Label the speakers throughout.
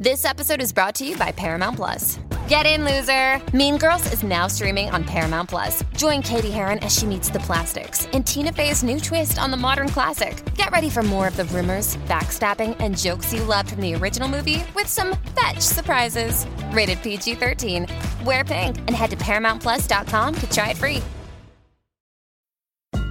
Speaker 1: This episode is brought to you by Paramount Plus. Get in, loser! Mean Girls is now streaming on Paramount Plus. Join Katie Heron as she meets the plastics in Tina Fey's new twist on the modern classic. Get ready for more of the rumors, backstabbing, and jokes you loved from the original movie with some fetch surprises. Rated PG 13. Wear pink and head to ParamountPlus.com to try it free.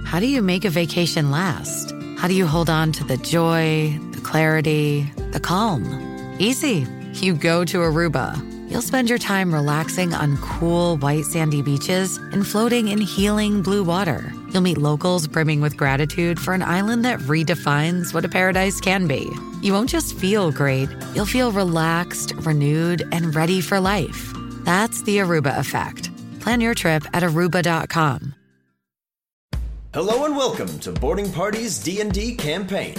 Speaker 2: How do you make a vacation last? How do you hold on to the joy, the clarity, the calm? Easy. You go to Aruba. You'll spend your time relaxing on cool, white, sandy beaches and floating in healing blue water. You'll meet locals brimming with gratitude for an island that redefines what a paradise can be. You won't just feel great, you'll feel relaxed, renewed, and ready for life. That's the Aruba effect. Plan your trip at aruba.com.
Speaker 3: Hello and welcome to Boarding Party's D&D campaign.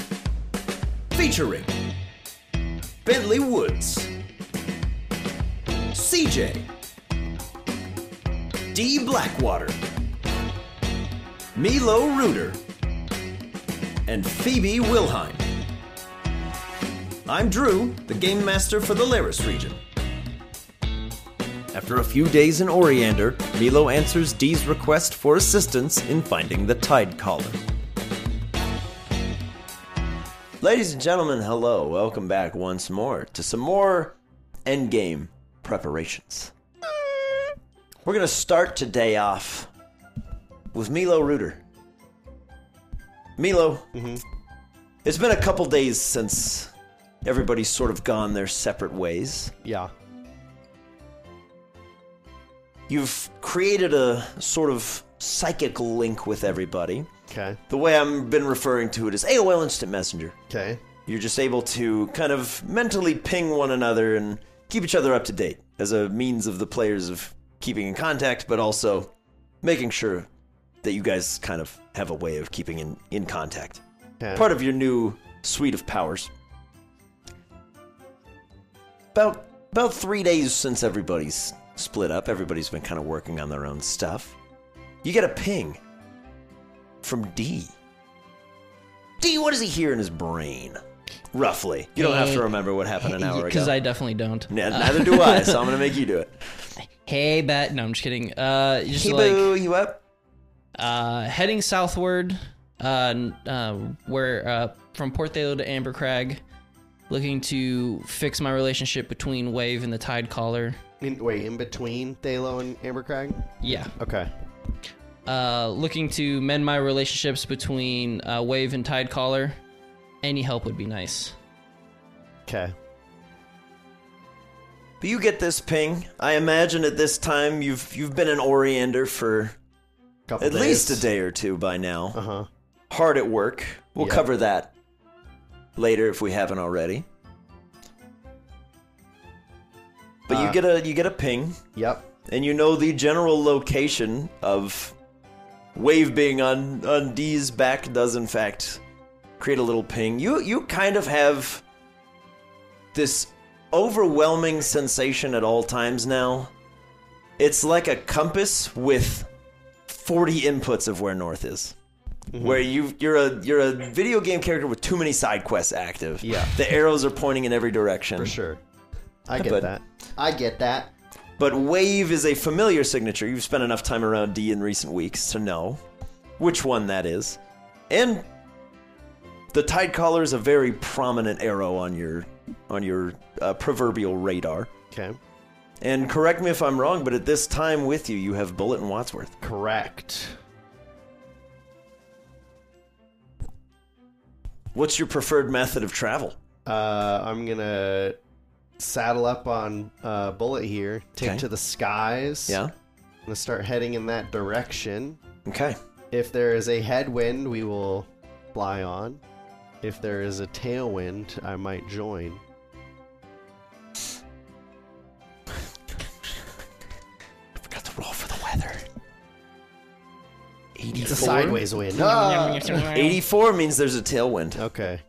Speaker 3: Featuring Bentley Woods, CJ, D Blackwater, Milo Reuter, and Phoebe Wilhine. I'm Drew, the game master for the Laris region. After a few days in Oriander, Milo answers Dee's request for assistance in finding the Tide Collar. Ladies and gentlemen, hello. Welcome back once more to some more endgame preparations. We're going to start today off with Milo Reuter. Milo, it's been a couple days since everybody's sort of gone their separate ways.
Speaker 4: Yeah.
Speaker 3: You've created a sort of psychic link with everybody.
Speaker 4: Okay.
Speaker 3: The way I've been referring to it is AOL Instant Messenger.
Speaker 4: Okay.
Speaker 3: You're just able to kind of mentally ping one another and keep each other up to date as a means of the players of keeping in contact, but also making sure that you guys kind of have a way of keeping in, in contact.
Speaker 4: Okay.
Speaker 3: Part of your new suite of powers. About about three days since everybody's split up, everybody's been kind of working on their own stuff. You get a ping from D. D, what does he hear in his brain? Roughly. You don't have to
Speaker 5: Hey.
Speaker 3: remember what happened an hour ago.
Speaker 5: Because I definitely don't.
Speaker 3: Yeah,
Speaker 5: Uh,
Speaker 3: neither do I, so I'm gonna make you do it.
Speaker 5: hey, bet. No, I'm just kidding. Uh, just
Speaker 3: Hey,
Speaker 5: like
Speaker 3: boo, you up?
Speaker 5: uh, heading southward, uh, n- uh, where uh, from Port Thalo to Amber Crag, looking to fix my relationship between Wave and the Tide Caller.
Speaker 4: In, wait, in between Thalo and Amber Crag?
Speaker 5: Yeah.
Speaker 4: Okay.
Speaker 5: Uh, looking to mend my relationships between uh, Wave and Tide Caller. Any help would be nice.
Speaker 4: Okay.
Speaker 3: But you get this ping. I imagine at this time you've you've been an Oriander for
Speaker 4: Couple
Speaker 3: at least a day or two by now.
Speaker 4: Uh huh.
Speaker 3: hard at work. We'll
Speaker 4: Yep.
Speaker 3: cover that later if we haven't already. But
Speaker 4: Uh,
Speaker 3: you get a you get a ping,
Speaker 4: Yep.
Speaker 3: and you know the general location of Wave being on on D's back does in fact create a little ping. You you kind of have this overwhelming sensation at all times now. It's like a compass with 40 inputs of where north is.
Speaker 4: Mm-hmm.
Speaker 3: Where you you're a you're a video game character with too many side quests active.
Speaker 4: Yeah.
Speaker 3: The arrows are pointing in every direction.
Speaker 4: For sure. I get
Speaker 3: Hmm. But-
Speaker 4: that. I get that.
Speaker 3: But wave is a familiar signature. You've spent enough time around D in recent weeks to know which one that is. And the tide collar is a very prominent arrow on your on your uh, proverbial radar.
Speaker 4: Okay.
Speaker 3: And correct me if I'm wrong, but at this time with you, you have Bullet and Wadsworth.
Speaker 4: Correct.
Speaker 3: What's your preferred method of travel?
Speaker 4: Uh, I'm gonna saddle up on uh, Bullet here. Take
Speaker 3: Okay.
Speaker 4: to the skies.
Speaker 3: Yeah.
Speaker 4: I'm gonna start heading in that direction.
Speaker 3: Okay.
Speaker 4: If there is a headwind, we will fly on. If there is a tailwind, I might join. It's a sideways wind. Ah!
Speaker 3: Eighty-four means there's a tailwind.
Speaker 4: Okay.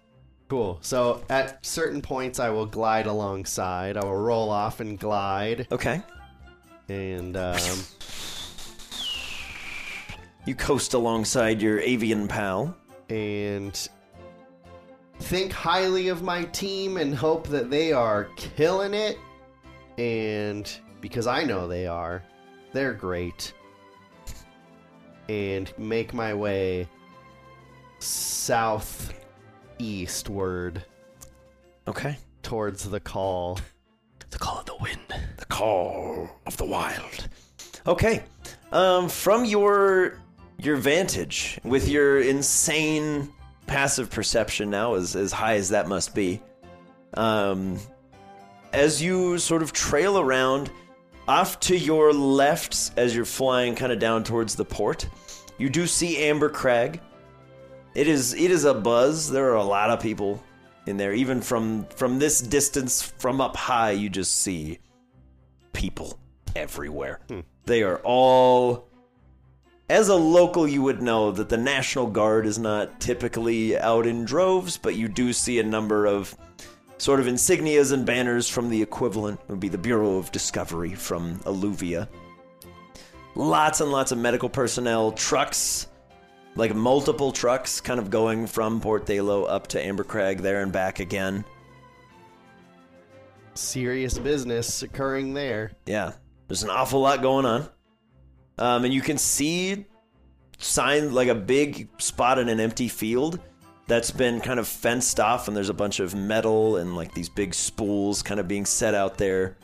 Speaker 4: Cool. So at certain points, I will glide alongside. I will roll off and glide.
Speaker 3: Okay,
Speaker 4: And um,
Speaker 3: you coast alongside your avian pal.
Speaker 4: and think highly of my team and hope that they are killing it. And because I know they are, they're great. And make my way south eastward
Speaker 3: Okay,
Speaker 4: towards the call.
Speaker 5: The call of the wind.
Speaker 3: the call of the wild. Okay, um, from your your vantage with your insane passive perception now, as as high as that must be, um, as you sort of trail around off to your left as you're flying kind of down towards the port, you do see Amber Crag. It is it is a buzz. There are a lot of people in there. Even from from this distance from up high, you just see people everywhere. They are all as a local you would know that the National Guard is not typically out in droves, but you do see a number of sort of insignias and banners from the equivalent would be the Bureau of Discovery from Alluvia. Lots and lots of medical personnel, trucks, like multiple trucks kind of going from Port Thalo up to Amber Crag there and back again.
Speaker 4: Serious business occurring there.
Speaker 3: Yeah, there's an awful lot going on. Um, and you can see sign like a big spot in an empty field that's been kind of fenced off, and there's a bunch of metal and like these big spools kind of being set out there.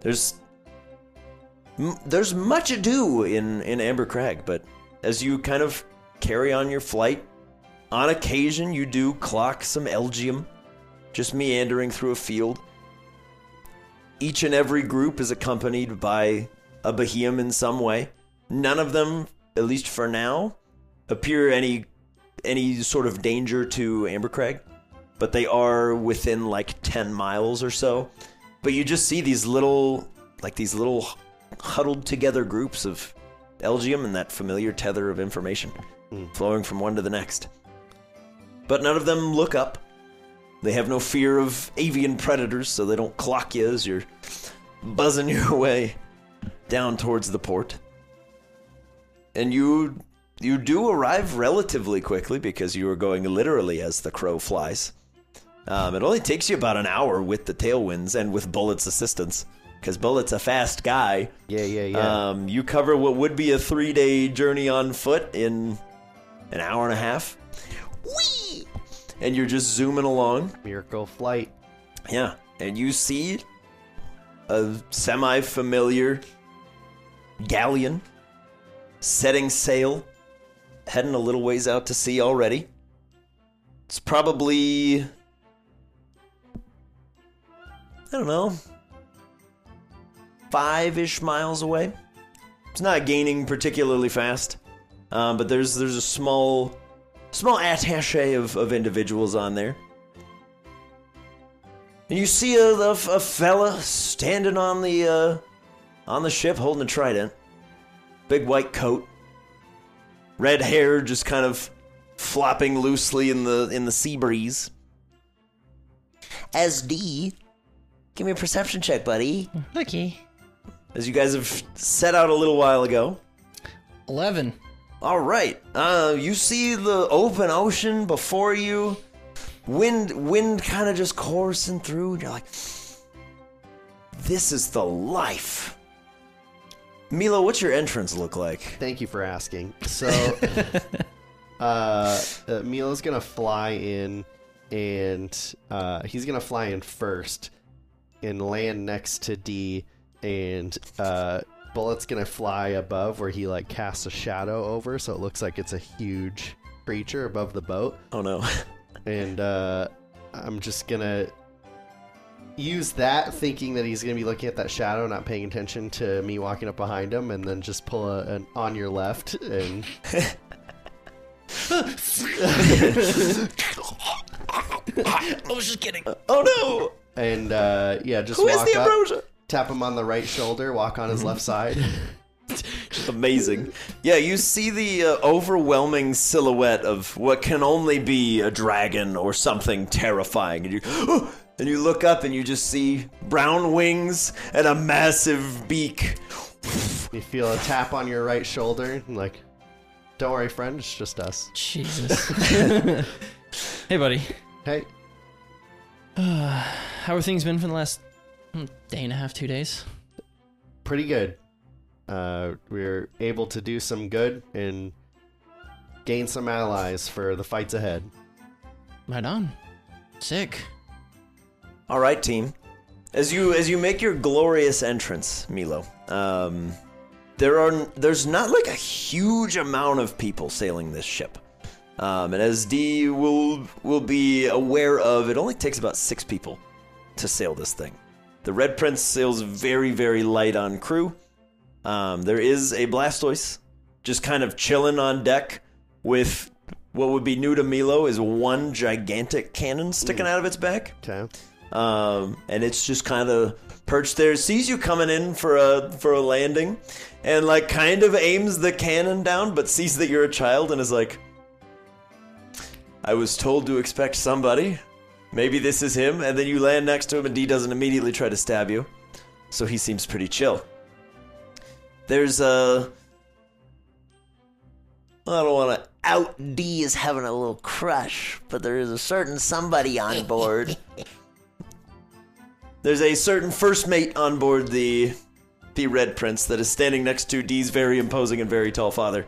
Speaker 3: There's m- there's much ado in in Amber Crag, but as you kind of carry on your flight, on occasion you do clock some Elgium, just meandering through a field each and every group is accompanied by a Bahiem in some way. None of them, at least for now, appear any any sort of danger to Ambercrag, but they are within like ten miles or so. But you just see these little like these little huddled together groups of Elgium and that familiar tether of information flowing from one to the next. But none of them look up. They have no fear of avian predators, so they don't clock you as you're buzzing your way down towards the port. And you you do arrive relatively quickly because you are going literally as the crow flies. Um, it only takes you about an hour with the tailwinds and with Bullet's assistance, because Bullet's a fast guy.
Speaker 4: Yeah, yeah, yeah.
Speaker 3: Um, you cover what would be a three day journey on foot in an hour and a half. Whee! And you're just zooming along.
Speaker 4: Miracle flight.
Speaker 3: Yeah, and you see a semi familiar galleon setting sail, heading a little ways out to sea already. It's probably. I don't know. Five ish miles away. It's not gaining particularly fast, um, but there's there's a small small attache of, of individuals on there. And you see a, a, a fella standing on the uh, on the ship holding a trident, big white coat, red hair just kind of flopping loosely in the in the sea breeze. SD, give me a perception check, buddy.
Speaker 5: Lucky.
Speaker 3: As you guys have set out a little while ago.
Speaker 5: Eleven.
Speaker 3: All right. Uh, you see the open ocean before you. Wind, wind, kind of just coursing through, and you're like, "This is the life." Milo, what's your entrance look like?
Speaker 4: Thank you for asking. So, uh, uh, Milo's gonna fly in, and uh, he's gonna fly in first, and land next to D, and uh, Bullet's gonna fly above where he like casts a shadow over, so it looks like it's a huge creature above the boat,
Speaker 3: Oh no,
Speaker 4: and uh, I'm just gonna use that thinking that he's gonna be looking at that shadow not paying attention to me walking up behind him and then just pull a, an on your left and
Speaker 5: I was just kidding.
Speaker 3: oh
Speaker 4: and uh, yeah, just
Speaker 3: no! Who is
Speaker 4: walk
Speaker 3: the
Speaker 4: up,
Speaker 3: ambrosia?
Speaker 4: tap him on the right shoulder, walk on his left side,
Speaker 3: Amazing. Yeah, you see the uh, overwhelming silhouette of what can only be a dragon or something terrifying, and you. And you look up and you just see brown wings and a massive beak.
Speaker 4: You feel a tap on your right shoulder, and like, don't worry, friend, it's just us.
Speaker 5: Jesus. hey, buddy.
Speaker 4: Hey,
Speaker 5: How have things been for the last mm, day and a half, two days?
Speaker 4: pretty good. Uh, we are able to do some good and gain some allies for the fights ahead.
Speaker 5: Right on. Sick.
Speaker 3: All right, team. As you as you make your glorious entrance, Milo. Um, there are there's not like a huge amount of people sailing this ship. Um, and as D will will be aware of, it only takes about six people to sail this thing. The Red Prince sails very very light on crew. Um, there is a Blastoise just kind of chilling on deck with what would be new to Milo is one gigantic cannon sticking out of its back
Speaker 4: Okay.
Speaker 3: um, and it's just kind of perched there. Sees you coming in for a for a landing, and like kind of aims the cannon down, but sees that you're a child and is like, "I was told to expect somebody. Maybe this is him." And then you land next to him, and D doesn't immediately try to stab you, so he seems pretty chill. There's a. I don't want to out D as having a little crush, but there is a certain somebody on board there's a certain first mate on board the the Red Prince that is standing next to Dee's very imposing and very tall father,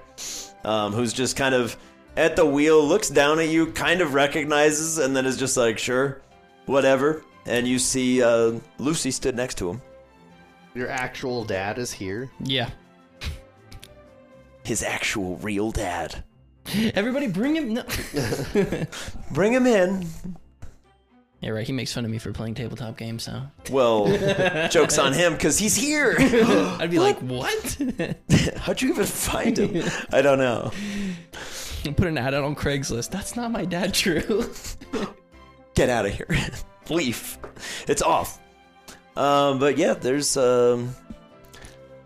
Speaker 3: um, who's just kind of at the wheel, looks down at you, kind of recognizes, and then is just like, sure, whatever. And you see uh, Lucy stood next to him.
Speaker 4: Your actual dad is here.
Speaker 5: Yeah.
Speaker 3: His actual real dad.
Speaker 5: Everybody bring him. No.
Speaker 3: Bring him in.
Speaker 5: Yeah, right. He makes fun of me for playing tabletop games, so.
Speaker 3: Well, joke's on him because he's here.
Speaker 5: I'd be like, what?
Speaker 3: How'd you even find him? I don't know.
Speaker 5: Put an ad out on Craigslist. That's not my dad, Drew.
Speaker 3: get out of here. Leave. It's off. Um, but yeah, there's um,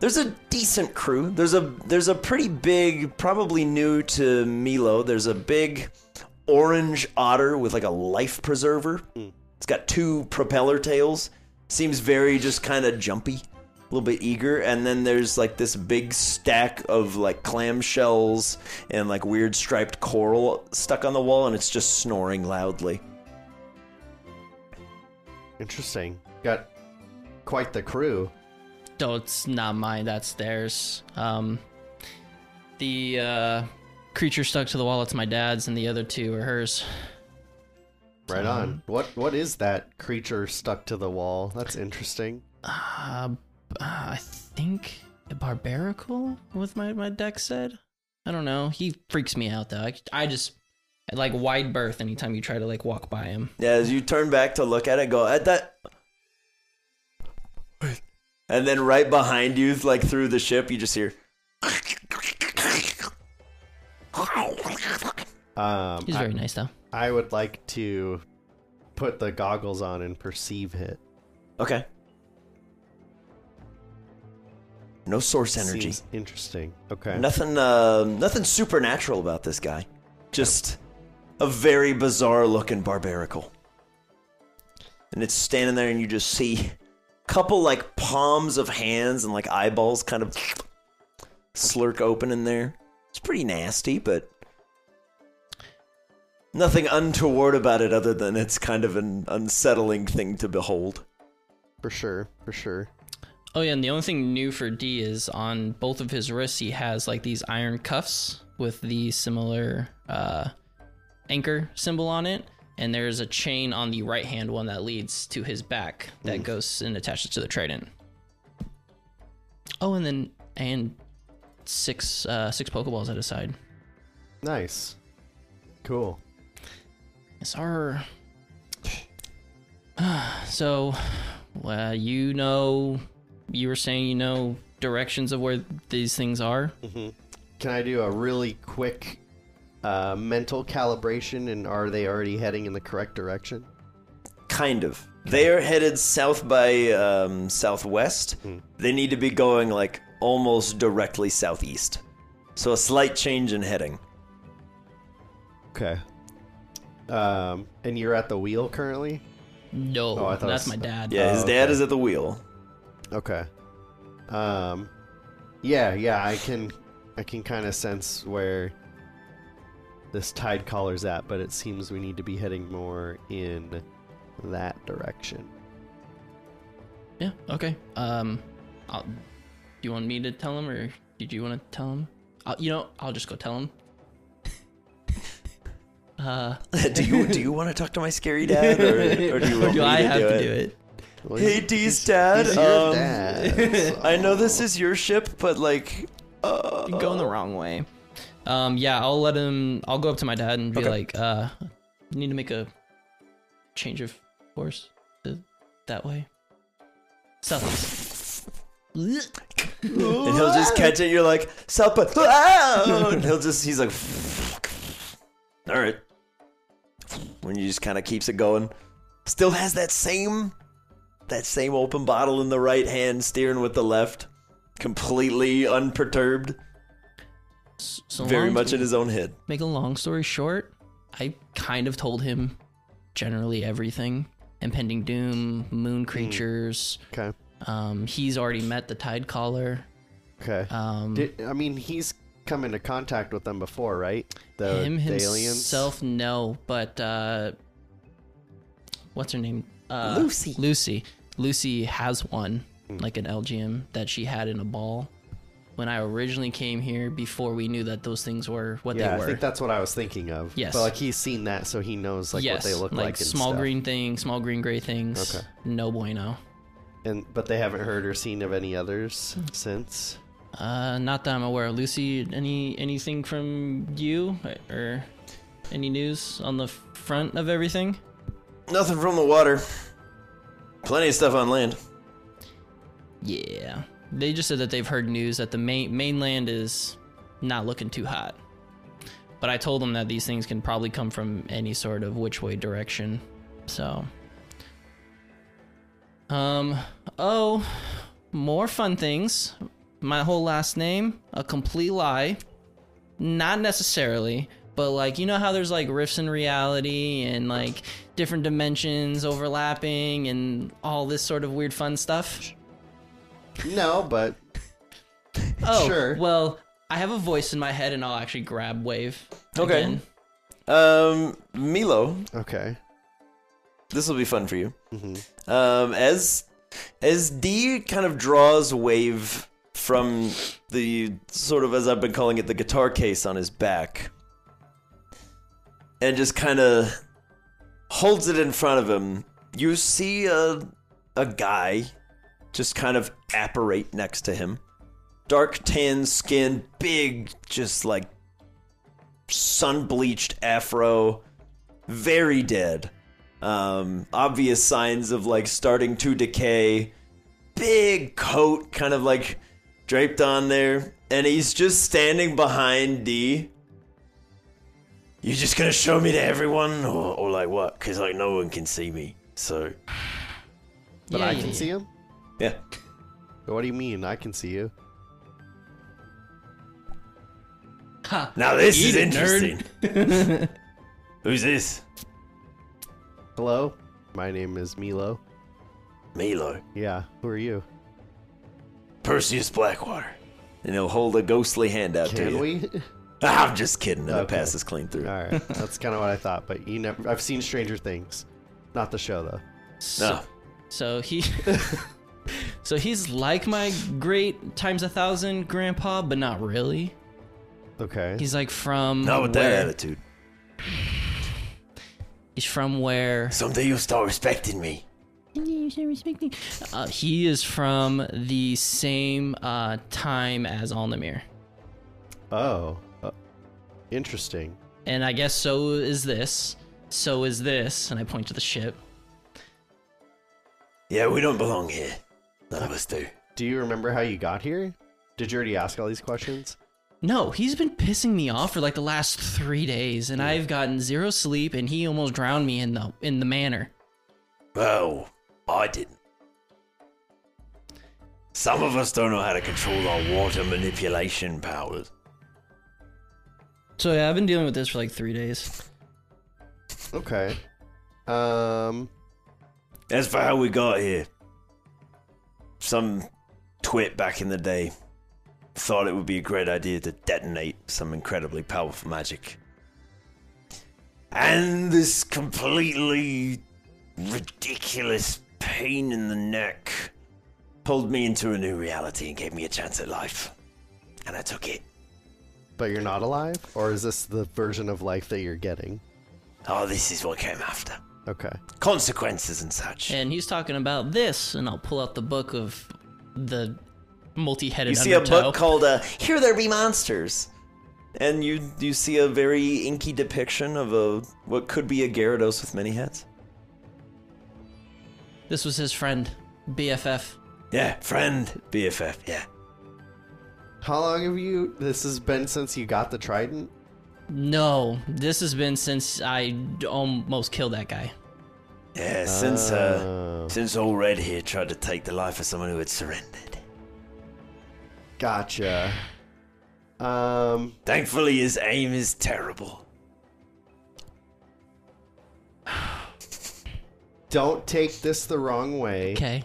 Speaker 3: there's a decent crew. There's a there's a pretty big, probably new to Milo. There's a big orange otter with like a life preserver. It's got two propeller tails. Seems very just kind of jumpy, a little bit eager. And then there's like this big stack of like clam shells and like weird striped coral stuck on the wall, and it's just snoring loudly.
Speaker 4: Interesting. Got quite the crew.
Speaker 5: No, it's not mine. That's theirs. Um, the uh, creature stuck to the wall. It's my dad's, and the other two are hers.
Speaker 4: Right
Speaker 5: Mhm.
Speaker 4: on. What what is that creature stuck to the wall? That's interesting.
Speaker 5: Uh, b- uh, I think barbarical. With my my deck said. I don't know. He freaks me out though. I, I just I like wide berth anytime you try to like walk by him.
Speaker 3: Yeah, as you turn back to look at it, go at that. And then right behind you, like through the ship, you just hear.
Speaker 4: Um,
Speaker 5: He's
Speaker 4: I,
Speaker 5: very nice though.
Speaker 4: I would like to put the goggles on and perceive it.
Speaker 3: Okay. No source energy.
Speaker 4: Seems interesting. Okay.
Speaker 3: Nothing. Uh, nothing supernatural about this guy. Just a very bizarre looking barbarical. And it's standing there, and you just see a couple like palms of hands and like eyeballs kind of slurk open in there. It's pretty nasty, but nothing untoward about it other than it's kind of an unsettling thing to behold.
Speaker 4: For sure. For sure.
Speaker 5: Oh yeah, and the only thing new for D is on both of his wrists he has like these iron cuffs with the similar uh, anchor symbol on it, and there's a chain on the right hand one that leads to his back that goes and attaches to the trident. Oh, and then and six uh, six pokeballs at his side.
Speaker 4: Nice. Cool.
Speaker 5: It's our. so, well, you know, you were saying you know directions of where these things are.
Speaker 4: Can I do a really quick uh, mental calibration and are they already heading in the correct direction?
Speaker 3: Kind of.
Speaker 4: Mm. Mm.
Speaker 3: They are headed south by um, southwest. They need to be going like almost directly southeast. So a slight change in heading.
Speaker 4: Okay. Um, and you're at the wheel currently.
Speaker 5: No,
Speaker 4: Oh, I thought it
Speaker 5: that's
Speaker 4: was-
Speaker 5: my dad.
Speaker 3: Yeah, his
Speaker 4: Oh,
Speaker 3: dad
Speaker 4: okay.
Speaker 3: is at the wheel.
Speaker 4: Okay. Um, yeah, yeah, I can, I can kind of sense where this tide collar's at, but it seems we need to be heading more in that direction.
Speaker 5: Yeah. Okay. Um, I'll, do you want me to tell him, or did you want to tell him? I'll, you know, I'll just go tell him. uh,
Speaker 3: do you do you want to talk to my scary dad, or, or do you want
Speaker 5: do
Speaker 3: me
Speaker 5: I
Speaker 3: to
Speaker 5: have
Speaker 3: do
Speaker 5: to
Speaker 3: it?
Speaker 5: do it?
Speaker 4: Well,
Speaker 3: Hey,
Speaker 4: he's-
Speaker 3: D's dad.
Speaker 4: he's your
Speaker 3: um,
Speaker 4: dad,
Speaker 3: I know
Speaker 4: so-
Speaker 3: this is your ship, but like, uh,
Speaker 5: You're going the wrong way. Um, yeah, I'll let him. I'll go up to my dad and be like, uh, you need to make a change of course to that way. South.
Speaker 3: and he'll just catch it. You're like, sup, but ah!" and he'll just he's like, all right. When you just kind of keeps it going, still has that same, that same open bottle in the right hand, steering with the left, completely unperturbed,
Speaker 5: So
Speaker 3: very
Speaker 5: long-
Speaker 3: much in his own head.
Speaker 5: Make a long story short, I kind of told him generally everything: impending doom,
Speaker 4: Hmm.
Speaker 5: moon creatures.
Speaker 4: Okay.
Speaker 5: Um, he's already met the tide caller.
Speaker 4: Okay.
Speaker 5: Um,
Speaker 4: Did, I mean, he's come into contact with them before, right? The,
Speaker 5: him
Speaker 4: Uh, the
Speaker 5: himself, no, but uh, what's her name? Uh, Lucy. Lucy. Lucy has one,
Speaker 4: Hmm.
Speaker 5: like an LGM that she had in a ball. When I originally came here, before we knew that those things were what
Speaker 4: Yeah,
Speaker 5: they
Speaker 4: I
Speaker 5: were.
Speaker 4: think that's what I was thinking of.
Speaker 5: Yes.
Speaker 4: But like he's seen that, so he knows like what
Speaker 5: yes,
Speaker 4: they look like. and
Speaker 5: small
Speaker 4: stuff.
Speaker 5: green things, small green gray things.
Speaker 4: Okay.
Speaker 5: No bueno.
Speaker 4: And but they haven't heard or seen of any others since.
Speaker 5: Uh, not that I'm aware. of. Lucy, any anything from you or any news on the front of everything?
Speaker 3: Nothing from the water. Plenty of stuff on land.
Speaker 5: Yeah. They just said that they've heard news that the main mainland is not looking too hot. But I told them that these things can probably come from any sort of which way direction. So Um oh, more fun things. My whole last name, a complete lie. Not necessarily, but like you know how there's like rifts in reality and like different dimensions overlapping and all this sort of weird fun stuff.
Speaker 4: No, but
Speaker 5: Oh,
Speaker 4: Sure.
Speaker 5: Well, I have a voice in my head, and I'll actually grab Wave.
Speaker 3: Okay.
Speaker 5: again.
Speaker 3: Um, Milo,
Speaker 4: okay.
Speaker 3: this will be fun for you. Um, as as D kind of draws wave from the sort of as I've been calling it the guitar case on his back, and just kind of holds it in front of him. You see a a guy just kind of apparate next to him, dark tan skin, big, just like sun bleached afro, very dead um, obvious signs of like starting to decay. Big coat, kind of like draped on there, and he's just standing behind D. You just gonna show me to everyone, or, or like what? Because like no one can see me, so
Speaker 4: But
Speaker 5: Yeah,
Speaker 4: I
Speaker 5: yeah,
Speaker 4: can
Speaker 5: yeah.
Speaker 4: see him.
Speaker 3: yeah.
Speaker 4: What do you mean? I can see you.
Speaker 5: Ha.
Speaker 3: Now this is
Speaker 5: Eat it, nerd.
Speaker 3: interesting. Who's this?
Speaker 4: Hello, my name is Milo.
Speaker 3: Milo,
Speaker 4: Yeah, who are you?
Speaker 3: Perseus Blackwater, and he'll hold a ghostly hand out to
Speaker 4: Can
Speaker 3: you.
Speaker 4: we?
Speaker 3: I'm just kidding. I'll
Speaker 4: Okay.
Speaker 3: pass this clean through.
Speaker 4: All right, that's kind of what I thought. But you never. I've seen Stranger Things, not the show though.
Speaker 5: So,
Speaker 3: No,
Speaker 5: so he. so he's like my great times a thousand grandpa, but not really.
Speaker 4: Okay.
Speaker 5: He's like from.
Speaker 3: not with that
Speaker 5: where-
Speaker 3: attitude.
Speaker 5: He's from where?
Speaker 3: Someday you'll start respecting me.
Speaker 5: Uh, he is from the same uh, time as Alnamir.
Speaker 4: oh, uh, interesting.
Speaker 5: And I guess so is this. So is this. And I point to the ship.
Speaker 3: Yeah, we don't belong here. None of us do.
Speaker 4: Do you remember how you got here? Did you already ask all these questions?
Speaker 5: No, he's been pissing me off for like the last three days, and I've gotten zero sleep, and he almost drowned me in the in the manor.
Speaker 3: Well, I didn't. Some of us don't know how to control our water manipulation powers.
Speaker 5: So yeah, I've been dealing with this for like three days.
Speaker 4: Okay. Um.
Speaker 3: As for how we got here, some twit back in the day thought it would be a great idea to detonate some incredibly powerful magic. And this completely ridiculous pain in the neck pulled me into a new reality and gave me a chance at life. And I took it.
Speaker 4: But you're not alive, or is this the version of life that you're getting?
Speaker 3: Oh, this is what came after.
Speaker 4: Okay.
Speaker 3: Consequences and such.
Speaker 5: And he's talking about this, and I'll pull out the book of the multi-headed
Speaker 3: you see a
Speaker 5: undertow.
Speaker 3: book called uh, "Here There Be Monsters," and you you see a very inky depiction of a what could be a Gyarados with many heads.
Speaker 5: this was his friend, BFF.
Speaker 3: Yeah, friend, BFF. Yeah,
Speaker 4: How long have you? This has been since you got the trident.
Speaker 5: No, this has been since I d- almost killed that guy.
Speaker 3: yeah. Since
Speaker 5: Oh.
Speaker 3: uh, since old Red here tried to take the life of someone who had surrendered.
Speaker 4: Gotcha. Um.
Speaker 3: Thankfully, his aim is terrible.
Speaker 4: Don't take this the wrong way.
Speaker 5: Okay.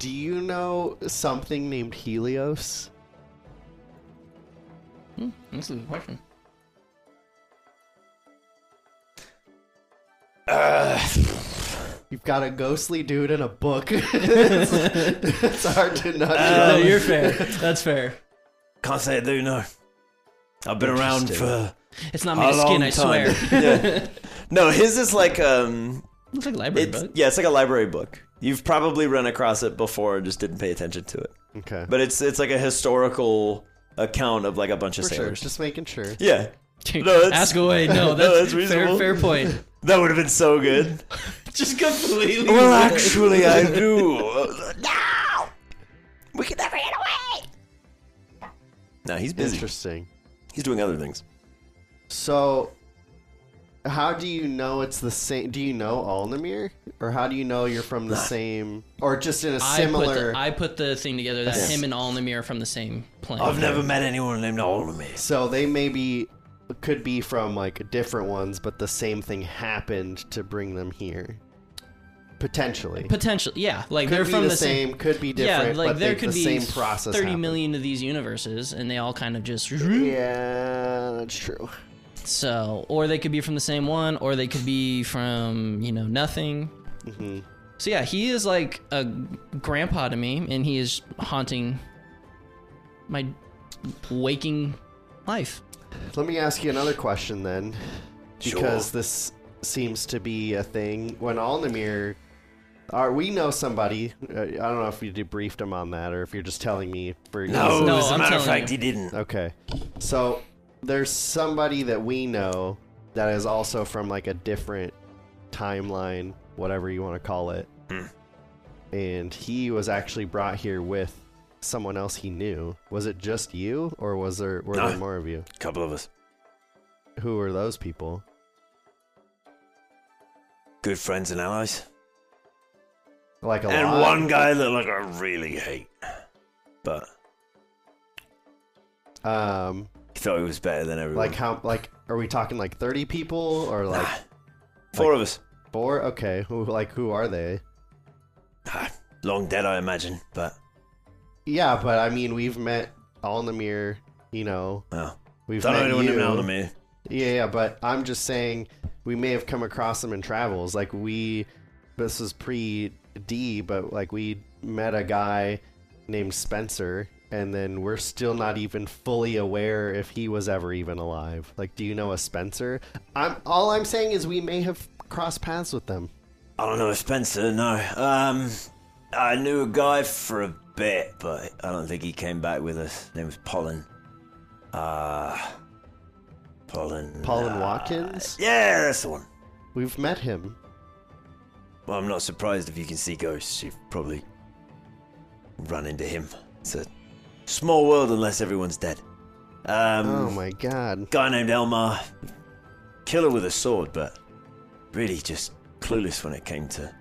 Speaker 4: Do you know something named Helios?
Speaker 5: That's a good question.
Speaker 4: You've got a ghostly dude in a book. it's, it's hard to not know.
Speaker 5: no, you're fair. That's fair.
Speaker 3: Can't say I do no. I've been around
Speaker 4: Interesting.
Speaker 3: for
Speaker 5: It's not made
Speaker 3: a
Speaker 5: of skin,
Speaker 3: long
Speaker 5: I
Speaker 3: time.
Speaker 5: swear.
Speaker 3: Yeah. No, his is like um,
Speaker 5: Looks like a library
Speaker 3: it's,
Speaker 5: book.
Speaker 3: yeah, it's like a library book. You've probably run across it before and just didn't pay attention to it.
Speaker 4: Okay.
Speaker 3: But it's it's like a historical account of like a bunch of
Speaker 4: For sure.
Speaker 3: sailors.
Speaker 4: Just making sure.
Speaker 3: Yeah.
Speaker 5: Dude,
Speaker 3: No, that's-
Speaker 5: ask away. No, that's,
Speaker 3: that's reasonable.
Speaker 5: fair, fair point.
Speaker 3: That would have been so good.
Speaker 5: Just completely.
Speaker 3: well, actually, I do. no! We can never get away! No, he's busy.
Speaker 4: Interesting.
Speaker 3: He's doing other things.
Speaker 4: So, how do you know it's the same? Do you know Alnamir, or how do you know you're from the same, or just in a
Speaker 5: I put,
Speaker 4: similar?
Speaker 5: the, I put the thing together that him and Alnamir are from the same plane.
Speaker 3: I've never met anyone named Olmir.
Speaker 4: so they maybe could be from like different ones, but the same thing happened to bring them here, potentially.
Speaker 5: Potentially, yeah. Like
Speaker 4: could
Speaker 5: they're
Speaker 4: be
Speaker 5: from
Speaker 4: the,
Speaker 5: the
Speaker 4: same, could be different.
Speaker 5: yeah, like
Speaker 4: but
Speaker 5: there
Speaker 4: they,
Speaker 5: could
Speaker 4: the
Speaker 5: be
Speaker 4: same process.
Speaker 5: thirty
Speaker 4: happened.
Speaker 5: million of these universes, and they all kind of just
Speaker 3: Hmm?
Speaker 4: Yeah, that's true.
Speaker 5: so. Or they could be from the same one, or they could be from you know nothing.
Speaker 3: Mm-hmm.
Speaker 5: So yeah, he is like a grandpa to me, and he is haunting my waking life.
Speaker 4: Let me ask you another question then,
Speaker 3: Sure.
Speaker 4: because this seems to be a thing. When Alnamir, are we know somebody? Uh, I don't know if you debriefed him on that or if you're just telling me for
Speaker 3: No,
Speaker 5: No,
Speaker 3: as a
Speaker 5: I'm
Speaker 3: matter of
Speaker 5: telling
Speaker 3: fact, he
Speaker 5: you.
Speaker 3: didn't.
Speaker 4: Okay, so there's somebody that we know that is also from like a different timeline, whatever you want to call it,
Speaker 3: Hmm.
Speaker 4: and he was actually brought here with someone else he knew. Was it just you, or was there were
Speaker 3: No.
Speaker 4: there more of you?
Speaker 3: couple of us.
Speaker 4: Who were those people?
Speaker 3: Good friends and allies.
Speaker 4: Like a
Speaker 3: and
Speaker 4: lot?
Speaker 3: one guy that, like, I really hate. But
Speaker 4: Um,
Speaker 3: he thought he was better than everyone.
Speaker 4: like how? Like, are we talking like thirty people or like
Speaker 3: Four of us.
Speaker 4: four? Okay, who like who are they?
Speaker 3: Ah, Long dead, I imagine, but.
Speaker 4: Yeah, but I mean, we've met all in the mirror. You know,
Speaker 3: Well,
Speaker 4: we've
Speaker 3: don't know
Speaker 4: met
Speaker 3: anyone
Speaker 4: you.
Speaker 3: named Aldemir.
Speaker 4: Yeah, yeah, but I'm just saying we may have come across them in travels. Like we, this was pre D, but like we met a guy named Spencer, and then we're still not even fully aware if he was ever even alive. Like, do you know a Spencer? I'm all I'm saying is we may have crossed paths with them.
Speaker 3: I don't know, Spencer, no. Um, I knew a guy for a bit, but I don't think he came back with us. His name was Pollen. Uh, Pollen.
Speaker 4: Paul and
Speaker 3: uh,
Speaker 4: Watkins.
Speaker 3: Yeah, that's the one.
Speaker 4: We've met him.
Speaker 3: Well, I'm not surprised if you can see ghosts. You've probably run into him. It's a small world unless everyone's dead. Um,
Speaker 4: Oh my god.
Speaker 3: guy named Elmar, killer with a sword, but really just clueless when it came to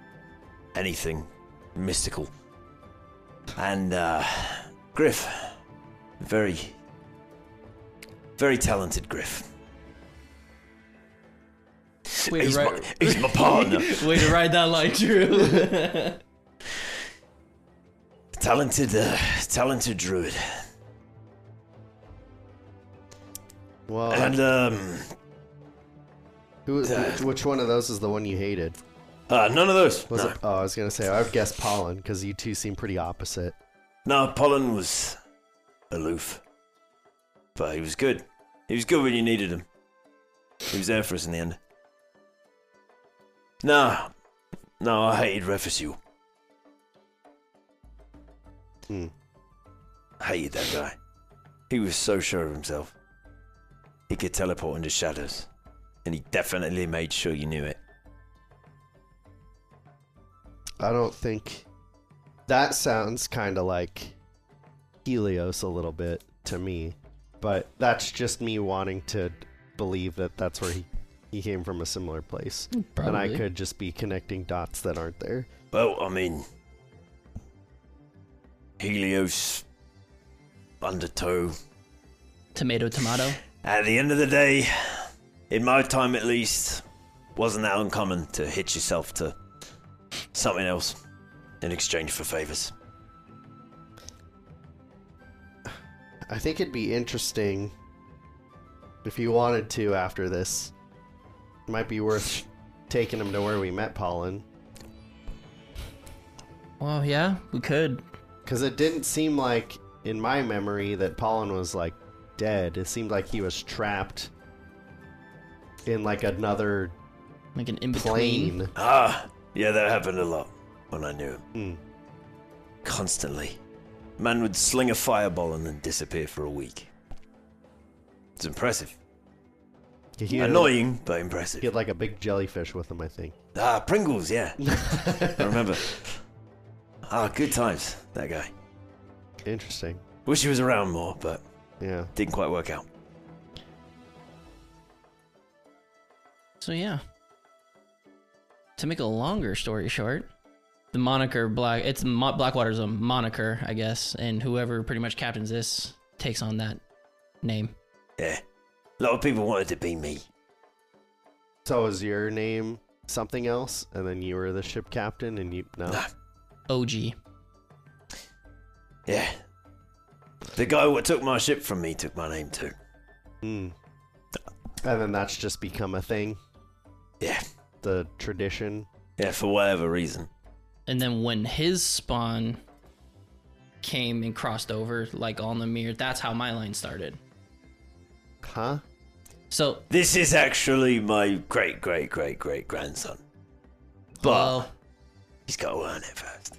Speaker 3: anything mystical. And uh, Griff, very, very talented Griff.
Speaker 5: Way
Speaker 3: He's, Oh,
Speaker 5: to,
Speaker 3: my,
Speaker 5: ride,
Speaker 3: he's my partner.
Speaker 5: way to ride that line, Drew.
Speaker 3: talented, uh, talented druid.
Speaker 4: Well,
Speaker 3: And um,
Speaker 4: who, which one of those is the one you hated?
Speaker 3: uh, none of those.
Speaker 4: Was
Speaker 3: No.
Speaker 4: it? Oh, I was gonna say I would guess Pollen because you two seem pretty opposite.
Speaker 3: No, Pollen was aloof. But he was good. He was good when you needed him. He was there for us in the end. No. No, I hated Refusu.
Speaker 4: Hmm.
Speaker 3: I hated that guy. He was so sure of himself. He could teleport into shadows. And he definitely made sure you knew it.
Speaker 4: I don't think that sounds kind of like Helios a little bit to me, but that's just me wanting to believe that that's where he he came from a similar place, and I
Speaker 5: probably.
Speaker 4: could just be connecting dots that aren't there.
Speaker 3: Well, I mean, Helios, Undertow,
Speaker 5: tomato, tomato.
Speaker 3: At the end of the day, in my time at least, wasn't that uncommon to hitch yourself to something else in exchange for favors.
Speaker 4: I think it'd be interesting if you wanted to after this. It might be worth taking him to where we met Pollen
Speaker 5: Well, yeah, we could.
Speaker 4: because it didn't seem like in my memory that Pollen was like dead. It seemed like he was trapped in like another
Speaker 5: Like an in between.
Speaker 4: plane.
Speaker 3: Ah, yeah, that happened a lot when I knew him. Constantly. Man would sling a fireball and then disappear for a week. It's impressive.
Speaker 4: He had,
Speaker 3: Annoying, but
Speaker 4: He
Speaker 3: impressive.
Speaker 4: had like a big jellyfish with him, I think.
Speaker 3: Ah, Pringles, yeah. I remember. Ah, good times, that guy.
Speaker 4: Interesting.
Speaker 3: Wish he was around more, but
Speaker 4: Yeah.
Speaker 3: didn't quite work out.
Speaker 5: So yeah. To make a longer story short, the moniker Black it's Mo- Blackwater's a moniker, I guess, and whoever pretty much captains this takes on that name.
Speaker 3: Yeah. A lot of people wanted to be me.
Speaker 4: So was your name something else, and then you were the ship captain, and you no.
Speaker 5: OG.
Speaker 3: Yeah. The guy what took my ship from me took my name too.
Speaker 4: Mm. And then that's just become a thing,
Speaker 3: Yeah.
Speaker 4: the tradition.
Speaker 3: Yeah, for whatever reason.
Speaker 5: And then when his spawn came and crossed over like on the mirror, that's how my line started.
Speaker 4: Huh?
Speaker 5: So
Speaker 3: This is actually my great great great great grandson. But
Speaker 5: well,
Speaker 3: he's gotta earn it first.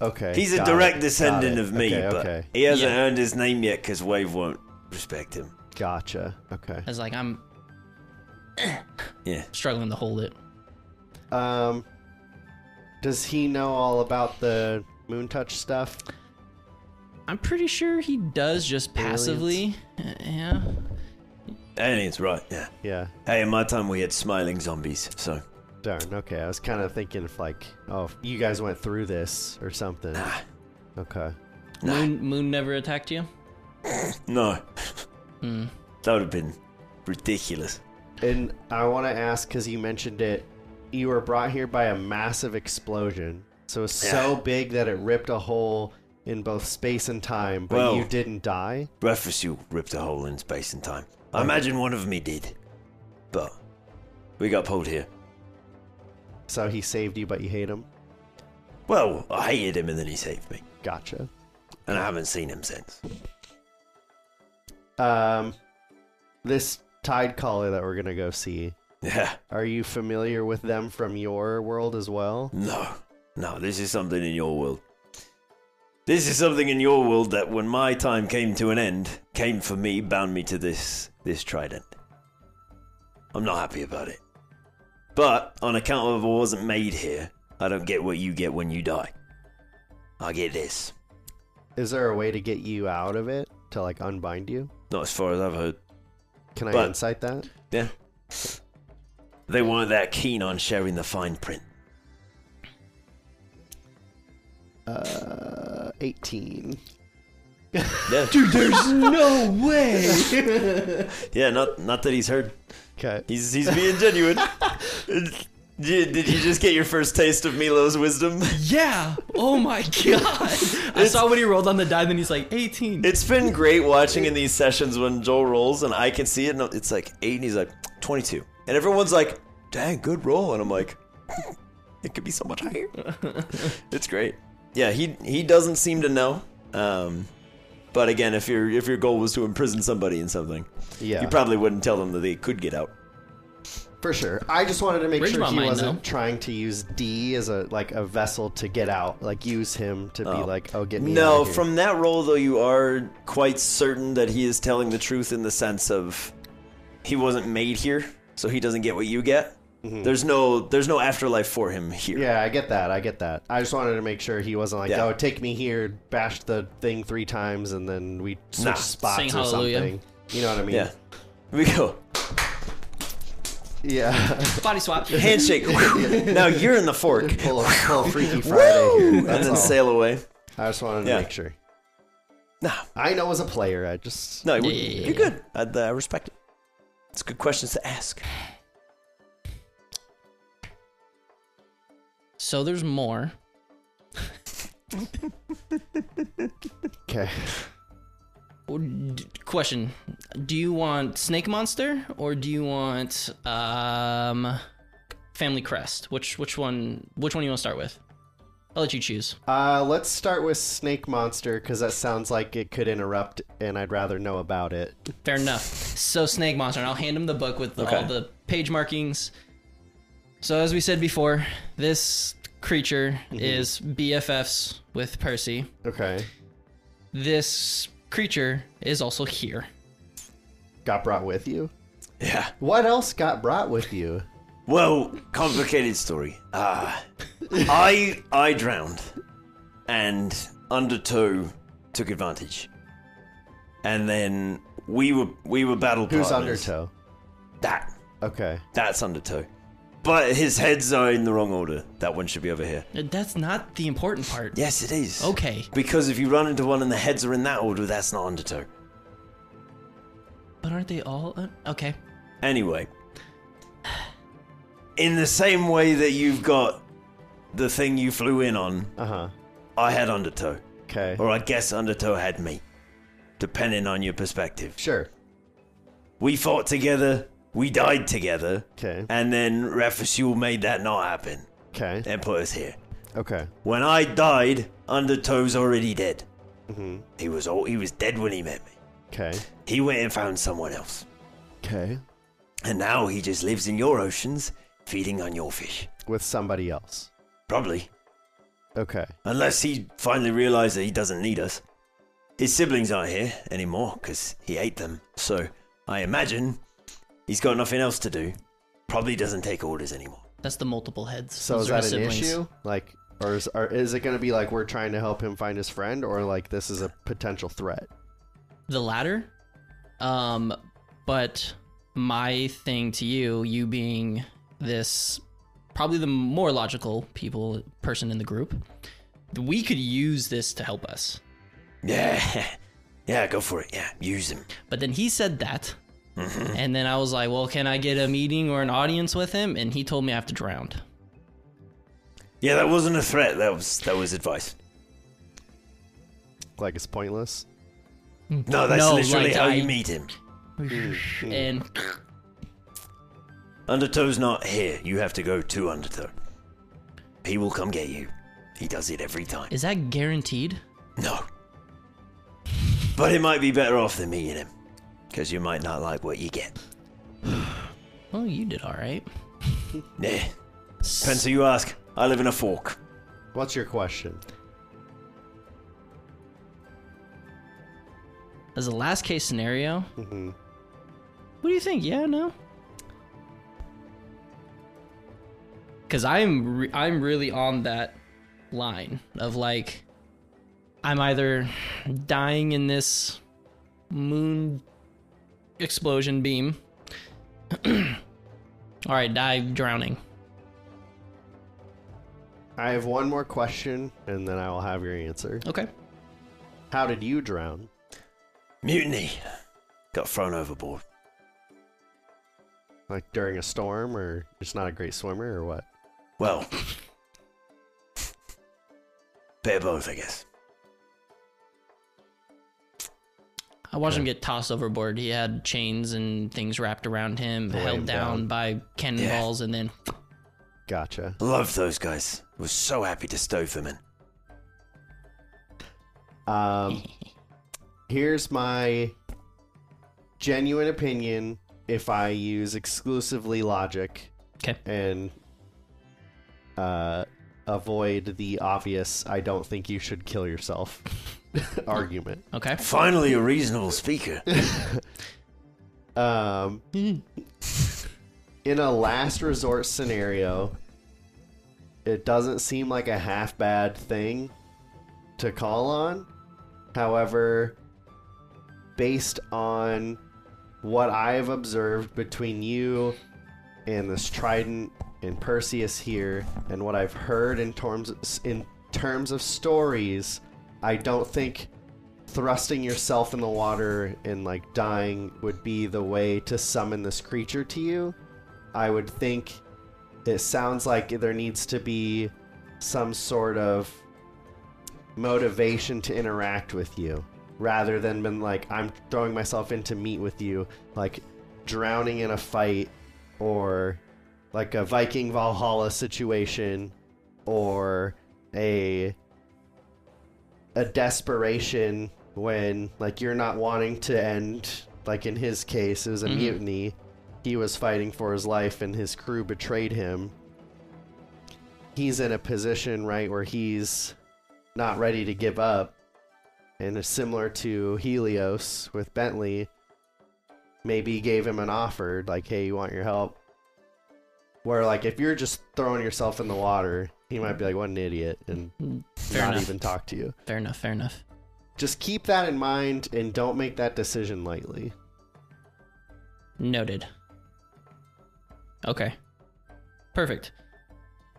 Speaker 4: Okay.
Speaker 3: He's a
Speaker 4: got
Speaker 3: direct
Speaker 4: it,
Speaker 3: descendant
Speaker 4: got it.
Speaker 3: of me,
Speaker 4: Okay,
Speaker 3: but
Speaker 4: okay.
Speaker 3: he hasn't
Speaker 5: Yeah.
Speaker 3: earned his name yet because Wave won't respect him.
Speaker 4: Gotcha. Okay.
Speaker 5: I was like I'm
Speaker 3: Yeah.
Speaker 5: struggling to hold it.
Speaker 4: Um, does he know all about the moon touch stuff?
Speaker 5: I'm pretty sure he does just passively. Uh, Yeah.
Speaker 3: Aliens, right, yeah.
Speaker 4: Yeah.
Speaker 3: Hey, in my time we had smiling zombies, so
Speaker 4: Darn. Okay. I was kind of thinking if like, oh, if you guys went through this or something. Okay.
Speaker 5: Moon Moon never attacked you?
Speaker 3: no. that would have been ridiculous.
Speaker 4: And I want to ask because you mentioned it. You were brought here by a massive explosion. So it's so big that it ripped a hole in both space and time, but
Speaker 3: Well-
Speaker 4: you didn't die.
Speaker 3: Refusu ripped a hole in space and time. I imagine one of me did. But we got pulled here.
Speaker 4: So he saved you, but you hate him.
Speaker 3: Well, I hated him and then he saved me.
Speaker 4: Gotcha.
Speaker 3: And I haven't seen him since.
Speaker 4: Um, this tide caller that we're gonna go see.
Speaker 3: Yeah.
Speaker 4: Are you familiar with them from your world as well?
Speaker 3: No. No, this is something in your world. This is something in your world that when my time came to an end, came for me, bound me to this this trident. I'm not happy about it. But on account of I wasn't made here, I don't get what you get when you die. I get this.
Speaker 4: Is there a way to get you out of it to like unbind you?
Speaker 3: Not as far as I've heard.
Speaker 4: Can I
Speaker 3: But-
Speaker 4: insight that?
Speaker 3: Yeah. They weren't that keen on sharing the fine print.
Speaker 4: Uh, 18.
Speaker 3: Yeah.
Speaker 5: Dude, there's no way.
Speaker 3: Yeah, not not that he's heard.
Speaker 4: Okay.
Speaker 3: He's he's being genuine. Did did you just get your first taste of Milo's wisdom?
Speaker 5: Yeah. Oh my god. I saw when he rolled on the die, then he's like 18.
Speaker 3: It's been great watching in these sessions when Joel rolls and I can see it, and it's like eight, and he's like twenty-two, and everyone's like, "Dang, good roll," and I'm like, "Hmm, "It could be so much higher." it's great. Yeah, he he doesn't seem to know. Um, but again, if your if your goal was to imprison somebody in something,
Speaker 4: Yeah.
Speaker 3: you probably wouldn't tell them that they could get out.
Speaker 4: For sure. I just wanted to make
Speaker 5: Ridge
Speaker 4: sure
Speaker 5: might
Speaker 4: he
Speaker 5: know.
Speaker 4: wasn't trying to use D as a like a vessel to get out. Like use him to be like, oh, get me.
Speaker 3: No,
Speaker 4: out of here.
Speaker 3: from that role though, you are quite certain that he is telling the truth in the sense of he wasn't made here, so he doesn't get what you get. There's no there's no afterlife for him here.
Speaker 4: Mm-hmm. Yeah, I get that. I get that. I just wanted to make sure he wasn't like,
Speaker 3: Yeah.
Speaker 4: oh, take me here, bash the thing three times, and then we switch
Speaker 3: Nah.
Speaker 4: spots
Speaker 5: Sing
Speaker 4: or
Speaker 5: hallelujah.
Speaker 4: something. You know what I mean?
Speaker 3: Yeah. We go
Speaker 4: Yeah.
Speaker 5: Body swap.
Speaker 3: handshake. now you're in the fork,
Speaker 4: pull, a, pull a Freaky Friday here.
Speaker 3: and
Speaker 4: That's
Speaker 3: then
Speaker 4: all.
Speaker 3: sail away.
Speaker 4: I just wanted to
Speaker 3: Yeah.
Speaker 4: make sure.
Speaker 3: Nah,
Speaker 4: I know as a player, I just
Speaker 3: no,
Speaker 5: yeah, yeah,
Speaker 3: you're good. I, I respect it. It's good questions to ask.
Speaker 5: So there's more.
Speaker 4: okay.
Speaker 5: Oh, d- Question: Do you want Snake Monster or do you want um, Family Crest? Which which one? Which one do you want to start with? I'll let you choose.
Speaker 4: Uh, let's start with Snake Monster because that sounds like it could interrupt, and I'd rather know about it.
Speaker 5: Fair enough. So Snake Monster, and I'll hand him the book with all
Speaker 3: Okay.
Speaker 5: the page markings. So as we said before, this creature is BFFs with Percy.
Speaker 4: Okay.
Speaker 5: This creature is also here.
Speaker 4: Got brought with you.
Speaker 3: Yeah.
Speaker 4: What else got brought with you?
Speaker 3: Well, complicated story. Ah, I I drowned, and Undertow took advantage, and then we were we were battle
Speaker 4: Who's
Speaker 3: partners.
Speaker 4: Undertow?
Speaker 3: That
Speaker 4: Okay.
Speaker 3: that's Undertow, but his heads are in the wrong order. That one should be over here.
Speaker 5: That's not the important part.
Speaker 3: Yes, it is.
Speaker 5: Okay.
Speaker 3: Because if you run into one and the heads are in that order, that's not Undertow.
Speaker 5: But aren't they all? Uh, okay.
Speaker 3: Anyway, in the same way that you've got the thing you flew in on,
Speaker 4: Uh huh.
Speaker 3: I had Undertow.
Speaker 4: Okay.
Speaker 3: Or I guess Undertow had me, depending on your perspective.
Speaker 4: Sure.
Speaker 3: We fought together, we died together,
Speaker 4: Okay.
Speaker 3: and then Rafasul made that not happen
Speaker 4: Okay.
Speaker 3: and put us here.
Speaker 4: Okay.
Speaker 3: When I died, Undertow's already dead. He was all, he was dead when he met me.
Speaker 4: Okay.
Speaker 3: He went and found someone else,
Speaker 4: Okay.
Speaker 3: and now he just lives in your oceans, feeding on your fish.
Speaker 4: With somebody else.
Speaker 3: Probably,
Speaker 4: Okay.
Speaker 3: unless he finally realized that he doesn't need us. His siblings aren't here anymore because he ate them, so I imagine he's got nothing else to do. Probably doesn't take orders anymore.
Speaker 5: That's the multiple heads.
Speaker 4: So
Speaker 5: Those
Speaker 4: is
Speaker 5: are
Speaker 4: that
Speaker 5: his
Speaker 4: an
Speaker 5: siblings.
Speaker 4: issue? Like, or is, or is it going to be like we're trying to help him find his friend, or like this is a potential threat?
Speaker 5: The latter. Um, but my thing to you, you being this probably the more logical people person in the group, we could use this to help us.
Speaker 3: Yeah, yeah, go for it. Yeah, use him.
Speaker 5: But then he said that. And then I was like, well, can I get a meeting or an audience with him? And he told me I have to drown.
Speaker 3: Yeah, that wasn't a threat. That was that was advice.
Speaker 4: Like it's pointless.
Speaker 3: No, that's
Speaker 5: No,
Speaker 3: literally
Speaker 5: like
Speaker 3: how
Speaker 5: I-
Speaker 3: you meet him.
Speaker 5: And
Speaker 3: Undertow's not here. You have to go to Undertow. He will come get you. He does it every time.
Speaker 5: is that guaranteed?
Speaker 3: No. But it might be better off than meeting him, because you might not like what you get.
Speaker 5: Well, you did all right.
Speaker 3: Nah. Spencer, you ask. I live in a fork.
Speaker 4: What's your question?
Speaker 5: as a last case scenario, what do you think? Yeah, no. Because I'm re- I'm really on that line of like, I'm either dying in this moon explosion beam. All right, die drowning.
Speaker 4: I have one more question, and then I will have your answer.
Speaker 5: Okay.
Speaker 4: How did you drown?
Speaker 3: Mutiny. Got thrown overboard.
Speaker 4: Like during a storm, or just not a great swimmer, or what?
Speaker 3: Well, bit of both, I guess.
Speaker 5: I watched him get tossed overboard. He had chains and things wrapped around him, held
Speaker 4: him
Speaker 5: down,
Speaker 4: down.
Speaker 5: by cannonballs, and then
Speaker 4: Gotcha.
Speaker 3: Love those guys. Was so happy to stove them in.
Speaker 4: Um, here's my genuine opinion if I use exclusively logic
Speaker 5: okay,
Speaker 4: and uh, avoid the obvious I don't think you should kill yourself argument.
Speaker 5: okay.
Speaker 3: Finally, a reasonable speaker.
Speaker 4: Um, in a last resort scenario, it doesn't seem like a half bad thing to call on. However, based on what I've observed between you and this Trident and Perseus here, and what I've heard in terms in terms of stories, I don't think thrusting yourself in the water and like dying would be the way to summon this creature to you. I would think it sounds like there needs to be some sort of motivation to interact with you rather than been like I'm throwing myself in to meet with you like drowning in a fight or like a Viking Valhalla situation or a a desperation when like you're not wanting to end like in his case it was a
Speaker 5: Mm-hmm.
Speaker 4: mutiny he was fighting for his life and his crew betrayed him he's in a position right where he's not ready to give up and it's similar to helios with bentley maybe he gave him an offer like hey you want your help where like if you're just throwing yourself in the water he might be like what an idiot and
Speaker 5: Hmm. Fair
Speaker 4: not
Speaker 5: enough.
Speaker 4: even talk to you
Speaker 5: Fair enough. Fair enough.
Speaker 4: just keep that in mind and don't make that decision lightly.
Speaker 5: Noted. Okay. Perfect.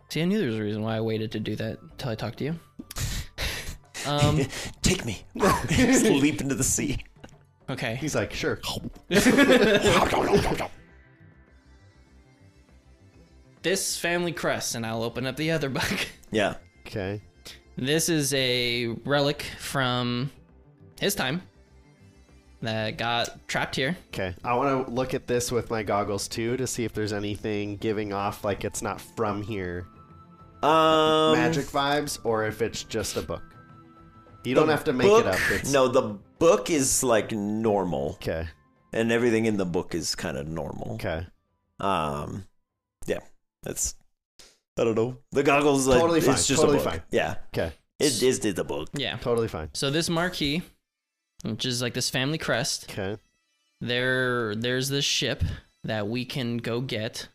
Speaker 5: See, I knew there was a reason why I waited to do that until I talked to you. um.
Speaker 3: Take me. Just leap into the sea.
Speaker 5: Okay.
Speaker 4: He's like, sure.
Speaker 5: This family crest, and I'll open up the other book.
Speaker 3: Yeah.
Speaker 4: Okay.
Speaker 5: This is a relic from his time that got trapped here.
Speaker 4: Okay. I want to look at this with my goggles too to see if there's anything giving off like it's not from here
Speaker 3: Um,
Speaker 4: magic vibes or if it's just a book. You don't have to make
Speaker 3: book,
Speaker 4: it up. It's,
Speaker 3: No, the book is like normal,
Speaker 4: Okay.
Speaker 3: and everything in the book is kind of normal.
Speaker 4: Okay.
Speaker 3: Um, yeah, that's. I don't know. The goggles, like,
Speaker 4: Totally fine,
Speaker 3: it's just
Speaker 4: totally
Speaker 3: a book.
Speaker 4: fine.
Speaker 3: Yeah,
Speaker 4: Okay.
Speaker 3: it is the book.
Speaker 5: Yeah.
Speaker 4: Totally fine.
Speaker 5: So this marquee, which is like this family crest,
Speaker 4: Okay.
Speaker 5: there there's this ship that we can go get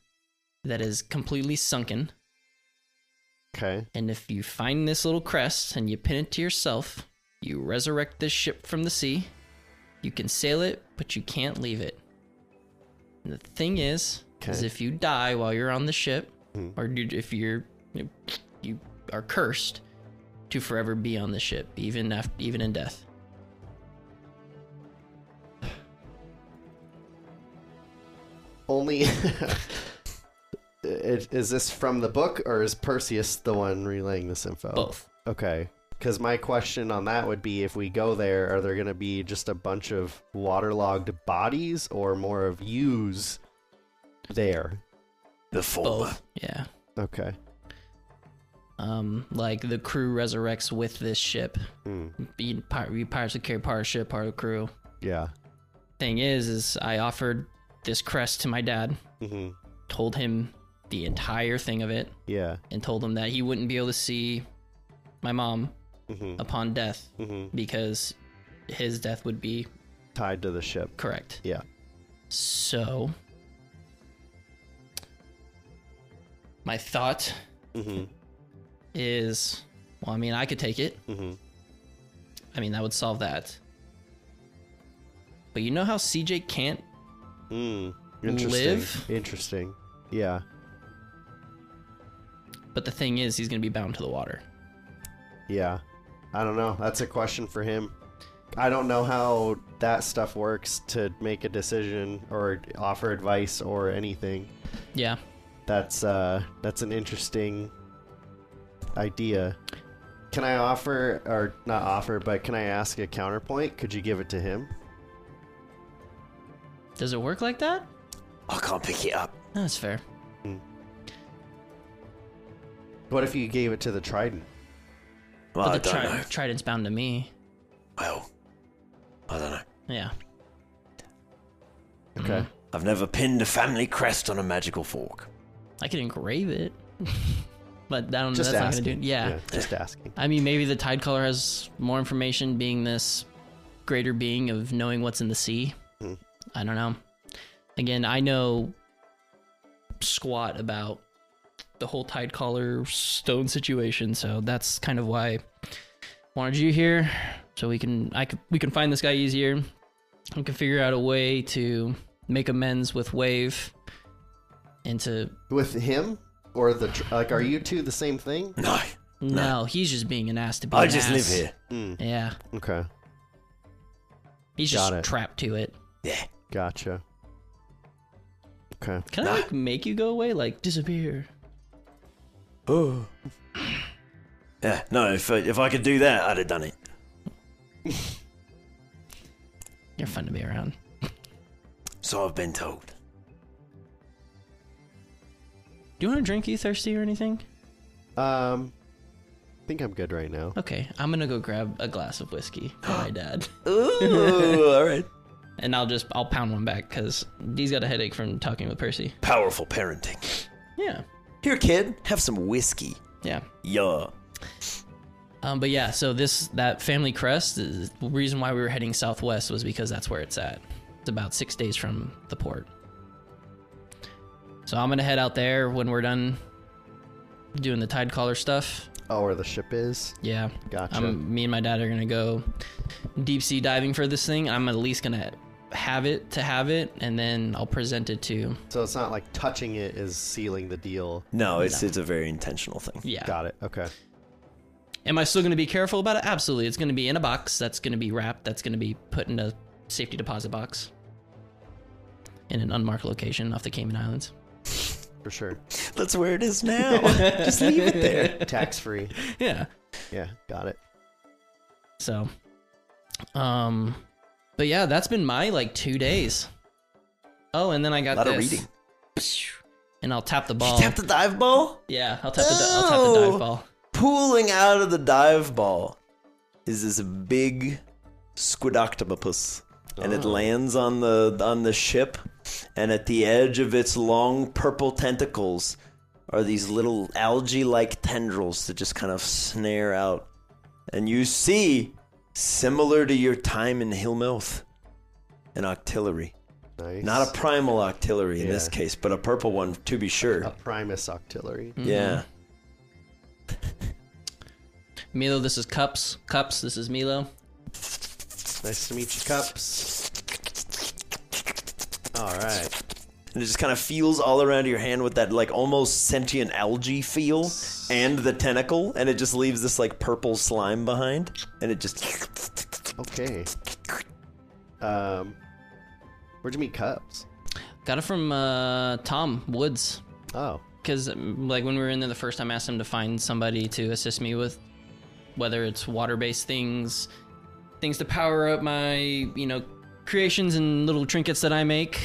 Speaker 5: that is completely sunken.
Speaker 4: Okay.
Speaker 5: And if you find this little crest and you pin it to yourself, you resurrect this ship from the sea. You can sail it, but you can't leave it. And the thing is, is
Speaker 4: Okay.
Speaker 5: if you die while you're on the ship, or you- if you're you are cursed to forever be on the ship, even after, even in death.
Speaker 4: Only. It- Is this from the book or is Perseus the one relaying this info?
Speaker 5: Both.
Speaker 4: Okay. Because my question on that would be if we go there, are there going to be just a bunch of waterlogged bodies or more of yous there?
Speaker 3: The former.
Speaker 5: Both. Yeah.
Speaker 4: Okay.
Speaker 5: Um, like the crew resurrects with this ship.
Speaker 4: Hmm.
Speaker 5: Being pir- we pirates would carry part of ship, part of crew.
Speaker 4: Yeah.
Speaker 5: Thing is, is I offered this crest to my dad.
Speaker 4: hmm
Speaker 5: told him the entire thing of it
Speaker 4: Yeah.
Speaker 5: and told him that he wouldn't be able to see my mom
Speaker 4: hmm
Speaker 5: upon death
Speaker 4: hmm
Speaker 5: because his death would be
Speaker 4: Tied to the ship.
Speaker 5: correct.
Speaker 4: Yeah.
Speaker 5: So, my thought
Speaker 3: Mm-hmm.
Speaker 4: hmm
Speaker 5: is well, I mean, I could take it.
Speaker 3: Mm-hmm.
Speaker 4: hmm
Speaker 5: I mean, that would solve that. But you know how CJ can't?
Speaker 4: Hmm. Mm. Interesting.
Speaker 5: Live?
Speaker 4: Interesting. Yeah.
Speaker 5: But the thing is, he's going to be bound to the water.
Speaker 4: Yeah. I don't know. That's a question for him. I don't know how that stuff works to make a decision or offer advice or anything.
Speaker 5: Yeah.
Speaker 4: That's uh that's an interesting idea. Can I offer or not offer, but can I ask a counterpoint? Could you give it to him?
Speaker 5: Does it work like that? Oh.
Speaker 3: I'll come pick you up.
Speaker 5: No, That's fair.
Speaker 4: What if you gave it to the trident?
Speaker 3: Well,
Speaker 5: But
Speaker 3: I
Speaker 5: the
Speaker 3: don't
Speaker 5: tri-
Speaker 3: know.
Speaker 5: trident's bound to me.
Speaker 3: Well, I don't know.
Speaker 5: Yeah. Mm-hmm.
Speaker 4: Okay.
Speaker 5: Mm,
Speaker 3: I've never pinned a family crest on a magical fork.
Speaker 5: I could engrave it. but I don't know.
Speaker 4: Just
Speaker 5: That's
Speaker 4: asking.
Speaker 5: not going to do it. Yeah.
Speaker 4: Just asking.
Speaker 5: I mean, maybe the tide color has more information, being this greater being of knowing what's in the sea.
Speaker 3: Hmm.
Speaker 5: I don't know. Again, I know squat about the whole tide collar stone situation, so that's kind of why I wanted you here, so we can I could, we can find this guy easier. We can figure out a way to make amends with Wave, and to
Speaker 4: With him or the tr- like, are you two the same thing?
Speaker 3: No,
Speaker 5: no, he's just being an ass to be.
Speaker 3: I
Speaker 5: an
Speaker 3: just live
Speaker 5: ass.
Speaker 3: here.
Speaker 5: Yeah,
Speaker 4: Okay.
Speaker 5: he's
Speaker 4: Got
Speaker 5: just
Speaker 4: it.
Speaker 5: trapped to it.
Speaker 3: Yeah.
Speaker 4: Gotcha. Okay.
Speaker 5: Can I like make you go away? Like disappear?
Speaker 3: Oh. Yeah. No, if I- if I could do that, I'd have done it.
Speaker 5: You're fun to be around.
Speaker 3: So I've been told.
Speaker 5: Do you want a drink? You thirsty or anything?
Speaker 4: Um, I think I'm good right now.
Speaker 5: Okay, I'm gonna go grab a glass of whiskey for my dad,
Speaker 3: Ooh, all right.
Speaker 5: and I'll just I'll pound one back because he's got a headache from talking with Percy.
Speaker 3: Powerful parenting.
Speaker 5: Yeah,
Speaker 3: Here, kid, have some whiskey.
Speaker 5: yeah.
Speaker 3: Yeah.
Speaker 5: Um, but yeah, so this that family crest is the reason why we were heading southwest was because that's where it's at. It's about six days from the port. So I'm gonna head out there when we're done doing the tide collar stuff.
Speaker 4: Oh, where the ship is?
Speaker 5: Yeah.
Speaker 4: Gotcha.
Speaker 5: Um, me and my dad are gonna go deep sea diving for this thing. I'm at least gonna have it to have it, and then I'll present it to.
Speaker 4: So it's not like touching it is sealing the deal.
Speaker 3: No, it's it's a very intentional thing.
Speaker 5: Yeah.
Speaker 4: Got it. Okay.
Speaker 5: Am I still gonna be careful about it? Absolutely. It's gonna be in a box. That's gonna be wrapped. That's gonna be put in a safety deposit box in an unmarked location off the Cayman Islands.
Speaker 4: For sure.
Speaker 3: That's where it is now. Just leave it there.
Speaker 4: Tax free.
Speaker 5: Yeah.
Speaker 4: Yeah. Got it.
Speaker 5: So, um, but yeah, that's been my like two days. Oh, and then I got
Speaker 3: Lot of
Speaker 5: this. Um,
Speaker 3: reading.
Speaker 5: And I'll tap the ball.
Speaker 3: Tap the dive ball.
Speaker 5: Yeah, I'll tap the di- I'll tap the
Speaker 3: Oh.
Speaker 5: dive ball.
Speaker 3: Pooling out of the dive ball is this big squid octopus, and
Speaker 5: Oh.
Speaker 3: it lands on the on the ship, and at the edge of its long purple tentacles are these little algae-like tendrils that just kind of snare out, and you see, similar to your time in Hillmouth, an octillery.
Speaker 4: Nice.
Speaker 3: Not a primal octillery in this
Speaker 4: Yeah. Uh,
Speaker 3: case, but a purple one to be sure.
Speaker 4: a Primus Octillery.
Speaker 5: Mm-hmm.
Speaker 3: Yeah.
Speaker 5: Milo, this is Cups. Cups, this is Milo.
Speaker 4: Nice to meet you, Cups. All right.
Speaker 3: And it just kind of feels all around your hand with that like almost sentient algae feel and the tentacle and it just leaves this like purple slime behind and it just
Speaker 4: Okay. Um, where'd you meet Cups?
Speaker 5: Got it from uh, Tom Woods.
Speaker 4: Oh,
Speaker 5: Because, like, when we were in there the first time, I asked him to find somebody to assist me with whether it's water based things, things to power up my, you know, creations and little trinkets that I make.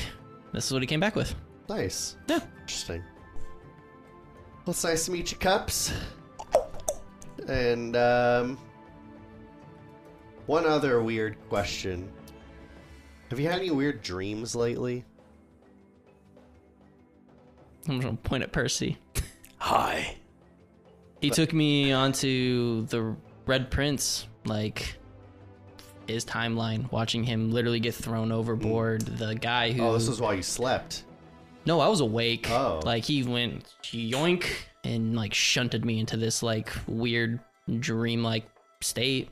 Speaker 5: This is what he came back with.
Speaker 4: nice.
Speaker 5: Yeah.
Speaker 4: Interesting. Well, it's nice to meet you, Cups. And um, one other weird question: Have you had any weird dreams lately?
Speaker 5: I'm just going to point at Percy.
Speaker 3: hi.
Speaker 5: He took me onto the Red Prince, like his timeline, watching him literally get thrown overboard. The guy who
Speaker 4: Oh,
Speaker 3: Mm.
Speaker 4: this was while you slept.
Speaker 5: No, I was awake.
Speaker 4: Oh.
Speaker 5: Like he went yoink and like shunted me into this like weird dream like state.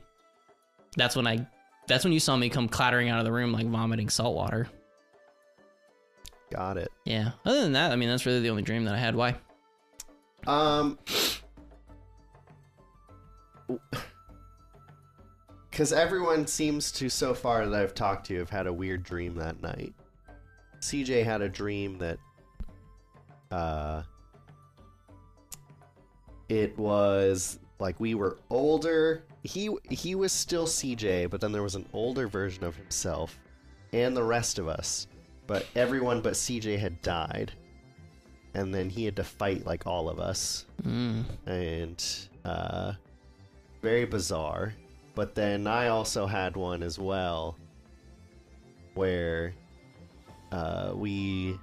Speaker 5: That's when I that's when you saw me come clattering out of the room like vomiting salt water.
Speaker 4: Got it.
Speaker 5: Yeah. Other than that, I mean that's really the only dream that I had. Why?
Speaker 4: Um, Because everyone seems to, so far that I've talked to, have had a weird dream that night. CJ had a dream that, uh, it was like we were older. He he was still CJ, but then there was an older version of himself, and the rest of us. But everyone but CJ had died, and then he had to fight like all of us
Speaker 5: Mm.
Speaker 4: and uh, very bizarre. But then I also had one as well where uh, we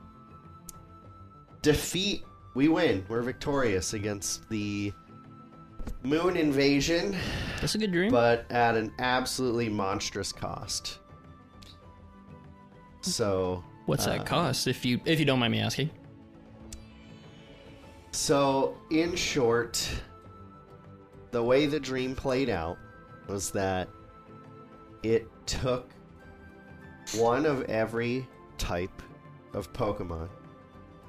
Speaker 4: defeat, we win, we're victorious against the moon invasion,
Speaker 5: That's a good dream.
Speaker 4: but at an absolutely monstrous cost. So
Speaker 5: What's
Speaker 4: uh,
Speaker 5: that cost? If you if you don't mind me asking.
Speaker 4: So, in short, the way the dream played out was that it took one of every type of Pokemon,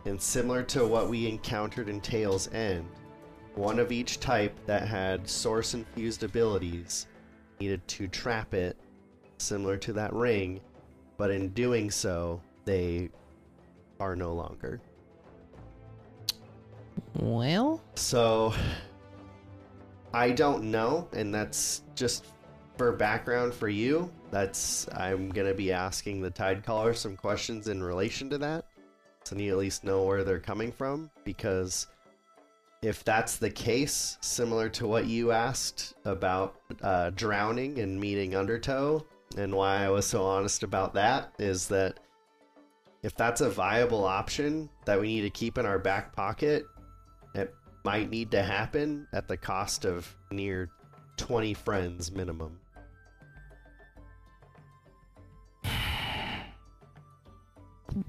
Speaker 4: and similar to what we encountered in Tails End, one of each type that had source infused abilities needed to trap it, similar to that ring, but in doing so, they are no longer.
Speaker 5: Well,
Speaker 4: So I don't know, and that's just for background for you. That's I'm gonna be asking the tide caller some questions in relation to that. So you at least know where they're coming from, because if that's the case, similar to what you asked about uh, drowning and meeting Undertow, and why I was so honest about that, is that if that's a viable option that we need to keep in our back pocket, it might need to happen at the cost of near 20 friends minimum.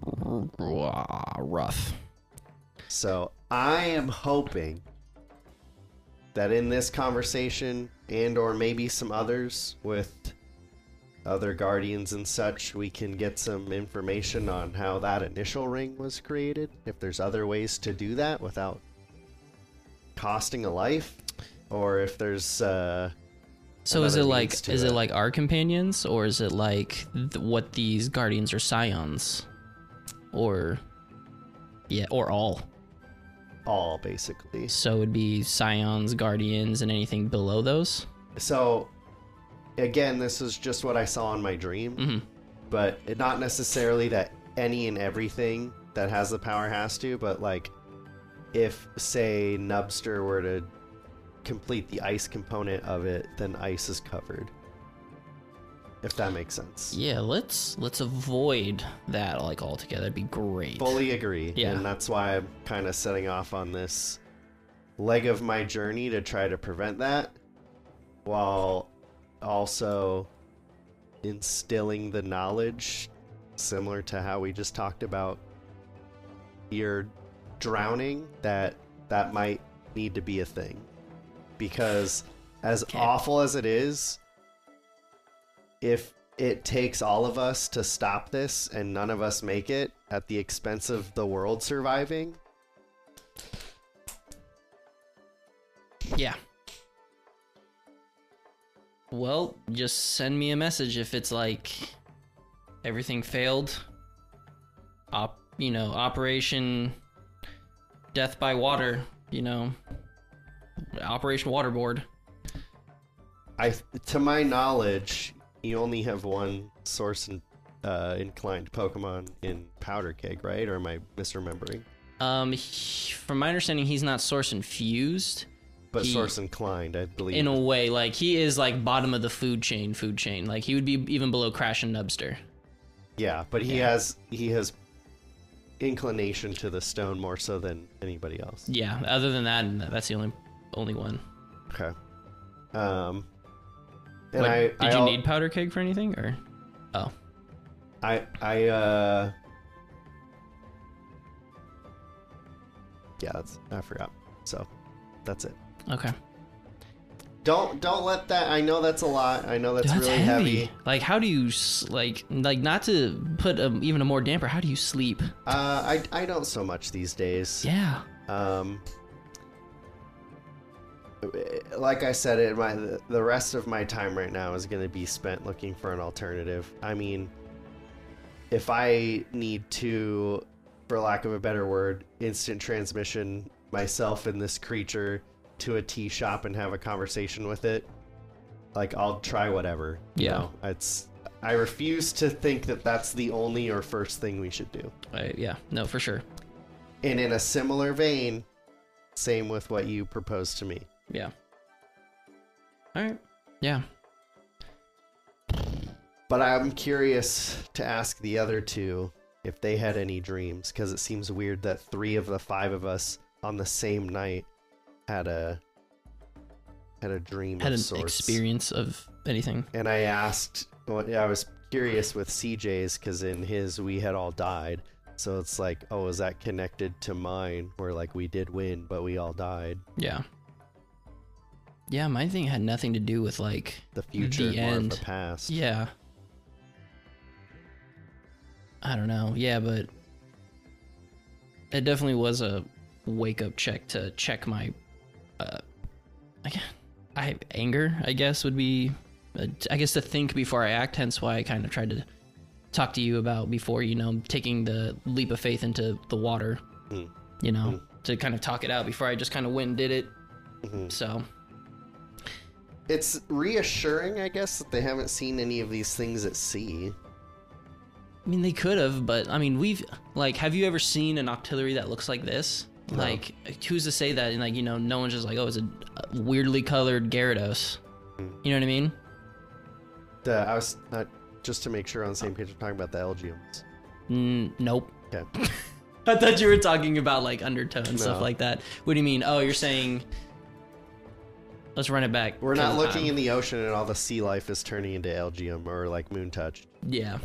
Speaker 5: wah, rough.
Speaker 4: So I am hoping that in this conversation and or maybe some others with other guardians and such, we can get some information on how that initial ring was created. If there's other ways to do that without costing a life, or if there's uh,
Speaker 5: So is it
Speaker 4: Another
Speaker 5: like
Speaker 4: means to
Speaker 5: is it
Speaker 4: it.
Speaker 5: like our companions or is it like th- what these guardians or scions, or yeah, or all?
Speaker 4: all basically.
Speaker 5: So it'd be scions, guardians, and anything below those.
Speaker 4: So, again, this is just what I saw in my dream,
Speaker 5: Mhm.
Speaker 4: but it, not necessarily that any and everything that has the power has to, but like if, say, Nubster were to complete the ice component of it, then ice is covered. If that makes sense.
Speaker 5: Yeah, let's let's avoid that like altogether. It'd be great.
Speaker 4: Fully agree.
Speaker 5: Yeah.
Speaker 4: And that's why I'm kind of setting off on this leg of my journey to try to prevent that while also instilling the knowledge similar to how we just talked about your drowning that that might need to be a thing because as awful as it is if it takes all of us to stop this and none of us make it at the expense of the world surviving,
Speaker 5: Yeah. Well, just send me a message if it's like everything failed. Op, you know, Operation Death by Water, you know, Operation Waterboard.
Speaker 4: I to my knowledge, you only have one source in, uh, inclined Pokemon in Powder Keg, right? Or am I misremembering?
Speaker 5: Um, he- from my understanding, he's not source infused
Speaker 4: But
Speaker 5: He-
Speaker 4: source inclined, I believe.
Speaker 5: in a way. Like he is like bottom of the food chain, food chain. Like he would be even below Crash and Nubster.
Speaker 4: yeah, but he has he has inclination to the stone more so than anybody else.
Speaker 5: Yeah. Other than that, that's the only only one.
Speaker 4: Okay. Um. And
Speaker 5: Like,
Speaker 4: I
Speaker 5: did
Speaker 4: I
Speaker 5: you
Speaker 4: al-
Speaker 5: need powder keg for anything or? Oh,
Speaker 4: I I uh Yeah, that's I forgot. So that's it.
Speaker 5: okay.
Speaker 4: Don't don't let that I know that's a lot. I know that's,
Speaker 5: Dude,
Speaker 4: really heavy.
Speaker 5: Like, how do you s- like like not to put a, even a more damper? How do you sleep?
Speaker 4: Uh Um, I I don't so much these days.
Speaker 5: Yeah,
Speaker 4: Um like I said, it my the rest of my time right now is going to be spent looking for an alternative. I mean, if I need to, for lack of a better word, instant transmission myself and this creature to a tea shop and have a conversation with it, like I'll try whatever. you
Speaker 5: Yeah.
Speaker 4: know? it's. I refuse to think that that's the only or first thing we should do.
Speaker 5: I, yeah, no, for sure.
Speaker 4: And in a similar vein, same with what you proposed to me.
Speaker 5: Yeah. All right. Yeah.
Speaker 4: But I'm curious to ask the other two if they had any dreams, because it seems weird that three of the five of us on the same night had a had a dream
Speaker 5: Had
Speaker 4: of
Speaker 5: an
Speaker 4: sorts.
Speaker 5: experience of anything.
Speaker 4: And I asked, well, yeah, I was curious with CJ's, because in his we had all died, so it's like, oh, is that connected to mine, where like we did win, but we all died?
Speaker 5: Yeah. Yeah, my thing had nothing to do with like
Speaker 4: The future,
Speaker 5: the
Speaker 4: more
Speaker 5: end.
Speaker 4: of the past.
Speaker 5: Yeah. I don't know. Yeah, but it definitely was a wake up check to check my uh I gue- I anger, I guess would be uh, I guess to think before I act, hence why I kind of tried to talk to you about before, you know, taking the leap of faith into the water. You know, to kind of talk it out before I just kind of went and did it. So,
Speaker 4: It's reassuring, I guess, that they haven't seen any of these things at sea.
Speaker 5: I mean, they could have, but I mean, we've like, have you ever seen an octillery that looks like this? Like, who's to say that? And like, you know, no one's just like, oh, it's a weirdly colored Gyarados. You know what I mean?
Speaker 4: The, I was not just to make sure on the same page. I'm talking about the Elgiums.
Speaker 5: Mm, nope.
Speaker 4: Okay.
Speaker 5: I thought you were talking about like undertone and stuff
Speaker 4: No.
Speaker 5: like that. What do you mean? Oh, you're saying. Let's run it back.
Speaker 4: We're not
Speaker 5: 'cause
Speaker 4: looking
Speaker 5: I'm-
Speaker 4: in the ocean, and all the sea life is turning into Elgium or like Moon Touch.
Speaker 5: Yeah.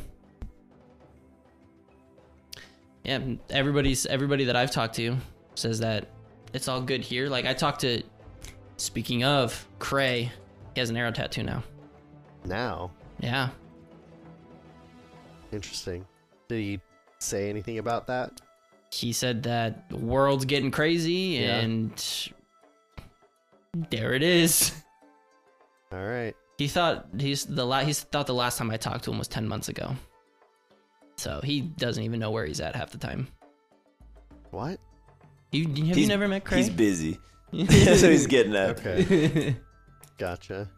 Speaker 5: Yeah, everybody's everybody that I've talked to says that it's all good here. Like I talked to speaking of Cray, he has an arrow tattoo now.
Speaker 4: Now,
Speaker 5: Yeah.
Speaker 4: interesting. Did he say anything about that?
Speaker 5: He said that the world's getting crazy
Speaker 4: Yeah.
Speaker 5: and there it is.
Speaker 4: All right.
Speaker 5: He thought he's the la- he's thought the last time I talked to him was 10 months ago. So he doesn't even know where he's at half the time.
Speaker 4: What?
Speaker 5: You have you
Speaker 3: He's-
Speaker 5: never met Cray?
Speaker 3: He's busy. That's what he's getting at.
Speaker 4: Okay. Gotcha.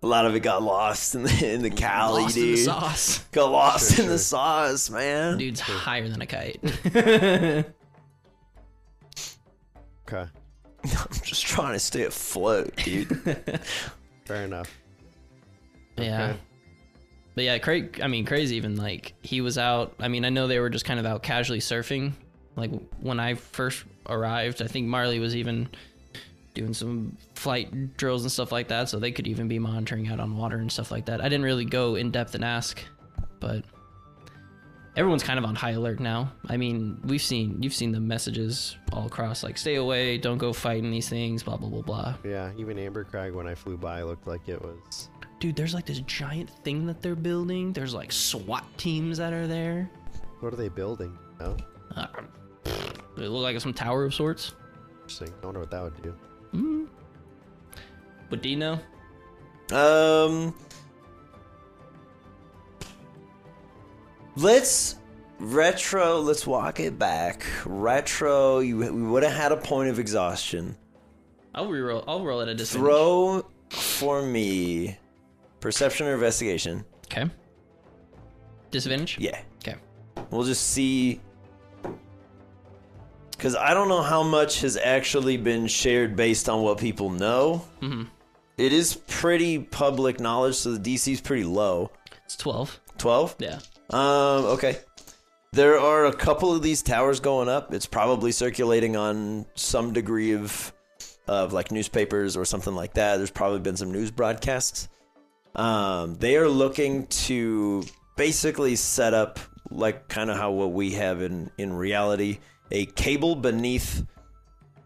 Speaker 3: A lot of it got lost in the, in the Cali,
Speaker 5: Lost
Speaker 3: dude.
Speaker 5: in the sauce.
Speaker 3: Got lost
Speaker 4: Sure,
Speaker 3: in the
Speaker 4: sure.
Speaker 3: sauce, man.
Speaker 5: Dude's higher than a kite.
Speaker 4: Okay.
Speaker 3: I'm just trying to stay afloat, dude.
Speaker 4: Fair enough.
Speaker 5: yeah.
Speaker 4: Okay.
Speaker 5: But yeah, Craig, I mean, Craig's even like, he was out. I mean, I know they were just kind of out casually surfing. Like when I first arrived, I think Marley was even doing some flight drills and stuff like that. So they could even be monitoring out on water and stuff like that. I didn't really go in depth and ask, but everyone's kind of on high alert now. I mean, we've seen, you've seen the messages all across like, stay away, don't go fighting these things, blah, blah, blah, blah.
Speaker 4: Yeah. Even Amber Crag, when I flew by, looked like it was.
Speaker 5: Dude, there's like this giant thing that they're building. There's like SWAT teams that are there.
Speaker 4: What are they building? Oh,
Speaker 5: Uh, they look like some tower of sorts.
Speaker 4: interesting. I wonder what that would do.
Speaker 5: But do you know?
Speaker 3: um, let's retro. Let's walk it back. Retro. You we would have had a point of exhaustion.
Speaker 5: I'll reroll. I'll roll at a distance.
Speaker 3: Throw for me perception or investigation.
Speaker 5: Okay. Disadvantage.
Speaker 3: Yeah.
Speaker 5: Okay.
Speaker 3: We'll just see. Because I don't know how much has actually been shared based on what people know. Mm-hmm. is pretty public knowledge, so the DC is pretty low.
Speaker 5: It's twelve.
Speaker 3: 12?
Speaker 5: Yeah.
Speaker 3: Um, okay. There are a couple of these towers going up. It's probably circulating on some degree of of like newspapers or something like that. There's probably been some news broadcasts. Um, they are looking to basically set up like kind of how what we have in in reality, a cable beneath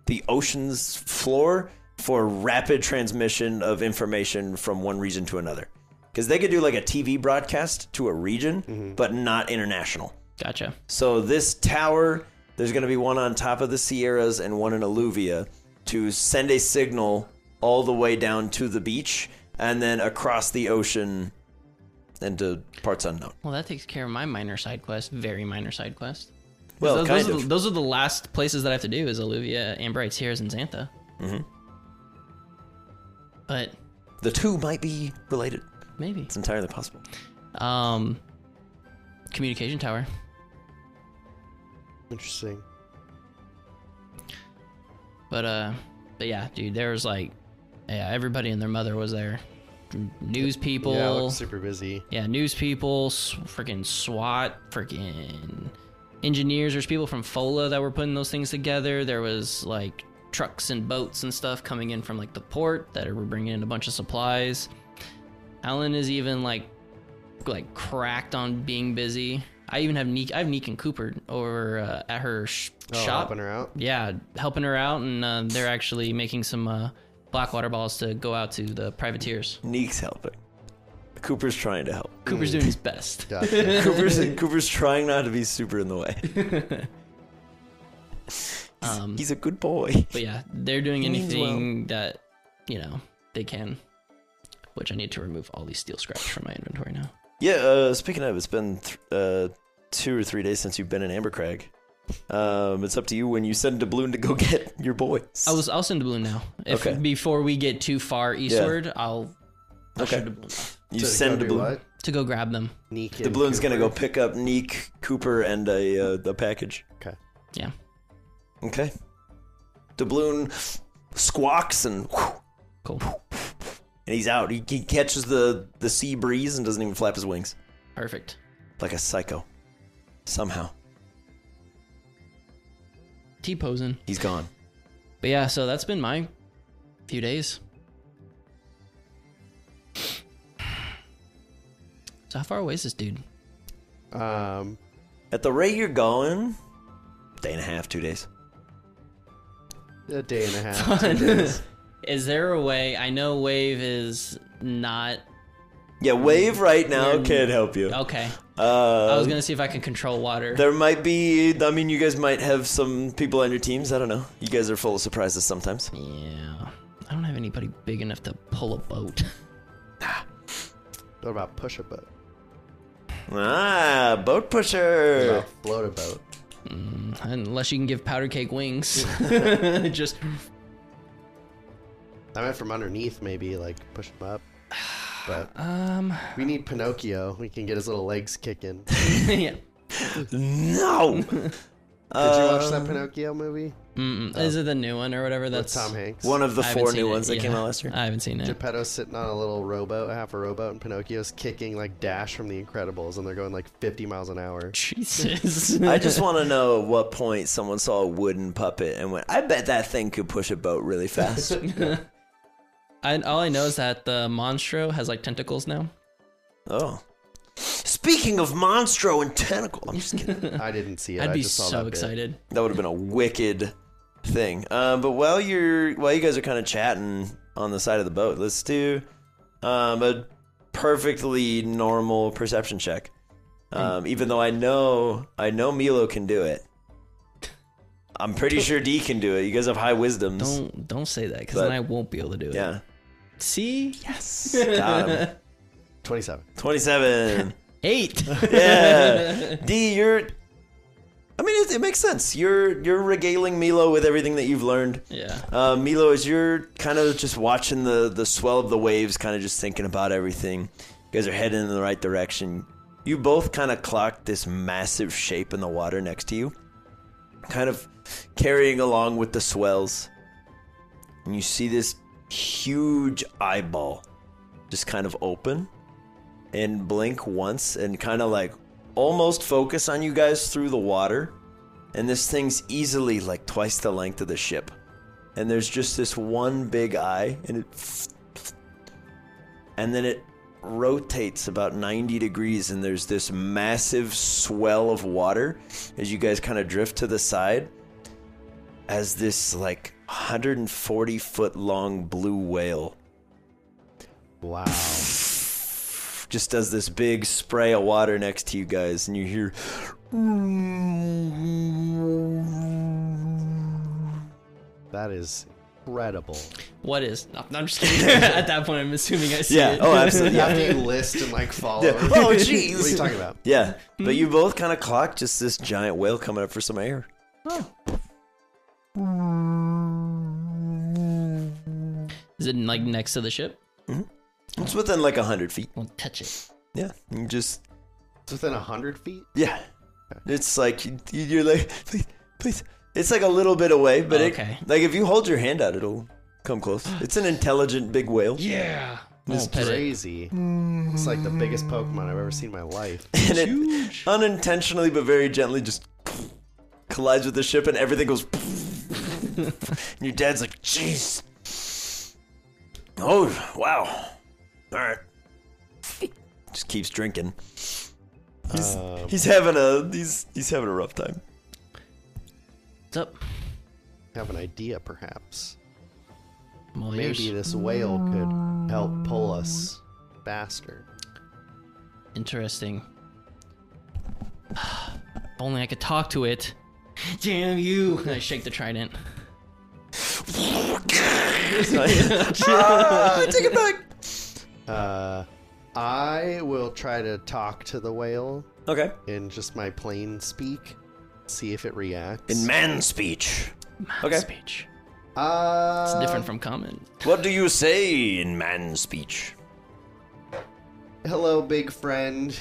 Speaker 3: the ocean's floor for rapid transmission of information from one region to another. Because they could do like a TV broadcast to a region, but not international.
Speaker 5: Gotcha.
Speaker 3: So this tower, there's going to be one on top of the Sierras and one in Alluvia. to send a signal all the way down to the beach and then across the ocean into parts unknown.
Speaker 5: Well, that takes care of my minor side quest, very minor side quest. 'Cause
Speaker 3: Well,
Speaker 5: those,
Speaker 3: kind
Speaker 5: those, Are
Speaker 3: of.
Speaker 5: the, those are the last places that I have to do is Alluvia, Amberite, Sierras, and Xantha.
Speaker 3: Mhm.
Speaker 5: But
Speaker 3: The two might be related.
Speaker 5: maybe.
Speaker 3: It's entirely possible.
Speaker 5: Um, communication tower.
Speaker 4: Interesting.
Speaker 5: But uh, but yeah, dude, there was like, yeah, everybody and their mother was there. News people.
Speaker 4: Yeah, it looks super busy.
Speaker 5: Yeah, news people, s- freaking SWAT, freaking engineers. There's people from FOLA that were putting those things together. There was like trucks and boats and stuff coming in from like the port that were bringing in a bunch of supplies. Alan is even like like cracked on being busy. I even have Neek. I have Neek and Cooper over uh, at her sh-
Speaker 4: Oh,
Speaker 5: shop.
Speaker 4: helping her out.
Speaker 5: Yeah, helping her out, and uh, they're actually making some uh, black water balls to go out to the privateers.
Speaker 3: Neek's helping. Cooper's trying to help.
Speaker 5: Cooper's doing his best.
Speaker 4: Gotcha.
Speaker 3: Cooper's Cooper's trying not to be super in the way.
Speaker 5: Um,
Speaker 3: He's a good boy.
Speaker 5: But yeah, they're doing
Speaker 3: He means well.
Speaker 5: anything that, you know, they can. Which I need to remove all these steel scraps from my inventory now.
Speaker 3: Yeah, uh, speaking of, it's been th- uh, two or three days since you've been in Ambercrag. Um, it's up to you when you send Doubloon to go get your boys.
Speaker 5: I was I'll send Doubloon now. If
Speaker 3: Okay.
Speaker 5: before we get too far eastward, I'll, I'll
Speaker 3: Okay.
Speaker 5: shoot Doubloon off
Speaker 3: you
Speaker 4: To
Speaker 3: send
Speaker 4: go do
Speaker 3: Doubloon.
Speaker 4: what?
Speaker 5: to go grab them.
Speaker 4: Neek and
Speaker 3: Doubloon's gonna go
Speaker 4: Cooper.
Speaker 3: pick up Neek, Cooper, and a uh, a package.
Speaker 4: Okay.
Speaker 5: Yeah.
Speaker 3: Okay. Doubloon squawks and whew,
Speaker 5: Cool.
Speaker 3: and he's out. He, he catches the the sea breeze and doesn't even flap his wings
Speaker 5: Perfect.
Speaker 3: like a psycho. Somehow
Speaker 5: T posing.
Speaker 3: he's gone.
Speaker 5: But yeah, so that's been my few days. So how far away is this dude?
Speaker 4: Um,
Speaker 3: At the rate you're going, day and a half, two days.
Speaker 4: a day and a half. two days.
Speaker 5: is there a way? I know Wave is not
Speaker 3: Yeah, wave right now
Speaker 5: We're-
Speaker 3: can't help you.
Speaker 5: okay. I
Speaker 3: Uh,
Speaker 5: was gonna see if I can control water.
Speaker 3: there might be. I mean, you guys might have some people on your teams. I don't know. You guys are full of surprises sometimes.
Speaker 5: yeah, I don't have anybody big enough to pull a boat.
Speaker 4: what about push a boat?
Speaker 3: Ah, boat
Speaker 4: What
Speaker 3: pusher.
Speaker 4: about float a boat?
Speaker 5: Unless you can give powder cake wings, just
Speaker 4: I meant from underneath, maybe like push him up. But um, we need Pinocchio. We can get his little legs kicking. Did
Speaker 5: yeah.
Speaker 3: No.
Speaker 4: you watch
Speaker 3: Um,
Speaker 4: that Pinocchio movie?
Speaker 5: Mm-mm. Is it the new one or whatever?
Speaker 4: With
Speaker 5: That's
Speaker 4: Tom Hanks.
Speaker 3: One of Oh. the
Speaker 5: I haven't
Speaker 3: four
Speaker 5: seen
Speaker 3: new
Speaker 5: it,
Speaker 3: ones that came
Speaker 5: yeah.
Speaker 3: out last year.
Speaker 5: I haven't seen it.
Speaker 4: Geppetto's sitting on a little rowboat, half a rowboat, and Pinocchio's kicking like Dash from The Incredibles, and they're going like 50 miles an hour.
Speaker 5: Jesus.
Speaker 3: I just want to know at what point someone saw a wooden puppet and went, "I bet that thing could push a boat really fast."
Speaker 5: I, all I know is that the Monstro has like tentacles now.
Speaker 3: oh. Speaking of Monstro and Tentacle, I'm just kidding.
Speaker 4: I didn't see it.
Speaker 5: I'd
Speaker 4: I
Speaker 5: be
Speaker 4: just saw
Speaker 5: so
Speaker 4: that bit.
Speaker 5: excited.
Speaker 3: That would have been a wicked thing. Um, but while you're while you guys are kind of chatting on the side of the boat, let's do um, a perfectly normal perception check. Um, even though I know I know Milo can do it, I'm pretty sure D can do it. You guys have high wisdoms.
Speaker 5: Don't don't say that because
Speaker 3: But-
Speaker 5: then I won't be able to do it.
Speaker 3: Yeah.
Speaker 5: See,
Speaker 3: Yes. Got him.
Speaker 4: 27.
Speaker 3: Twenty-seven.
Speaker 5: eight.
Speaker 3: Yeah. D, you're. I mean, it, it makes sense. You're you're regaling Milo with everything that you've learned.
Speaker 5: yeah.
Speaker 3: Uh, Milo, as you're kind of just watching the, the swell of the waves, kind of just thinking about everything, you guys are heading in the right direction. You both kind of clock this massive shape in the water next to you, kind of carrying along with the swells. And you see this huge eyeball just kind of open and blink once and kind of like almost focus on you guys through the water. And this thing's easily like twice the length of the ship and there's just this one big eye and it and then it rotates about 90 degrees and there's this massive swell of water as you guys kind of drift to the side as this like 140 foot long blue whale
Speaker 4: Wow.
Speaker 3: just does this big spray of water next to you guys and you hear
Speaker 4: That is incredible.
Speaker 5: What is? No, I'm just kidding. At that point, I'm assuming I see
Speaker 3: Yeah.
Speaker 5: it.
Speaker 3: Oh, absolutely.
Speaker 4: You have to list and like follow.
Speaker 3: Yeah. Oh,
Speaker 4: What are you
Speaker 3: jeez.
Speaker 4: talking about?
Speaker 3: Yeah. But you both kind of clocked just this giant whale coming up for some air.
Speaker 5: Is it like next to the ship?
Speaker 3: It's within like 100 feet.
Speaker 5: Won't touch it.
Speaker 3: Yeah. You just
Speaker 4: It's within hundred feet.
Speaker 3: Yeah. It's like you- you're like please, please. It's like a little bit away, but
Speaker 5: Okay.
Speaker 3: it, like if you hold your hand out, it'll come close. It's an intelligent big whale,
Speaker 5: Yeah.
Speaker 4: It's
Speaker 5: I'll pet it.
Speaker 4: crazy. It's like the biggest Pokemon I've ever seen in my life.
Speaker 3: and it unintentionally but very gently just collides with the ship, and everything goes. and your dad's like, "Jeez, oh wow, all right." Just keeps drinking. He's,
Speaker 4: Um,
Speaker 3: he's having a he's he's having a rough time.
Speaker 5: What's up?
Speaker 4: Have an idea, perhaps.
Speaker 5: I'm all
Speaker 4: Maybe
Speaker 5: ears.
Speaker 4: this whale could help pull us faster.
Speaker 5: Interesting. if only I could talk to it. Damn you! I shake the trident.
Speaker 3: Ah, take it back.
Speaker 4: Uh, I will try to talk to the whale
Speaker 3: Okay.
Speaker 4: in just my plain speak. See if it reacts.
Speaker 3: In man speech. Okay.
Speaker 5: Speech.
Speaker 4: uh,
Speaker 5: It's different from common.
Speaker 3: What do you say in man speech?
Speaker 4: Hello, big friend.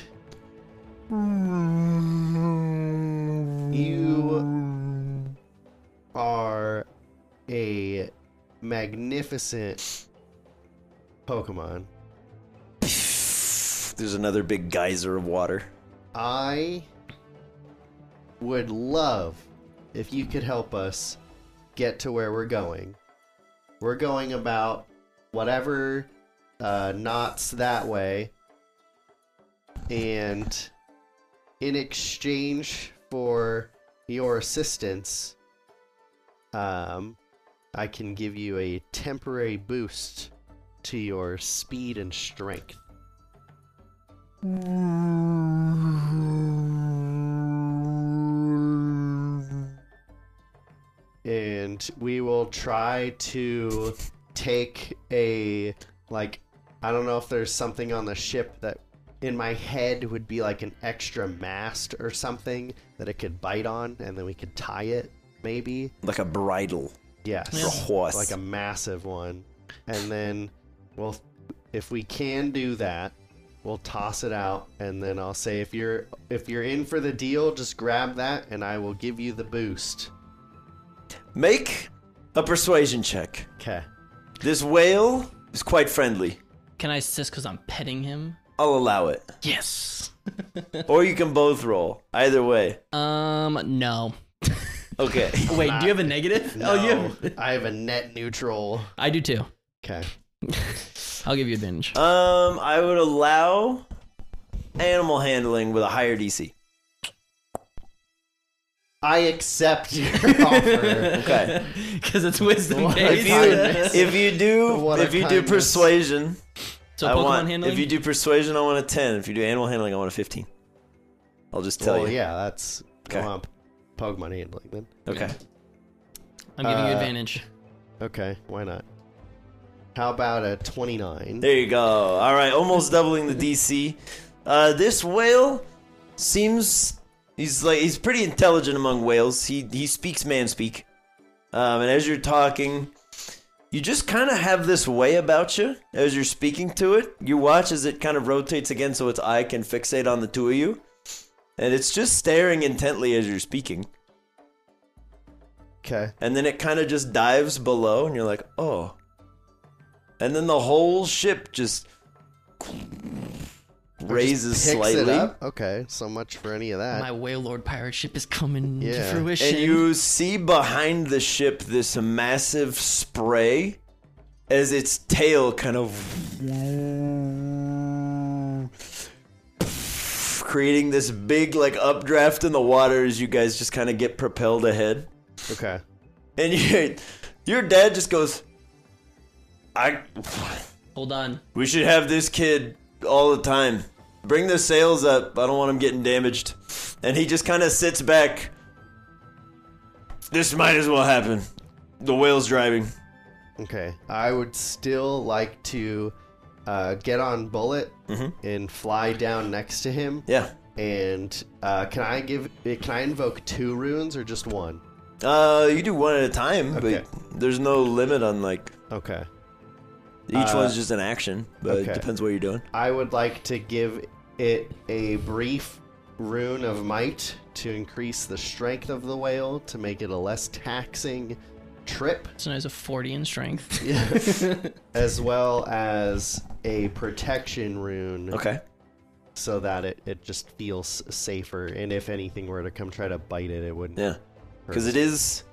Speaker 4: You are a magnificent Pokemon.
Speaker 3: There's another big geyser of water.
Speaker 4: I would love if you could help us get to where we're going. We're going about whatever uh, knots that way, and in exchange for your assistance, um, I can give you a temporary boost to your speed and strength. and we will try to take a like I don't know if there's something on the ship that in my head would be like an extra mast or something that it could bite on and then we could tie it maybe
Speaker 3: Like a bridle
Speaker 4: yes
Speaker 3: for a horse.
Speaker 4: like a massive one and then we'll if we can do that we'll toss it out and then i'll say if you're if you're in for the deal just grab that and i will give you the boost
Speaker 3: Make a persuasion check.
Speaker 4: okay
Speaker 3: This whale is quite friendly.
Speaker 5: Can I assist because I'm petting him?
Speaker 3: I'll allow it.
Speaker 5: Yes.
Speaker 3: or you can both roll. Either way.
Speaker 5: Um. No.
Speaker 3: Okay.
Speaker 5: Wait. Do you have a negative? Oh, you.
Speaker 4: No,
Speaker 5: Have...
Speaker 4: I have a net neutral.
Speaker 5: I do too.
Speaker 4: Okay.
Speaker 5: I'll give you advantage.
Speaker 3: um, I would allow animal handling with a higher DC.
Speaker 4: I accept your offer.
Speaker 3: Okay.
Speaker 5: Because it's wisdom
Speaker 4: What?
Speaker 5: based.
Speaker 4: If
Speaker 3: if you do
Speaker 4: What a
Speaker 3: if you do
Speaker 4: kindness.
Speaker 3: persuasion,
Speaker 5: so
Speaker 3: I
Speaker 5: Pokemon
Speaker 3: want,
Speaker 5: handling.
Speaker 3: If you do persuasion, I want a 10. If you do animal handling, I want a 15. I'll just tell
Speaker 4: well,
Speaker 3: you.
Speaker 4: Oh, yeah, that's
Speaker 3: Okay.
Speaker 4: come on, Pokemon handling then.
Speaker 3: Okay.
Speaker 5: I'm giving you
Speaker 4: uh,
Speaker 5: advantage.
Speaker 4: Okay, why not? How about a twenty-nine?
Speaker 3: There you go. All right, almost doubling the DC. Uh, this whale seems he's like he's pretty intelligent among whales. He he speaks man speak. Um, and as you're talking, you just kind of have this way about you as you're speaking to it. You watch as it kind of rotates again so its eye can fixate on the two of you. And it's just staring intently as you're speaking.
Speaker 4: Okay.
Speaker 3: and then it kind of just dives below and you're like oh and then the whole ship just raises
Speaker 4: Picks it
Speaker 3: slightly
Speaker 4: up. Okay, so much for any of that.
Speaker 5: My whale lord pirate ship is coming
Speaker 4: Yeah.
Speaker 5: to fruition.
Speaker 3: uh, and you see behind the ship this massive spray as its tail kind of creating this big like updraft in the water as you guys just kind of get propelled ahead
Speaker 4: Okay.
Speaker 3: and your your dad just goes i
Speaker 5: Hold on.
Speaker 3: We should have this kid all the time. Bring the sails up. I don't want him getting damaged. And he just kind of sits back. This might as well happen. The whale's driving.
Speaker 4: Okay. I would still like to uh, get on Bullet and fly down next to him.
Speaker 3: Mm-hmm. Yeah.
Speaker 4: And uh, can I give? Can I invoke two runes or just one?
Speaker 3: Uh, you do one at a time,
Speaker 4: Okay.
Speaker 3: but there's no limit on like
Speaker 4: Okay.
Speaker 3: each one's just an action. But
Speaker 4: Uh, okay.
Speaker 3: it depends what you're doing.
Speaker 4: I would like to give it a brief rune of might to increase the strength of the whale to make it a less taxing trip,
Speaker 5: So now he's a 40 in strength.
Speaker 4: as well as a protection rune
Speaker 3: Okay.
Speaker 4: so that it, it just feels safer. And if anything were to come try to bite it, it wouldn't.
Speaker 3: Yeah. Because it is.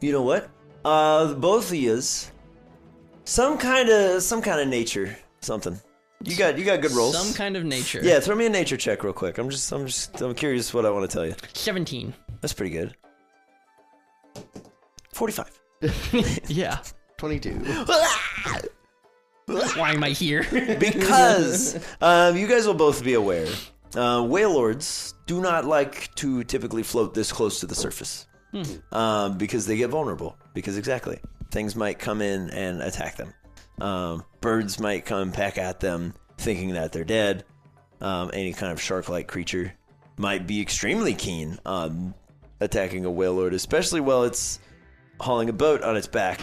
Speaker 3: You know what? Uh, both of yous, some kind of some kind of nature, something. You got you got good rolls.
Speaker 5: Some kind of nature.
Speaker 3: Yeah, throw me a nature check real quick. I'm just I'm just I'm curious what I want to tell you.
Speaker 5: 17.
Speaker 3: That's pretty good. Forty-five.
Speaker 5: Yeah.
Speaker 4: 22.
Speaker 5: Why am I here?
Speaker 3: because um, you guys will both be aware uh, whalelords do not like to typically float this close to the surface um, because they get vulnerable because exactly things might come in and attack them um, birds might come peck at them thinking that they're dead um, any kind of shark-like creature might be extremely keen on attacking a whalelord especially while it's hauling a boat on its back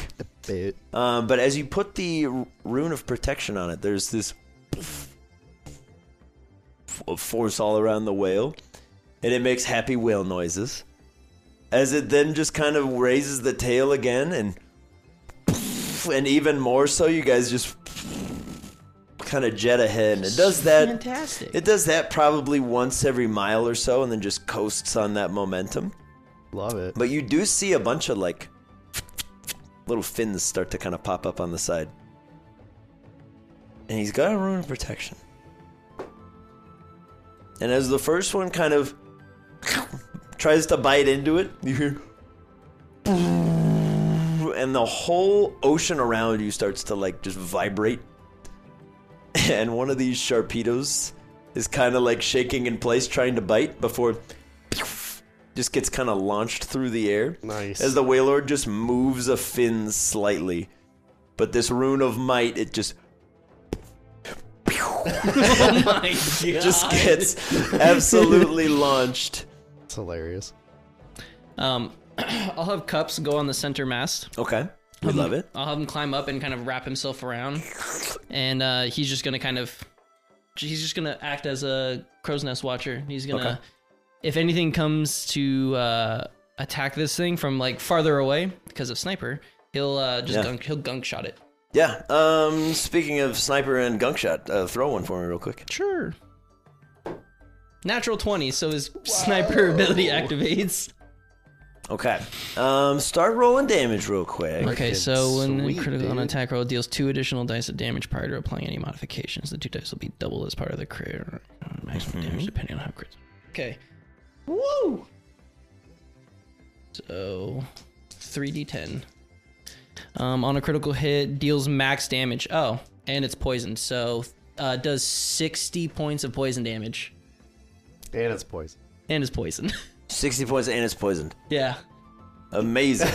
Speaker 4: It-
Speaker 3: um, but as you put the r- rune of protection on it, there's this f- of force all around the whale, and it makes happy whale noises. As it then just kind of raises the tail again, and and even more so, you guys just kind of jet ahead, and it does that.
Speaker 5: Fantastic.
Speaker 3: It does that probably once every mile or so, and then just coasts on that momentum.
Speaker 4: love it.
Speaker 3: But you do see a bunch of like little fins start to kind of pop up on the side. And he's got a rune of protection. And as the first one kind of tries to bite into it, you hear and the whole ocean around you starts to like just vibrate. And one of these sharpedos is kind of like shaking in place trying to bite before just gets kind of launched through the air.
Speaker 4: Nice.
Speaker 3: As the Wailord just moves a fin slightly. But this rune of might, it just
Speaker 5: My God.
Speaker 3: just gets absolutely launched.
Speaker 4: It's hilarious.
Speaker 5: Um, I'll have cups go on the center mast.
Speaker 3: Okay. We love it.
Speaker 5: I'll have him climb up and kind of wrap himself around, and uh, he's just gonna kind of, he's just gonna act as a crow's nest watcher. He's gonna,
Speaker 3: Okay.
Speaker 5: if anything comes to uh, attack this thing from like farther away because of sniper, he'll uh, just
Speaker 3: Yeah.
Speaker 5: gunk, he'll gunk shot it.
Speaker 3: Yeah. Um speaking of sniper and gunk shot, uh, throw one for me real quick.
Speaker 5: Sure. Natural twenty, so his sniper ability activates.
Speaker 3: Okay. Um start rolling damage real quick.
Speaker 5: Okay, so when
Speaker 4: sweet,
Speaker 5: a critical on
Speaker 4: dude.
Speaker 5: attack roll deals two additional dice of damage prior to applying any modifications, the two dice will be doubled as part of the crit or uh, maximum
Speaker 4: Mm-hmm.
Speaker 5: damage depending on how crit. Okay. Woo! So, 3d10. Um, on a critical hit, deals max damage. Oh, and it's poisoned, so uh, does 60 points of poison damage.
Speaker 4: And it's poison.
Speaker 5: And is poisoned.
Speaker 3: 60 points and it's poisoned.
Speaker 5: yeah.
Speaker 3: Amazing.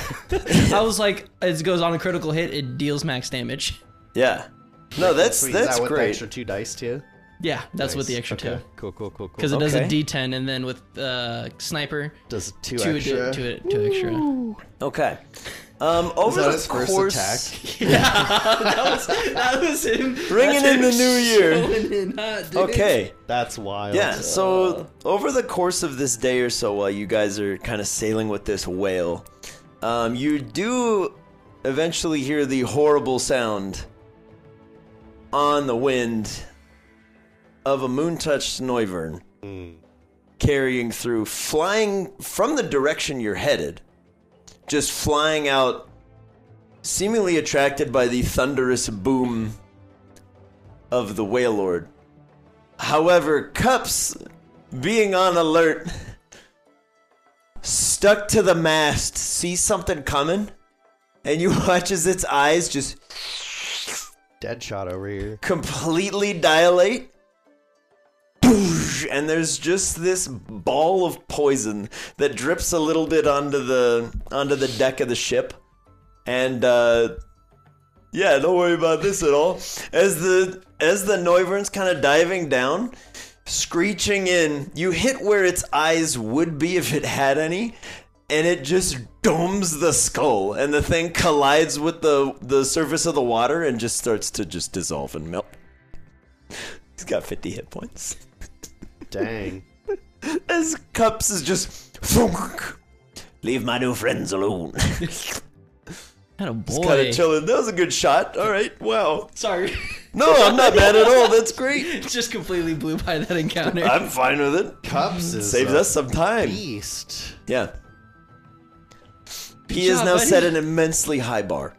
Speaker 5: I was like, it goes on a critical hit, it deals max damage.
Speaker 3: yeah. No, that's
Speaker 4: Sweet.
Speaker 3: that's
Speaker 4: Is that with the
Speaker 3: great.
Speaker 4: extra two dice too?
Speaker 5: Yeah, that's what the extra two.
Speaker 4: Cool, cool, cool, cool.
Speaker 5: because it does a
Speaker 3: Okay.
Speaker 5: D10, and then with uh, sniper,
Speaker 4: Does two,
Speaker 5: two
Speaker 4: extra.
Speaker 5: extra. Two, two, extra.
Speaker 3: Okay. Um over
Speaker 4: that
Speaker 3: the
Speaker 4: his first
Speaker 3: course
Speaker 4: attack?
Speaker 5: that was uh, him.
Speaker 3: Bringing in the new year. Oh,
Speaker 5: okay.
Speaker 3: Okay.
Speaker 4: That's wild.
Speaker 3: Yeah, so over the course of this day or so, while you guys are kind of sailing with this whale, um, you do eventually hear the horrible sound on the wind of a moon touched Noivern carrying through, flying from the direction you're headed, just flying out, seemingly attracted by the thunderous boom of the Whalelord. However, Cups, being on alert, stuck to the mast, sees something coming, and you watch as its eyes just
Speaker 4: Dead shot over here.
Speaker 3: completely dilate. Boosh, And there's just this ball of poison that drips a little bit onto the onto the deck of the ship, and uh, yeah, don't worry about this at all. As the as the Noivern's kind of diving down, screeching in, you hit where its eyes would be if it had any, and it just domes the skull, and the thing collides with the the surface of the water and just starts to just dissolve and melt. He's got 50 hit points.
Speaker 4: Dang.
Speaker 3: As Cups is just thunk. Leave my new friends alone.
Speaker 5: Had a boy.
Speaker 3: kind of chilling. That was a good shot. All right. Wow.
Speaker 5: Sorry,
Speaker 3: No, I'm not mad at all. That's great.
Speaker 5: just completely blew by that encounter.
Speaker 3: I'm fine with it.
Speaker 4: Cups is
Speaker 3: Saves
Speaker 4: a
Speaker 3: us some time.
Speaker 4: beast.
Speaker 3: Yeah. He has
Speaker 5: job,
Speaker 3: now
Speaker 5: buddy.
Speaker 3: set an immensely high bar.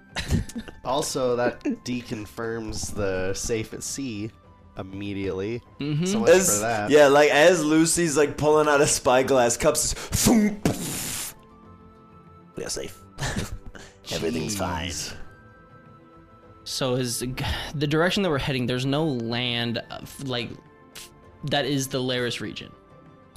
Speaker 4: Also, that deconfirms the safe at sea immediately. So much
Speaker 3: Mm-hmm. As-
Speaker 4: for that.
Speaker 3: yeah, like as Lucy's like pulling out a spyglass, cups is thunk. We are safe. Everything's fine.
Speaker 5: So is the direction that we're heading? There's no land of, like that is the Laris region.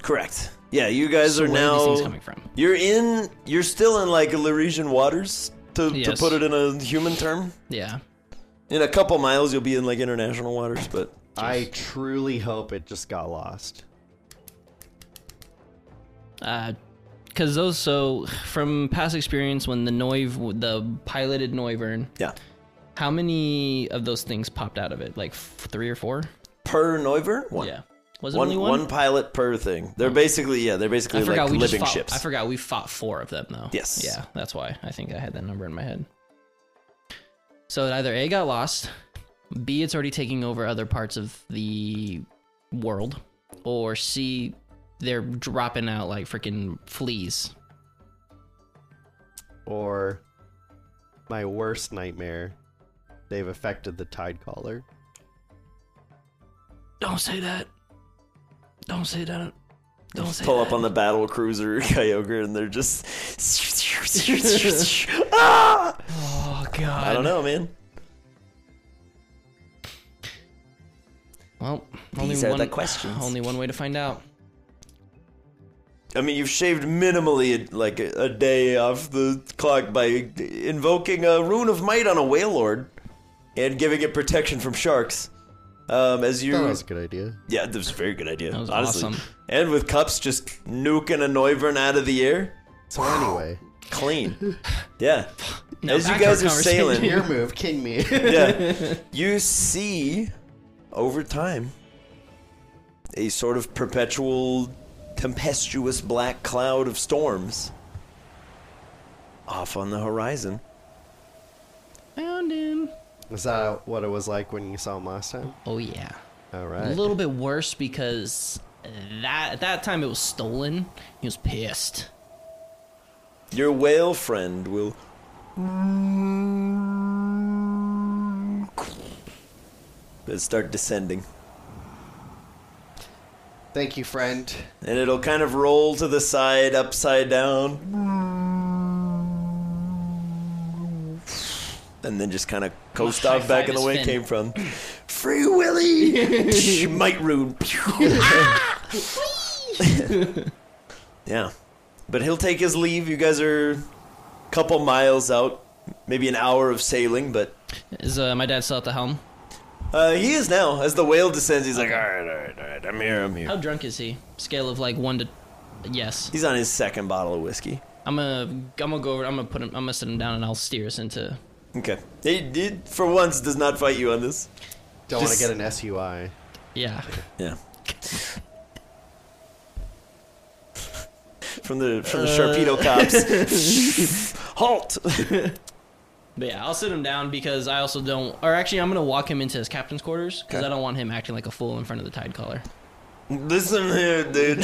Speaker 3: Correct. Yeah, you guys
Speaker 5: So
Speaker 3: are
Speaker 5: where
Speaker 3: now.
Speaker 5: are these things coming from?
Speaker 3: You're in. You're still in like Laresian waters, to, to
Speaker 5: Yes.
Speaker 3: put it in a human term.
Speaker 5: Yeah.
Speaker 3: In a couple miles, you'll be in like international waters, but
Speaker 4: I truly hope it just got lost.
Speaker 5: because those so from past experience when the noiv the piloted noivern
Speaker 3: yeah.
Speaker 5: how many of those things popped out of it like f- three or four
Speaker 3: Per Neuver, one.
Speaker 5: yeah was it
Speaker 3: One,
Speaker 5: only
Speaker 3: one
Speaker 5: one, Oh.
Speaker 3: pilot per thing. They're basically yeah, they're basically
Speaker 5: i forgot
Speaker 3: like
Speaker 5: we just
Speaker 3: living
Speaker 5: fought,
Speaker 3: ships.
Speaker 5: i forgot we fought four of them though
Speaker 3: Yes.
Speaker 5: yeah that's why i think i had that number in my head so it either a got lost b it's already taking over other parts of the world or c they're dropping out like freaking fleas
Speaker 4: Or my worst nightmare, they've affected the tide collar.
Speaker 5: Don't say that. Don't say that. Don't say
Speaker 3: Pull
Speaker 5: that.
Speaker 3: up on the battle cruiser Kyogre, and they're just ah!
Speaker 5: Oh god.
Speaker 3: I don't know, man.
Speaker 5: Well,
Speaker 3: These
Speaker 5: only
Speaker 3: are
Speaker 5: one,
Speaker 3: the questions.
Speaker 5: Only one way to find out.
Speaker 3: I mean, you've shaved minimally like a, a day off the clock by invoking a rune of might on a Wailord and giving it protection from sharks. Um, as you
Speaker 4: That was a good idea.
Speaker 3: Yeah, that was a very good idea.
Speaker 5: That was
Speaker 3: honestly.
Speaker 5: awesome.
Speaker 3: And with cups just nuking a Noivern out of the air.
Speaker 4: So anyway,
Speaker 3: Clean. Yeah.
Speaker 5: Now
Speaker 3: As you
Speaker 5: back to our
Speaker 3: guys are
Speaker 5: conversation.
Speaker 3: sailing,
Speaker 4: your move, king me.
Speaker 3: yeah, you see over time a sort of perpetual tempestuous black cloud of storms off on the horizon.
Speaker 5: Found him.
Speaker 4: Is that what it was like when you saw him last time?
Speaker 5: Oh yeah.
Speaker 4: All
Speaker 5: A
Speaker 4: right.
Speaker 5: little bit worse because that at that time it was stolen. He was pissed.
Speaker 3: Your whale friend will and start descending.
Speaker 4: Thank you, friend.
Speaker 3: And it'll kind of roll to the side, upside down. And then just kind of coast
Speaker 5: High
Speaker 3: off back in
Speaker 5: five
Speaker 3: the
Speaker 5: his
Speaker 3: way it
Speaker 5: fin.
Speaker 3: came from. Free Willy! Might ruin.
Speaker 5: Ah!
Speaker 3: yeah. But he'll take his leave. You guys are a couple miles out, maybe an hour of sailing, but
Speaker 5: Is uh, my dad still at the helm?
Speaker 3: uh, he is now. As the whale descends, he's like, all right, all right, all right, I'm here, I'm
Speaker 5: How
Speaker 3: here.
Speaker 5: drunk is he? Scale of like one to. Yes.
Speaker 3: He's on his second bottle of whiskey.
Speaker 5: I'm gonna. I'm gonna go over. I'm gonna put him. I'm gonna sit him down and I'll steer us into.
Speaker 3: Okay. He did, for once, does not fight you on this.
Speaker 4: Don't want to
Speaker 3: Just-
Speaker 4: get an SUI.
Speaker 5: Yeah.
Speaker 3: Yeah. from the from the Sharpedo cops. halt!
Speaker 5: But yeah, I'll sit him down because I also don't. Or actually, I'm gonna walk him into his captain's quarters because
Speaker 3: Okay.
Speaker 5: I don't want him acting like a fool in front of the tide caller.
Speaker 3: Listen here, dude.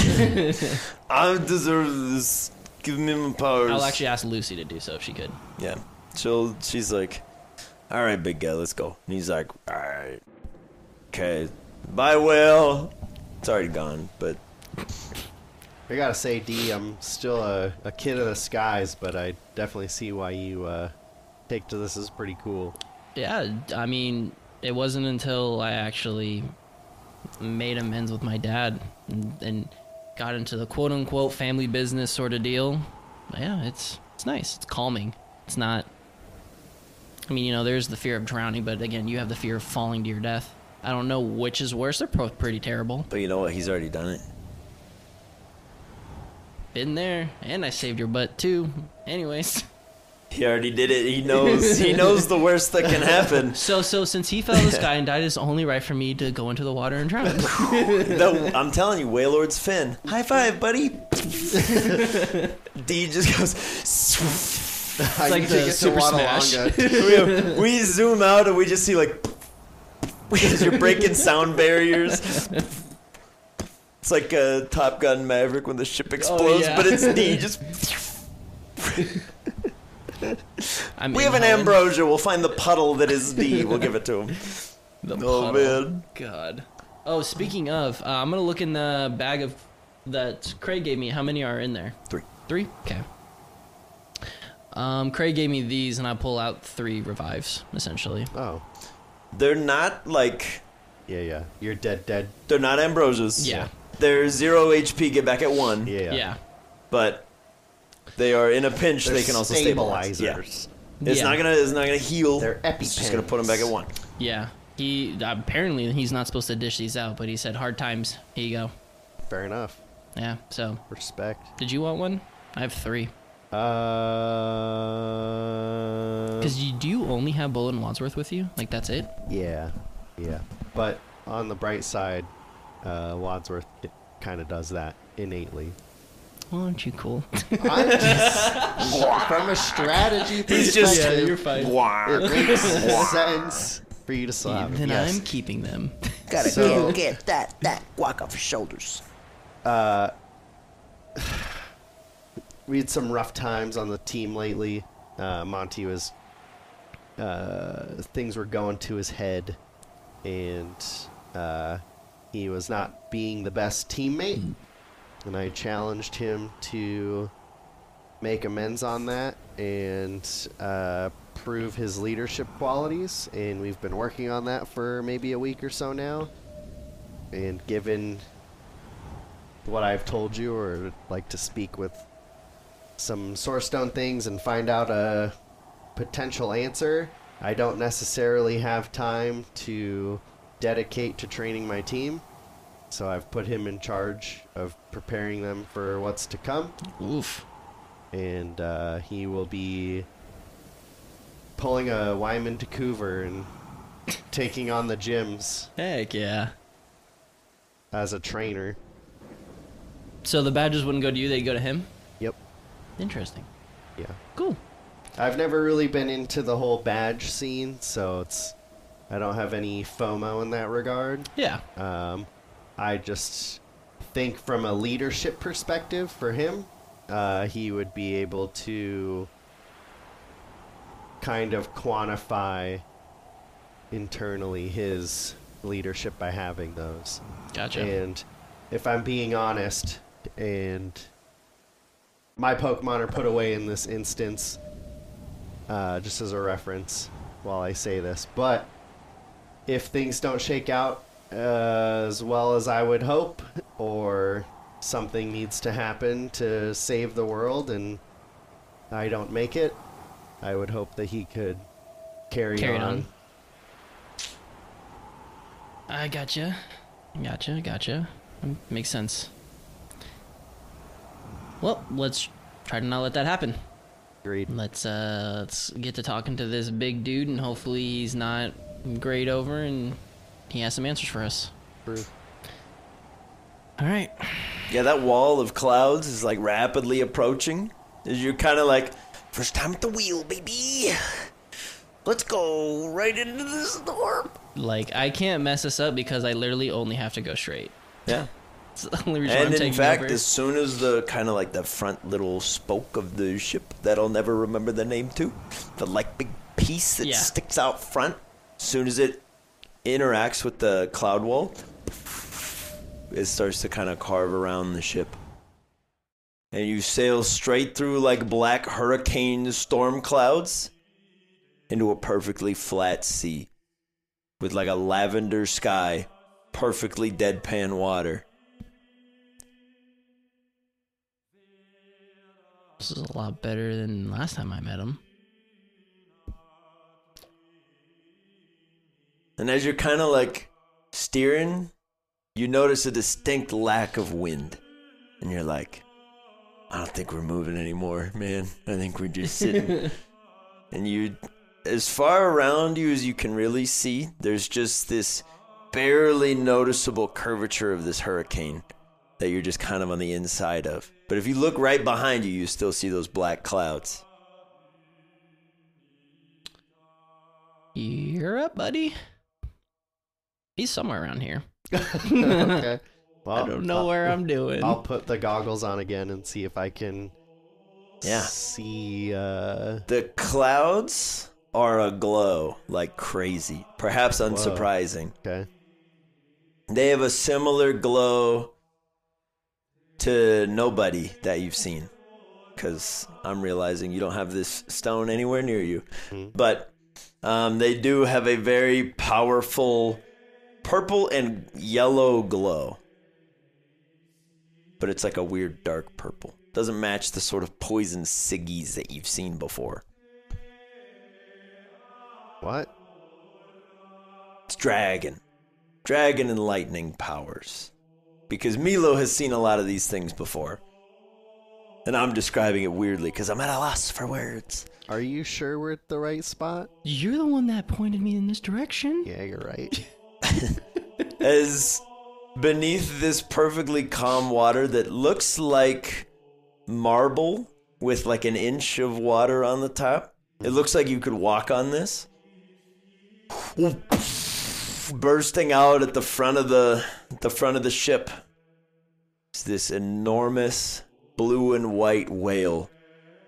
Speaker 3: I deserve this. Give me my powers.
Speaker 5: I'll actually ask Lucy to do so if she could.
Speaker 3: Yeah. She'll. She's like, all right, big guy, let's go. And he's like, all right, okay, bye, whale. It's already gone, but
Speaker 4: I gotta say, D, I'm still a, a kid of the skies, but I definitely see why you uh, take to this as pretty cool.
Speaker 5: Yeah, I mean, it wasn't until I actually made amends with my dad and, and got into the quote unquote family business sort of deal. Yeah, it's it's nice. It's calming. It's not I mean, you know, there's the fear of drowning, but again, you have the fear of falling to your death. I don't know which is worse. They're both pretty terrible.
Speaker 3: But you know what? He's already done it.
Speaker 5: Been there, and I saved your butt too. Anyways,
Speaker 3: He already did it. He knows. he knows the worst that can happen.
Speaker 5: so so since he fell out of the sky and died, it's only right for me to go into the water and drown.
Speaker 3: The- I'm telling you, Waylord's Finn. High five, buddy. D just goes.
Speaker 4: I
Speaker 5: like
Speaker 4: need
Speaker 5: the
Speaker 4: to get to
Speaker 5: Super Smash.
Speaker 4: Wadalonga.
Speaker 3: we, we zoom out and we just see like you're breaking sound barriers. It's like a Top Gun Maverick when the ship explodes,
Speaker 5: Oh, yeah.
Speaker 3: but it's D just.
Speaker 5: I'm
Speaker 3: We have an
Speaker 5: inhaling
Speaker 3: ambrosia. We'll find the puddle that is D. We'll give it to him.
Speaker 5: the
Speaker 3: Oh
Speaker 5: puddle.
Speaker 3: man.
Speaker 5: God. Oh, speaking of, uh, I'm gonna look in the bag of that Craig gave me. How many are in there?
Speaker 3: Three.
Speaker 5: Three. Okay. Um, Craig gave me these, and I pull out three revives essentially.
Speaker 4: Oh,
Speaker 3: They're not like
Speaker 4: yeah, yeah. You're dead, dead.
Speaker 3: they're not ambrosias.
Speaker 5: Yeah.
Speaker 3: They're zero HP. Get back at one.
Speaker 4: Yeah,
Speaker 5: Yeah.
Speaker 3: But they are in a pinch.
Speaker 4: They're
Speaker 3: they can also stabilize. Yeah.
Speaker 4: stabilizers.
Speaker 3: It's
Speaker 5: Yeah.
Speaker 3: not gonna. It's not gonna heal.
Speaker 4: They're
Speaker 3: It's just gonna
Speaker 4: EpiPens.
Speaker 3: put them back at one.
Speaker 5: Yeah. He apparently he's not supposed to dish these out, but he said hard times. Here you go.
Speaker 4: Fair enough.
Speaker 5: Yeah. So,
Speaker 4: Respect.
Speaker 5: did you want one? I have three.
Speaker 4: Uh,
Speaker 5: Because you do you only have Bullet and Wadsworth with you. Like that's it.
Speaker 4: yeah, yeah. But on the bright side, uh, Wadsworth kind of does that innately.
Speaker 5: Well, aren't you cool?
Speaker 4: I'm just, from a strategy
Speaker 3: He's just-
Speaker 4: perspective,
Speaker 3: Yeah,
Speaker 5: you're fine.
Speaker 3: Wow.
Speaker 4: it makes sense for you to slap him.
Speaker 5: then
Speaker 4: yes.
Speaker 5: I'm keeping them.
Speaker 6: Gotta
Speaker 4: So-
Speaker 6: get, get that, that guac off your shoulders.
Speaker 4: we had some rough times on the team lately. Uh, Monty was uh, things were going to his head, and uh, he was not being the best teammate. And I challenged him to make amends on that and uh, prove his leadership qualities. And we've been working on that for maybe a week or so now. And given what I've told you, or like to speak with some source stone things and find out a potential answer. I don't necessarily have time to dedicate to training my team, so I've put him in charge of preparing them for what's to come,
Speaker 5: Oof.
Speaker 4: and uh, he will be pulling a Wyman to Coover and taking on the gyms
Speaker 5: Heck yeah.
Speaker 4: as a trainer.
Speaker 5: So the badges wouldn't go to you; they'd go to him.
Speaker 4: Yep.
Speaker 5: Interesting.
Speaker 4: Yeah.
Speaker 5: Cool.
Speaker 4: I've never really been into the whole badge scene, so it's I don't have any FOMO in that regard.
Speaker 5: Yeah.
Speaker 4: Um, I just think from a leadership perspective for him, uh, he would be able to kind of quantify internally his leadership by having those.
Speaker 5: Gotcha.
Speaker 4: And if I'm being honest, and my Pokemon are put away in this instance, uh, just as a reference while I say this, but if things don't shake out uh, as well as I would hope, or something needs to happen to save the world and I don't make it, I would hope that he could carry,
Speaker 5: Carry it
Speaker 4: on.
Speaker 5: on. I gotcha. Gotcha, gotcha. Mm, Makes sense. Well, let's try to not let that happen.
Speaker 4: Agreed.
Speaker 5: Let's uh let's get to talking to this big dude and hopefully he's not grayed over and he has some answers for us.
Speaker 4: Proof.
Speaker 5: Alright.
Speaker 3: Yeah, that wall of clouds is like rapidly approaching. As You're kind of like,
Speaker 6: First time at the wheel, baby. Let's go right into the storm.
Speaker 5: Like I can't mess this up because I literally only have to go straight.
Speaker 3: yeah.
Speaker 5: It's the only reason I'm
Speaker 3: And in
Speaker 5: taking
Speaker 3: fact,
Speaker 5: over.
Speaker 3: as soon as the kind of like the front little spoke of the ship that I'll never remember the name to, the like big piece that
Speaker 5: Yeah.
Speaker 3: sticks out front, as soon as it interacts with the cloud wall, it starts to kind of carve around the ship. And you sail straight through like black hurricane storm clouds into a perfectly flat sea with like a lavender sky, perfectly deadpan water.
Speaker 5: This is a lot better than last time I met him.
Speaker 3: And as you're kind of like steering, you notice a distinct lack of wind. And you're like, I don't think we're moving anymore, man. I think we're just sitting. and you, as far around you as you can really see, there's just this barely noticeable curvature of this hurricane that you're just kind of on the inside of. But if you look right behind you, you still see those black clouds.
Speaker 5: You're up, buddy. He's somewhere around here.
Speaker 4: okay. Well,
Speaker 5: I don't know where I'm doing.
Speaker 4: I'll put the goggles on again and see if I can
Speaker 3: Yeah.
Speaker 4: see. Uh,
Speaker 3: The clouds are aglow like crazy, perhaps unsurprising.
Speaker 4: okay.
Speaker 3: They have a similar glow to nobody that you've seen. Because I'm realizing you don't have this stone anywhere near you. But um, they do have a very powerful purple and yellow glow. But it's like a weird dark purple. Doesn't match the sort of poison ciggies that you've seen before.
Speaker 4: What?
Speaker 3: It's dragon. Dragon and lightning powers. Because Milo has seen a lot of these things before. And I'm describing it weirdly because I'm at a loss for words.
Speaker 4: Are you sure we're at the right spot?
Speaker 5: You're the one that pointed me in this direction.
Speaker 4: Yeah, you're right.
Speaker 3: As beneath this perfectly calm water that looks like marble with like an inch of water on the top, it looks like you could walk on this. Bursting out at the front of the the front of the ship It's this enormous blue and white whale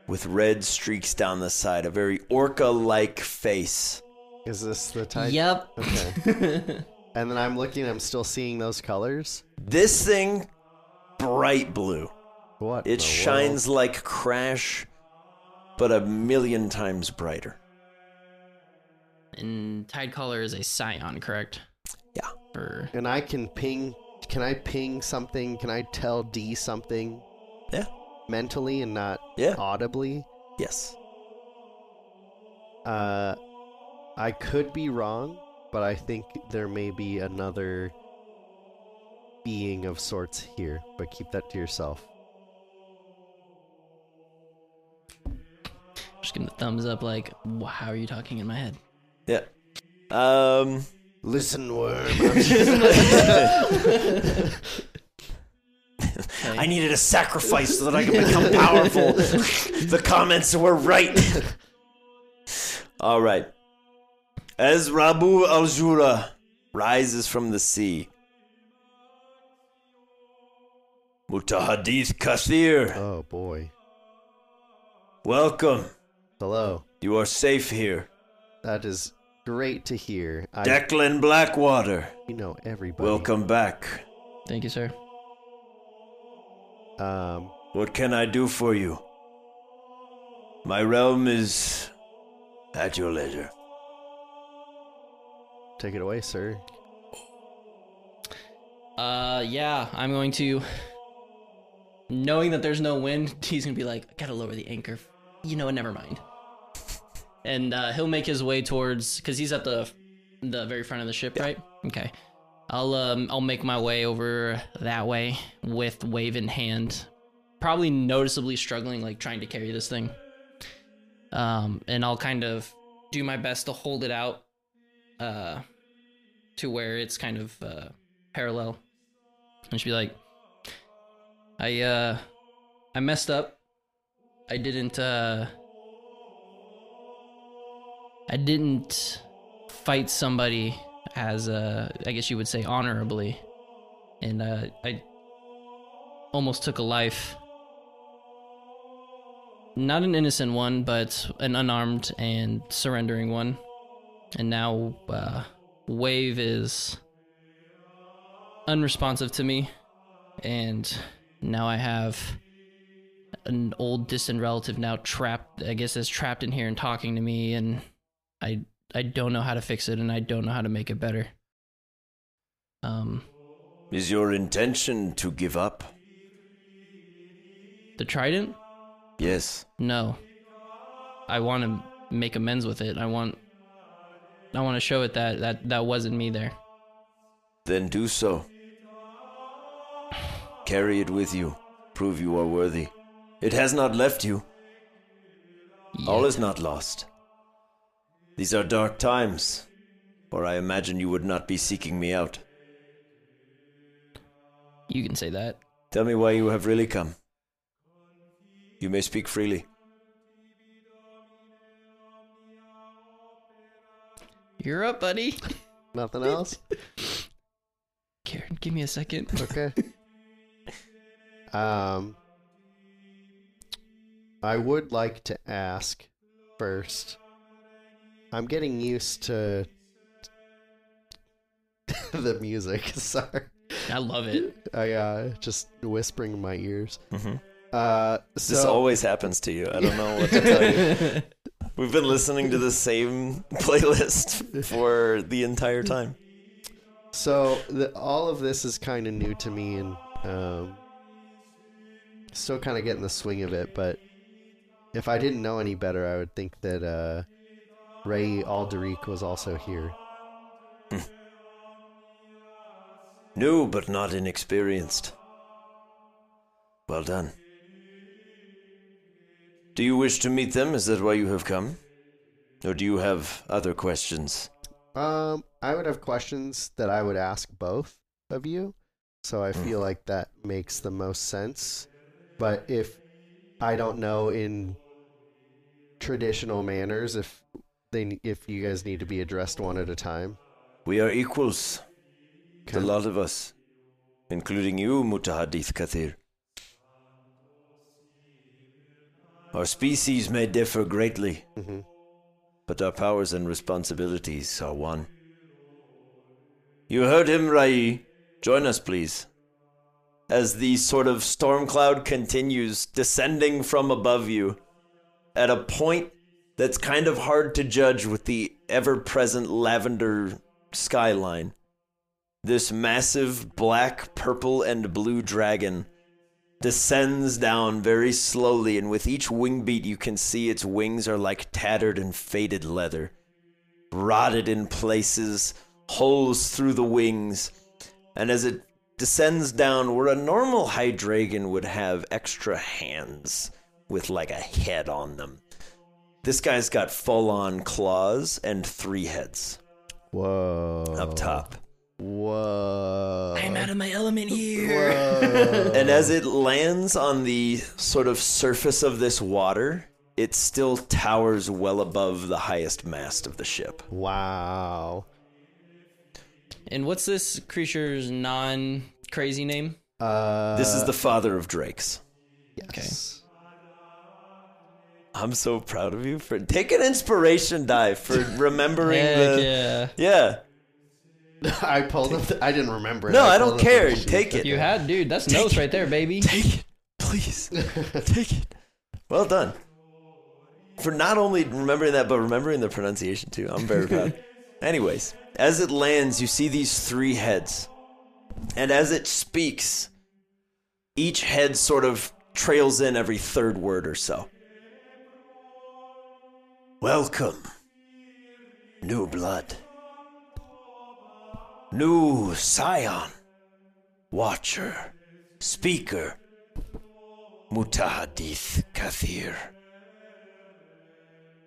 Speaker 3: with red streaks down the side, a very orca-like face.
Speaker 4: Is this the type?
Speaker 5: Yep.
Speaker 4: Okay. and then I'm looking. I'm still seeing those colors.
Speaker 3: This thing bright blue.
Speaker 4: What? in
Speaker 3: It
Speaker 4: the
Speaker 3: shines
Speaker 4: world?
Speaker 3: like Crash, but a million times brighter.
Speaker 5: And Tide Collar is a scion, correct?
Speaker 3: Yeah.
Speaker 5: Or
Speaker 4: And I can ping. Can I ping something? Can I tell D something
Speaker 3: Yeah.
Speaker 4: mentally and not
Speaker 3: Yeah.
Speaker 4: audibly?
Speaker 3: Yes.
Speaker 4: Uh, I could be wrong, but I think there may be another being of sorts here. But keep that to yourself.
Speaker 5: just give him the thumbs up, like, "Wh- how are you talking in my head?
Speaker 3: Yeah. Um.
Speaker 4: Listen, worm.
Speaker 3: I needed a sacrifice so that I could become powerful. the comments were right. All right. As Rabu Aljura rises from the sea, Mutahadith Kathir,
Speaker 4: oh boy.
Speaker 3: welcome.
Speaker 4: Hello.
Speaker 3: You are safe here.
Speaker 4: That is great to hear. I
Speaker 3: Declan Blackwater,
Speaker 4: you know everybody.
Speaker 3: welcome back.
Speaker 5: Thank you, sir.
Speaker 4: Um,
Speaker 3: What can I do for you? My realm is at your leisure.
Speaker 4: take it away, sir.
Speaker 5: Uh, yeah, I'm going to. Knowing that there's no wind, he's gonna be like, I gotta lower the anchor. You know, what, never mind. And uh, he'll make his way towards because he's at the the very front of the ship, right? Okay. I'll um I'll make my way over that way with wave in hand, probably noticeably struggling, like trying to carry this thing. Um, and I'll kind of do my best to hold it out, uh, to where it's kind of uh, parallel and she'd be like i uh i messed up i didn't uh i didn't fight somebody as uh i guess you would say honorably and uh i almost took a life not an innocent one but an unarmed and surrendering one and now uh wave is unresponsive to me, and now I have an old distant relative now trapped. I guess is trapped in here and talking to me, and I I don't know how to fix it, and I don't know how to make it better. Um,
Speaker 3: Is your intention to give up?
Speaker 5: the trident?
Speaker 3: Yes.
Speaker 5: No. I want to make amends with it. I want I want to show it that that that wasn't me there.
Speaker 3: Then do so. Carry it with you. Prove you are worthy. It has not left you. All
Speaker 5: Yeah.
Speaker 3: is not lost. These are dark times, or I imagine you would not be seeking me out.
Speaker 5: you can say that.
Speaker 3: Tell me why you have really come. You may speak freely.
Speaker 5: You're up, buddy.
Speaker 4: Nothing else?
Speaker 5: Karen, give me a second.
Speaker 4: Okay. um, I would like to ask first. I'm getting used to the music. Sorry,
Speaker 5: I love it.
Speaker 4: I uh, just whispering in my ears. Uh, so
Speaker 3: This always happens to you. I don't know what to tell you. We've been listening to the same playlist for the entire time.
Speaker 4: So the, all of this is kind of new to me, and um, still kind of getting the swing of it. But if I didn't know any better, I would think that uh, Ray Alderic was also here.
Speaker 3: New, but not inexperienced. Well done. Do you wish to meet them? Is that why you have come? Or do you have other questions?
Speaker 4: Um, I would have questions that I would ask both of you, so I feel like that makes the most sense. But if I don't know in traditional manners, if they if you guys need to be addressed one at a time,
Speaker 3: We are equals, the
Speaker 4: Okay.
Speaker 3: lot of us, including you, Mutahadith Kathir. Our species may differ greatly,
Speaker 4: Mhm.
Speaker 3: but our powers and responsibilities are one. You heard him, Rai. Join us, please. As the sort of storm cloud continues descending from above you, at a point that's kind of hard to judge with the ever present lavender skyline. This massive black, purple, and blue dragon descends down very slowly, and with each wing beat, you can see its wings are like tattered and faded leather, rotted in places, holes through the wings. And as it descends down, where a normal Hydragon would have extra hands with like a head on them, this guy's got full on claws and three heads
Speaker 4: whoa,
Speaker 3: up top.
Speaker 4: Whoa.
Speaker 5: I'm out of my element here.
Speaker 3: And as
Speaker 5: Uh-huh.
Speaker 3: it lands on the sort of surface of this water, it still towers well above the highest mast of the ship.
Speaker 4: wow.
Speaker 5: And what's this creature's non crazy name?
Speaker 4: Uh,
Speaker 3: This is the father of Drake's.
Speaker 4: yes.
Speaker 3: I'm so proud of you for take an inspiration dive for remembering
Speaker 5: Heck
Speaker 3: the
Speaker 5: yeah.
Speaker 3: yeah.
Speaker 4: I pulled up. The, I didn't remember it.
Speaker 3: No, I
Speaker 4: pulled
Speaker 3: don't
Speaker 4: up the
Speaker 3: care.
Speaker 4: sheet.
Speaker 3: Take it.
Speaker 5: You had, dude. That's
Speaker 3: Take
Speaker 5: notes
Speaker 3: it.
Speaker 5: right there, baby.
Speaker 3: Take it, please. Take it. Well done. For not only remembering that, but remembering the pronunciation too. I'm very proud. Anyways, as it lands, you see these three heads. And as it speaks, each head sort of trails in every third word or so. Welcome, new blood, new scion, watcher speaker Mutahadith Kathir.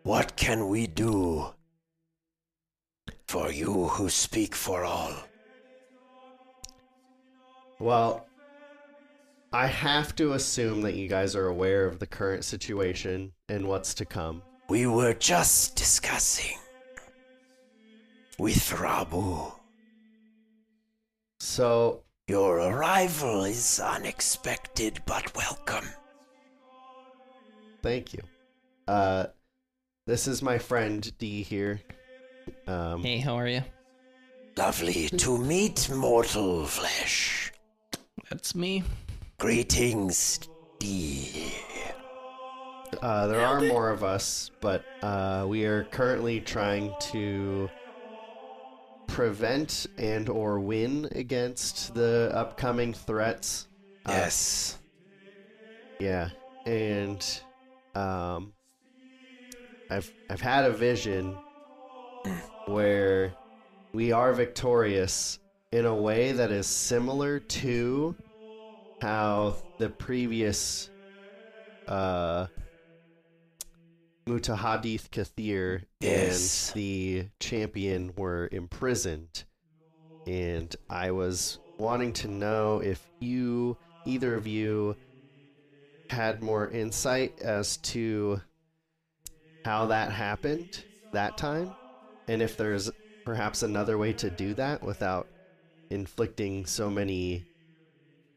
Speaker 3: What can we do for you who speak for all?
Speaker 4: Well, I have to assume that you guys are aware of the current situation and what's to come.
Speaker 3: We were just discussing with Rabu.
Speaker 4: So,
Speaker 3: Your arrival is unexpected but welcome.
Speaker 4: thank you. Uh, this is my friend D here. Um,
Speaker 5: Hey, how are you?
Speaker 3: Lovely to meet mortal flesh.
Speaker 5: That's me.
Speaker 3: Greetings, D.
Speaker 4: Uh, there are more of us, but uh, we are currently trying to prevent and or win against the upcoming threats. Uh,
Speaker 3: Yes.
Speaker 4: yeah, and um, I've I've had a vision where we are victorious in a way that is similar to how the previous uh, Mutahadith Kathir
Speaker 3: Yes.
Speaker 4: and the champion were imprisoned. And I was wanting to know if you, either of you, had more insight as to how that happened that time and if there's perhaps another way to do that without inflicting so many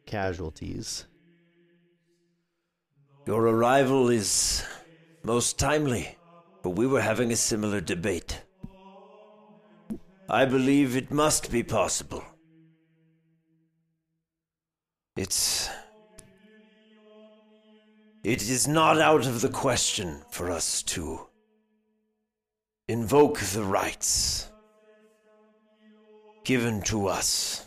Speaker 4: casualties.
Speaker 3: Your arrival is most timely, but we were having a similar debate. I believe it must be possible. It's. It is not out of the question for us to invoke the rights given to us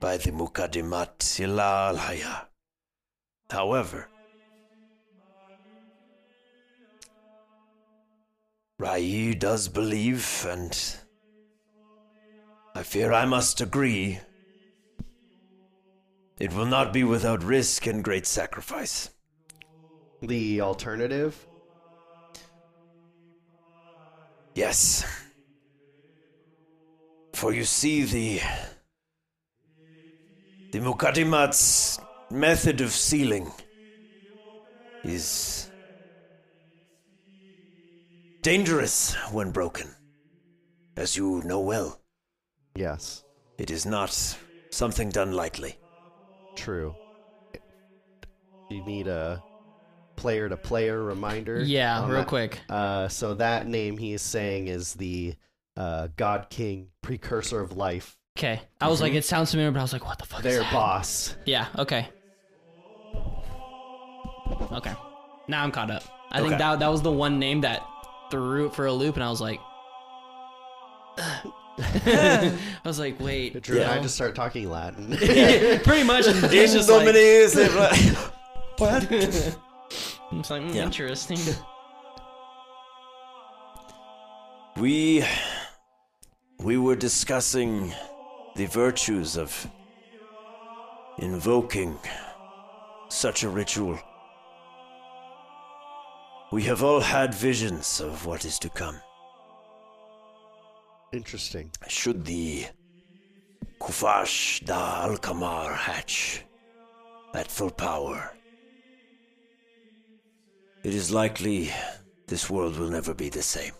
Speaker 3: by the Mukaddimat Sila al Hayah. However, Rai does believe, and I fear I must agree, it will not be without risk and great sacrifice.
Speaker 4: The alternative,
Speaker 3: Yes. For you see, the. The Mukaddimat's method of sealing is. dangerous when broken. As you know well,
Speaker 4: yes,
Speaker 3: it is not something done lightly.
Speaker 4: true. You need a player to player reminder.
Speaker 5: Yeah,
Speaker 4: on
Speaker 5: real
Speaker 4: that.
Speaker 5: quick.
Speaker 4: Uh, so that name he is saying is the uh, God King precursor of life,
Speaker 5: Okay. I was like,
Speaker 3: Mm-hmm.
Speaker 5: it sounds familiar, but I was like, what the fuck is
Speaker 4: their
Speaker 5: that?
Speaker 4: boss.
Speaker 5: Yeah, okay. Okay. Now I'm caught up. I think
Speaker 3: Okay.
Speaker 5: that that was the one name that threw it for a loop, and I was like, I was like, wait.
Speaker 4: Drew and I
Speaker 5: no.
Speaker 4: just start talking Latin.
Speaker 5: pretty much. and it's just like, it's like, mm,
Speaker 3: Yeah.
Speaker 5: interesting.
Speaker 3: We we were discussing the virtues of invoking such a ritual. We have all had visions of what is to come.
Speaker 4: Interesting.
Speaker 3: Should the Kufash Da Al Kamar hatch at full power, it is likely this world will never be the same.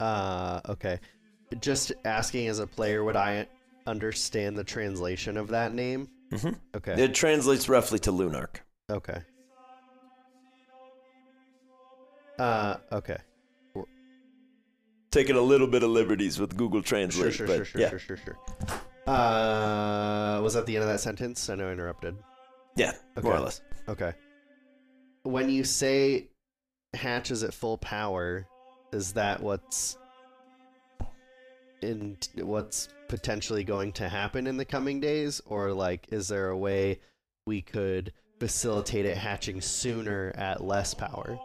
Speaker 4: Uh, okay. Just asking as a player, would I understand the translation of that name?
Speaker 3: Mm-hmm.
Speaker 4: Okay.
Speaker 3: It translates roughly to Lunark.
Speaker 4: Okay. Uh, okay.
Speaker 3: Taking a little bit of liberties with Google
Speaker 4: Sure,
Speaker 3: Translate.
Speaker 4: sure,
Speaker 3: but
Speaker 4: sure, sure,
Speaker 3: yeah.
Speaker 4: sure, sure, sure. Uh, was that the end of that sentence? I know I interrupted.
Speaker 3: Yeah, more or
Speaker 4: Okay.
Speaker 3: less.
Speaker 4: Okay. When you say hatches at full power, is that what's in what's potentially going to happen in the coming days or like is there a way we could facilitate it hatching sooner at less power?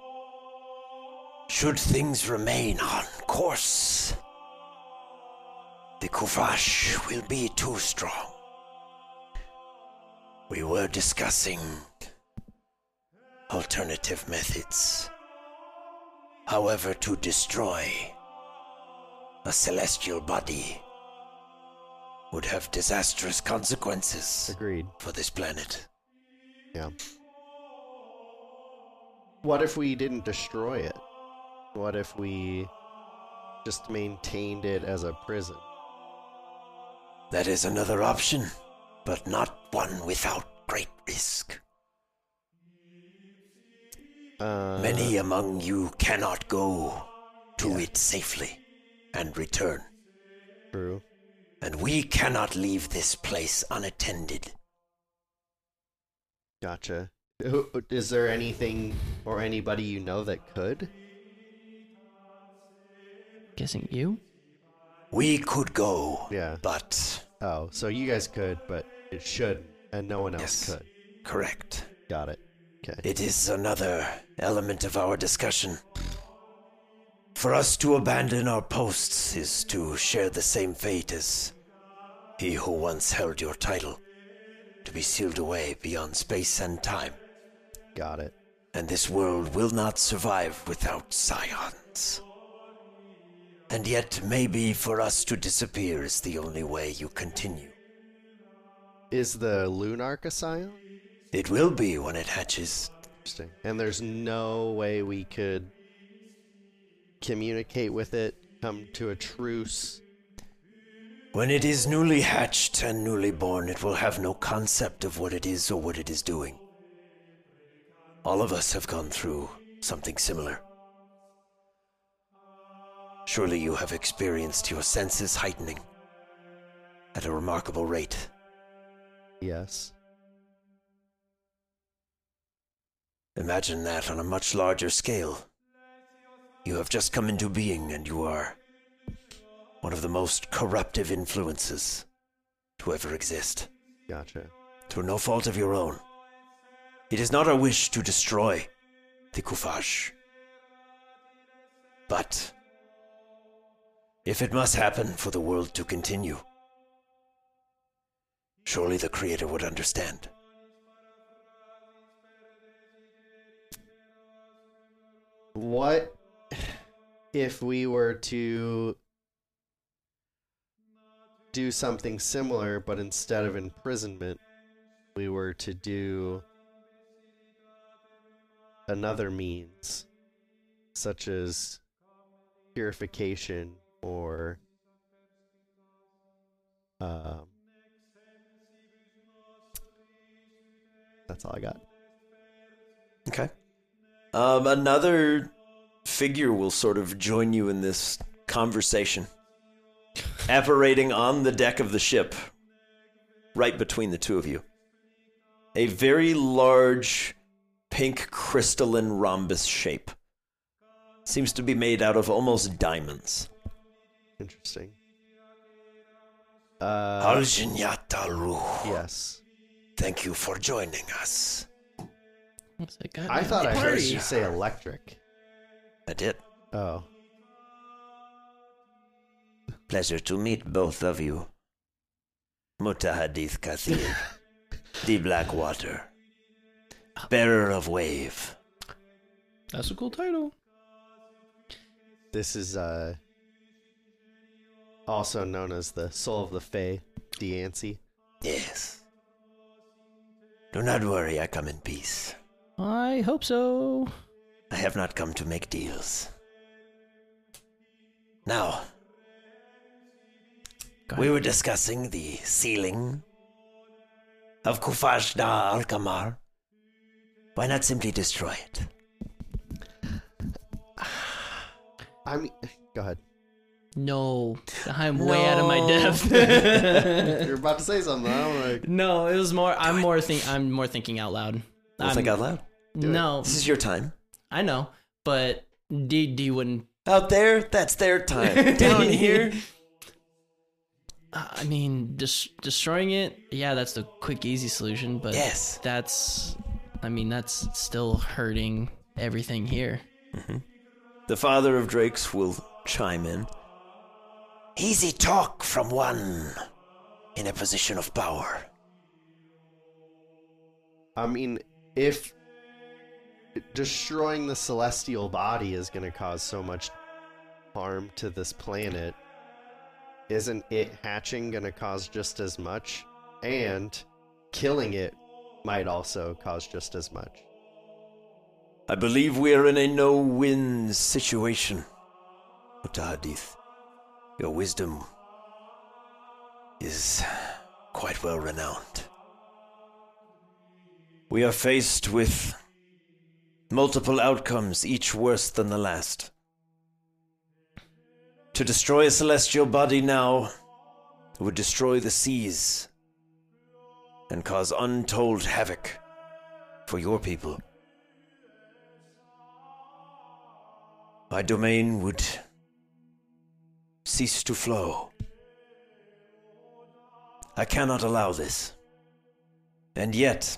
Speaker 3: Should things remain on course, the Kufash will be too strong. We were discussing alternative methods. However, to destroy a celestial body would have disastrous consequences
Speaker 4: Agreed.
Speaker 3: for this planet.
Speaker 4: Yeah. What if we didn't destroy it? What if we just maintained it as a prison?
Speaker 3: That is another option, but not one without great risk.
Speaker 4: Uh,
Speaker 3: Many among you cannot go to it safely and return,
Speaker 4: True.
Speaker 3: and we cannot leave this place unattended.
Speaker 4: Gotcha. Who- Is there anything or anybody you know that could?
Speaker 5: Guessing you?
Speaker 3: We could go,
Speaker 4: Yeah.
Speaker 3: but
Speaker 4: Oh, so you guys could, but it should, and no one else
Speaker 3: Yes.
Speaker 4: could.
Speaker 3: correct.
Speaker 4: Got it. Okay.
Speaker 3: It is another element of our discussion. For us to abandon our posts is to share the same fate as he who once held your title, to be sealed away beyond space and time.
Speaker 4: Got it.
Speaker 3: And this world will not survive without scions. And yet, maybe for us to disappear is the only way you continue.
Speaker 4: Is the Lunark a scion?
Speaker 3: It will be when it hatches.
Speaker 4: Interesting. And there's no way we could communicate with it, come to a truce.
Speaker 3: When it is newly hatched and newly born, it will have no concept of what it is or what it is doing. All of us have gone through something similar. Surely you have experienced your senses heightening at a remarkable rate.
Speaker 4: Yes.
Speaker 3: Imagine that on a much larger scale. You have just come into being and you are one of the most corruptive influences to ever exist,
Speaker 4: Gotcha.
Speaker 3: through no fault of your own. It is not our wish to destroy the Kufash. But if it must happen for the world to continue, surely the Creator would understand.
Speaker 4: What if we were to do something similar, but instead of imprisonment, we were to do another means, such as purification or um, that's all I got.
Speaker 7: Okay. Um, another figure will sort of join you in this conversation, apparating on the deck of the ship, right between the two of you. A very large pink crystalline rhombus shape. Seems to be made out of almost diamonds.
Speaker 4: Interesting. Uh,
Speaker 3: Aljinyataru,
Speaker 4: yes.
Speaker 3: thank you for joining us.
Speaker 5: What's that guy?
Speaker 4: I thought I heard
Speaker 5: Party.
Speaker 4: you say electric.
Speaker 3: I did.
Speaker 4: Oh,
Speaker 3: Pleasure to meet both of you. Mutahadith Kathir, the Black Water, Bearer of Wave.
Speaker 5: That's a cool title.
Speaker 4: this is uh also known as the soul of the Fae, Deancey.
Speaker 3: Yes. Do not worry, I come in peace.
Speaker 5: I hope so.
Speaker 3: I have not come to make deals. Now,
Speaker 5: Go
Speaker 3: we
Speaker 5: ahead.
Speaker 3: were discussing the sealing of Kufash Da Al Kamar. Why not simply destroy it?
Speaker 4: I mean, go ahead.
Speaker 5: No, I'm way out of my depth.
Speaker 4: You're about to say something. I don't know.
Speaker 5: no, it was more. I'm more think. I'm more thinking out loud.
Speaker 7: We'll
Speaker 5: I'm-
Speaker 7: think out loud.
Speaker 5: No,
Speaker 7: This is your time.
Speaker 5: I know, but D D wouldn't.
Speaker 7: Out there, that's their time. Down here,
Speaker 5: Uh, I mean, des- destroying it. Yeah, that's the quick, easy solution. But
Speaker 7: Yes.
Speaker 5: that's. I mean, that's still hurting everything here.
Speaker 7: the father of Drakes will chime in.
Speaker 3: Easy talk from one in a position of power.
Speaker 4: I mean, if destroying the celestial body is going to cause so much harm to this planet, isn't it hatching going to cause just as much? And killing it might also cause just as much.
Speaker 7: I believe we are in a no win situation.
Speaker 3: Mutahadith, your wisdom is quite well renowned. We are faced with multiple outcomes, each worse than the last. To destroy a celestial body now would destroy the seas and cause untold havoc for your people. My domain would cease to flow. I cannot allow this. And yet,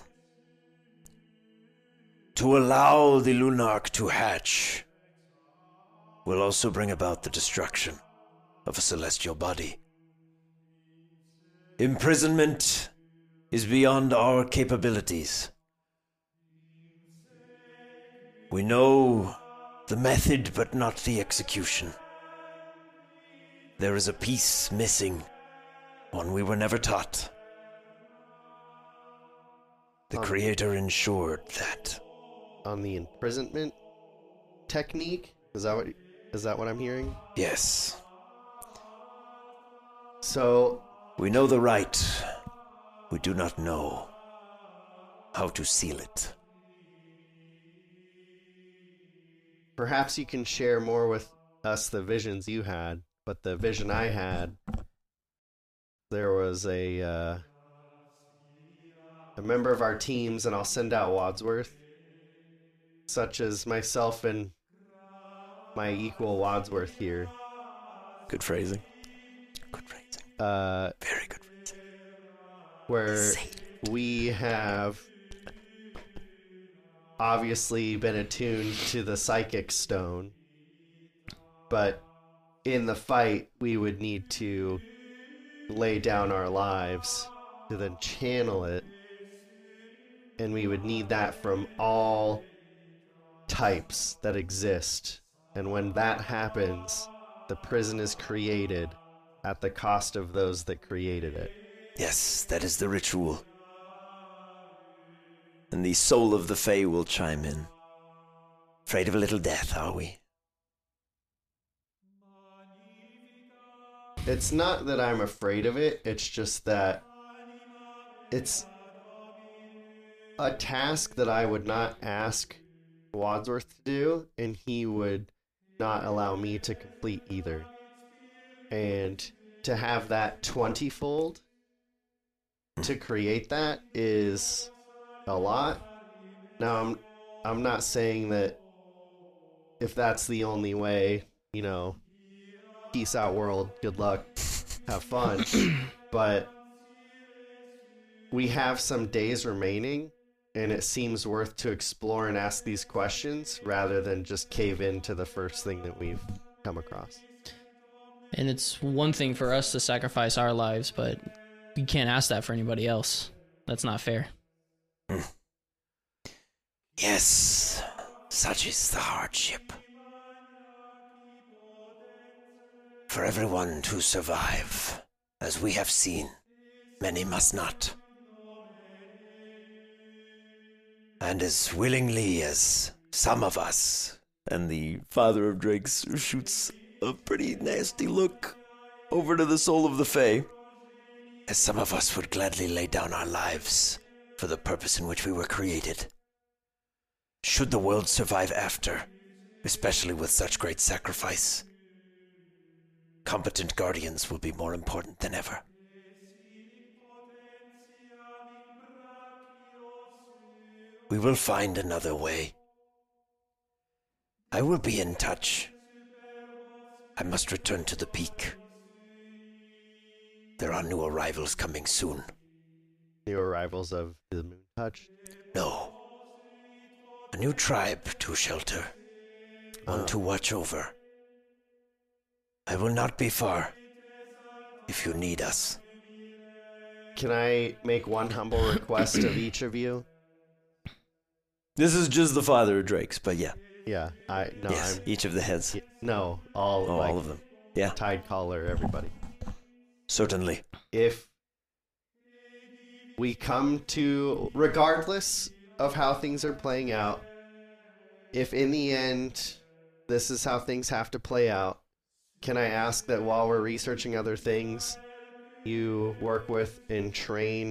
Speaker 3: to allow the Lunark to hatch will also bring about the destruction of a celestial body. Imprisonment is beyond our capabilities. We know the method, but not the execution. There is a piece missing, one we were never taught. The
Speaker 4: Um,
Speaker 3: Creator ensured that.
Speaker 4: on the imprisonment technique. Is that what is that what I'm hearing?
Speaker 3: Yes,
Speaker 4: So
Speaker 3: we know the right. We do not know how to seal it.
Speaker 4: perhaps you can share more with us the visions you had, but the vision I had, there was a uh, a member of our teams, and I'll send out Wadsworth, such as myself and my equal Wadsworth here.
Speaker 8: Good phrasing.
Speaker 3: Good phrasing.
Speaker 4: Uh,
Speaker 3: Very good phrasing.
Speaker 4: where we have obviously been attuned to the psychic stone, but in the fight, we would need to lay down our lives to then channel it, and we would need that from all types that exist. And when that happens, the prison is created at the cost of those that created it.
Speaker 3: Yes, that is the ritual.
Speaker 8: And the soul of the Fae will chime in.
Speaker 3: Afraid of a little death, are we?
Speaker 4: It's not that I'm afraid of it, it's just that it's a task that I would not ask Wadsworth to do, and he would not allow me to complete either. And to have that 20 fold to create that is a lot. Now, I'm, I'm not saying that if that's the only way, you know, peace out world good luck have fun but we have some days remaining and it seems worth to explore and ask these questions rather than just cave into the first thing that we've come across
Speaker 5: And it's one thing for us to sacrifice our lives, but you can't ask that for anybody else. That's not fair.
Speaker 3: Yes, such is the hardship. For everyone to survive, as we have seen, many must not. And as willingly as some of us,
Speaker 8: And the father of Drakes shoots a pretty nasty look over to the soul of the Fae.
Speaker 3: as some of us would gladly lay down our lives for the purpose in which we were created. Should the world survive after, especially with such great sacrifice, competent guardians will be more important than ever. We will find another way. I will be in touch. I must return to the peak. There are new arrivals coming soon.
Speaker 4: new arrivals of the moon touch
Speaker 3: No. A new tribe to shelter, one
Speaker 4: Ah.
Speaker 3: to watch over. I will not be far if you need us.
Speaker 4: can i make one humble request of each of you
Speaker 8: This is just the father of Drakes, but yeah,
Speaker 4: yeah i no
Speaker 8: yes,
Speaker 4: i'm
Speaker 8: each of the heads.
Speaker 4: yeah, no all,
Speaker 8: Oh,
Speaker 4: like,
Speaker 8: all of them. Yeah,
Speaker 4: tide collar everybody
Speaker 3: Certainly.
Speaker 4: if we come to regardless of how things are playing out if in the end this is how things have to play out can i ask that while we're researching other things you work with and train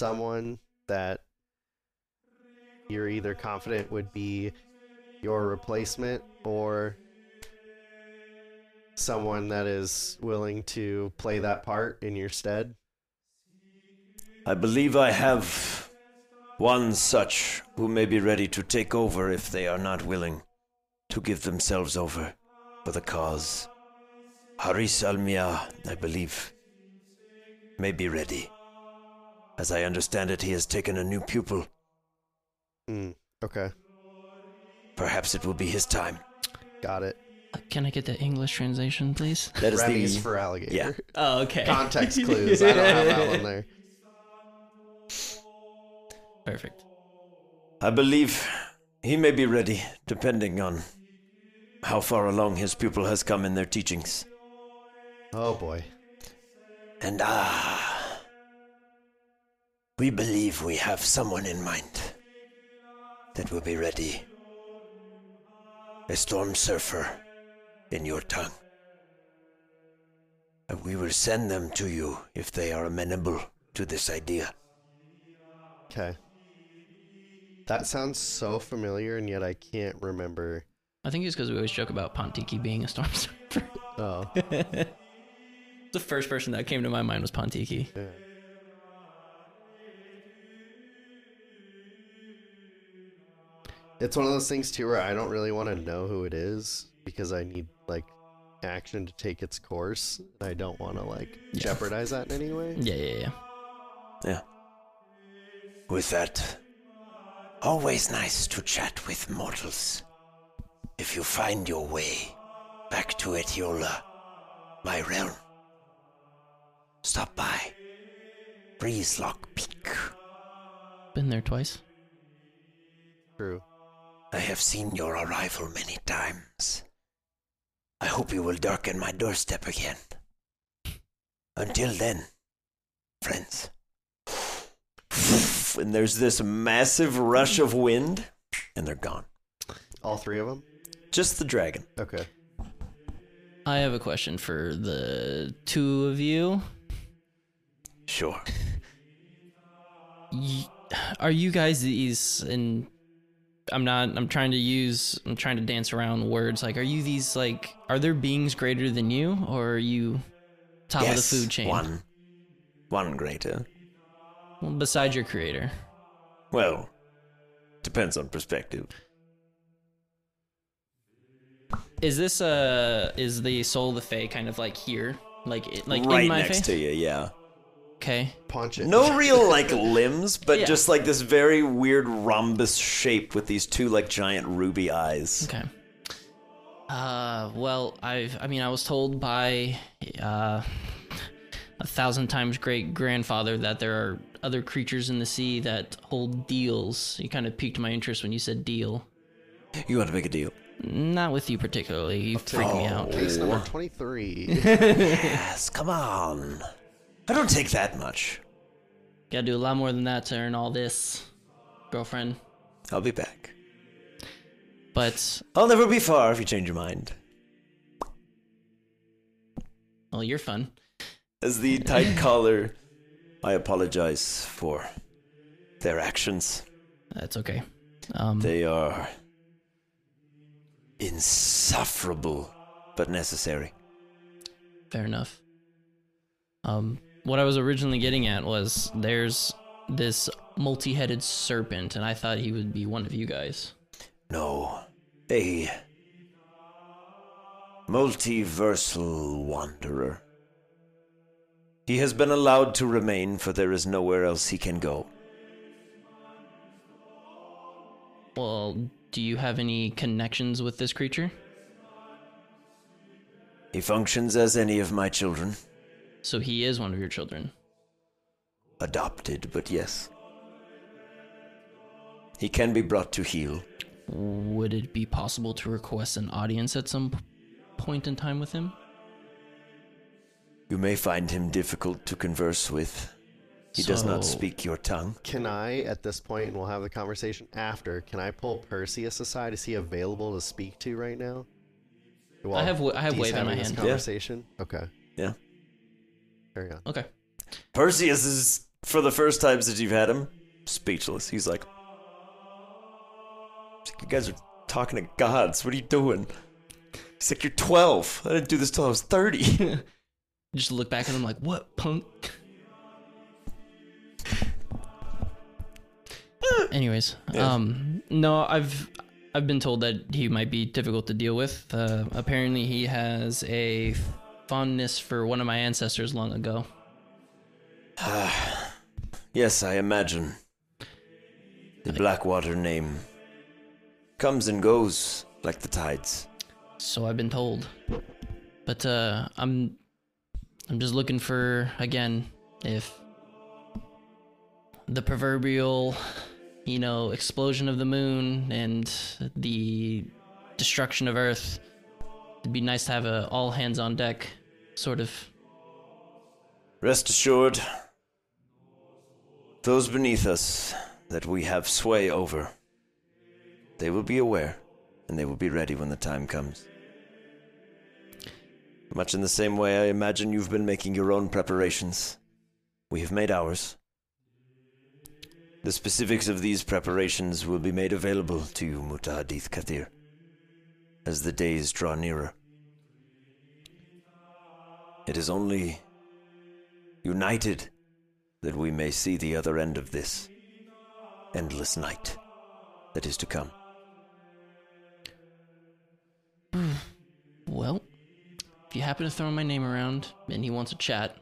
Speaker 4: someone that you're either confident would be your replacement or someone that is willing to play that part in your stead.
Speaker 3: I believe I have one such who may be ready to take over if they are not willing to give themselves over for the cause. Haris Almia, I believe, may be ready. As I understand it, he has taken a new pupil.
Speaker 4: Mm, okay,
Speaker 3: Perhaps it will be his time.
Speaker 4: got it.
Speaker 5: Uh, Can I get the English translation, please?
Speaker 3: That is
Speaker 4: Rabbit is
Speaker 3: the
Speaker 4: for alligator.
Speaker 3: yeah.
Speaker 5: Oh, okay.
Speaker 4: Context clues. I don't have that one there.
Speaker 5: Perfect.
Speaker 6: I believe he may be ready, depending on how far along his pupil has come in their teachings.
Speaker 4: Oh boy.
Speaker 6: And ah, we believe we have someone in mind that will be ready. A storm surfer in your tongue. And we will send them to you if they are amenable to this idea.
Speaker 4: Okay. That sounds so familiar, and yet I can't remember.
Speaker 5: I think it's because we always joke about Pontiki being a storm surfer.
Speaker 4: Oh,
Speaker 5: the first person that came to my mind was Pontiki.
Speaker 4: yeah. It's one of those things too where I don't really want to know who it is because I need like action to take its course. I don't want to like
Speaker 5: Yeah.
Speaker 4: jeopardize that in any way.
Speaker 5: Yeah, yeah, yeah.
Speaker 6: Yeah. With that, always nice to chat with mortals. If you find your way back to Etiola, my realm, stop by Breezelock Peak.
Speaker 5: Been there twice.
Speaker 4: True.
Speaker 6: I have seen your arrival many times. I hope you will darken my doorstep again. Until then, friends.
Speaker 3: And there's this massive rush of wind, and they're gone.
Speaker 4: All three of them.
Speaker 3: Just the dragon.
Speaker 4: Okay.
Speaker 5: I have a question for the two of you.
Speaker 6: Sure.
Speaker 5: Y- Are you guys these and I'm not I'm trying to use I'm trying to dance around words like are you these like are there beings greater than you or are you top
Speaker 6: yes,
Speaker 5: of the food chain
Speaker 6: One.
Speaker 3: One greater.
Speaker 5: Well, besides your creator?
Speaker 3: Well, depends on perspective.
Speaker 5: Is this uh is the soul of the fae kind of like here? Like it, like
Speaker 3: right
Speaker 5: in my
Speaker 3: next
Speaker 5: face?
Speaker 3: to you, yeah.
Speaker 5: Okay.
Speaker 4: Paunch it.
Speaker 3: No real like limbs, but
Speaker 5: Yeah.
Speaker 3: just like this very weird rhombus shape with these two like giant ruby eyes.
Speaker 5: Okay. Uh, well, I I mean, I was told by uh, a thousand times great grandfather that there are other creatures in the sea that hold deals. You kind of piqued my interest when you said deal.
Speaker 3: You want to make a deal?
Speaker 5: Not with you particularly. You freaked me out.
Speaker 4: Case number
Speaker 3: Oh.
Speaker 4: twenty-three.
Speaker 3: Yes, come on. I don't take that much.
Speaker 5: Got to do a lot more than that to earn all this, girlfriend.
Speaker 3: I'll be back.
Speaker 5: But
Speaker 3: I'll never be far if you change your mind.
Speaker 5: well, you're fun.
Speaker 3: As the tight collar, I apologize for their actions.
Speaker 5: That's okay. Um,
Speaker 3: They are insufferable, but necessary.
Speaker 5: Fair enough. Um, what I was originally getting at was there's this multi-headed serpent, and I thought he would be one of you guys.
Speaker 6: No, a multiversal wanderer.
Speaker 3: He has been allowed to remain, for there is nowhere else he can go.
Speaker 5: Well, do you have any connections with this creature?
Speaker 6: He functions as any of my children,
Speaker 5: So he is one of your children.
Speaker 6: adopted, but yes. He can be brought to heel.
Speaker 5: Would it be possible to request an audience at some p- point in time with him?
Speaker 6: You may find him difficult to converse with. He does not
Speaker 5: So-
Speaker 6: speak your tongue.
Speaker 4: Can I, at this point, and we'll have the conversation after, can I pull Perseus aside? Is he available to speak to right now? While
Speaker 5: have wa- I have
Speaker 4: Dee's
Speaker 5: wave in
Speaker 4: having
Speaker 5: my
Speaker 4: this
Speaker 5: hand. Yeah.
Speaker 4: Conversation. Okay.
Speaker 3: Yeah.
Speaker 4: Carry on.
Speaker 5: Okay.
Speaker 3: Perseus is, for the first time since you've had him, speechless. He's like, "It's like, You guys are talking to gods. What are you doing? He's like, You're 12. I didn't do this till I was 30.
Speaker 5: Just look back at him like, what punk? Anyways, um, no, I've I've been told that he might be difficult to deal with. Uh, apparently, he has a fondness for one of my ancestors long ago.
Speaker 6: Yes, I imagine. The Blackwater name comes and goes like the tides.
Speaker 5: So I've been told. But uh I'm I'm just looking for again if the proverbial you know explosion of the moon and the destruction of earth it'd be nice to have a all hands on deck sort of
Speaker 3: Rest assured, those beneath us that we have sway over, they will be aware and they will be ready when the time comes. Much in the same way I imagine you've been making your own preparations, we have made ours. The specifics of these preparations will be made available to you, Mutahadith Kathir, as the days draw nearer. It is only united that we may see the other end of this endless night that is to come.
Speaker 5: well if you happen to throw my name around and he wants a chat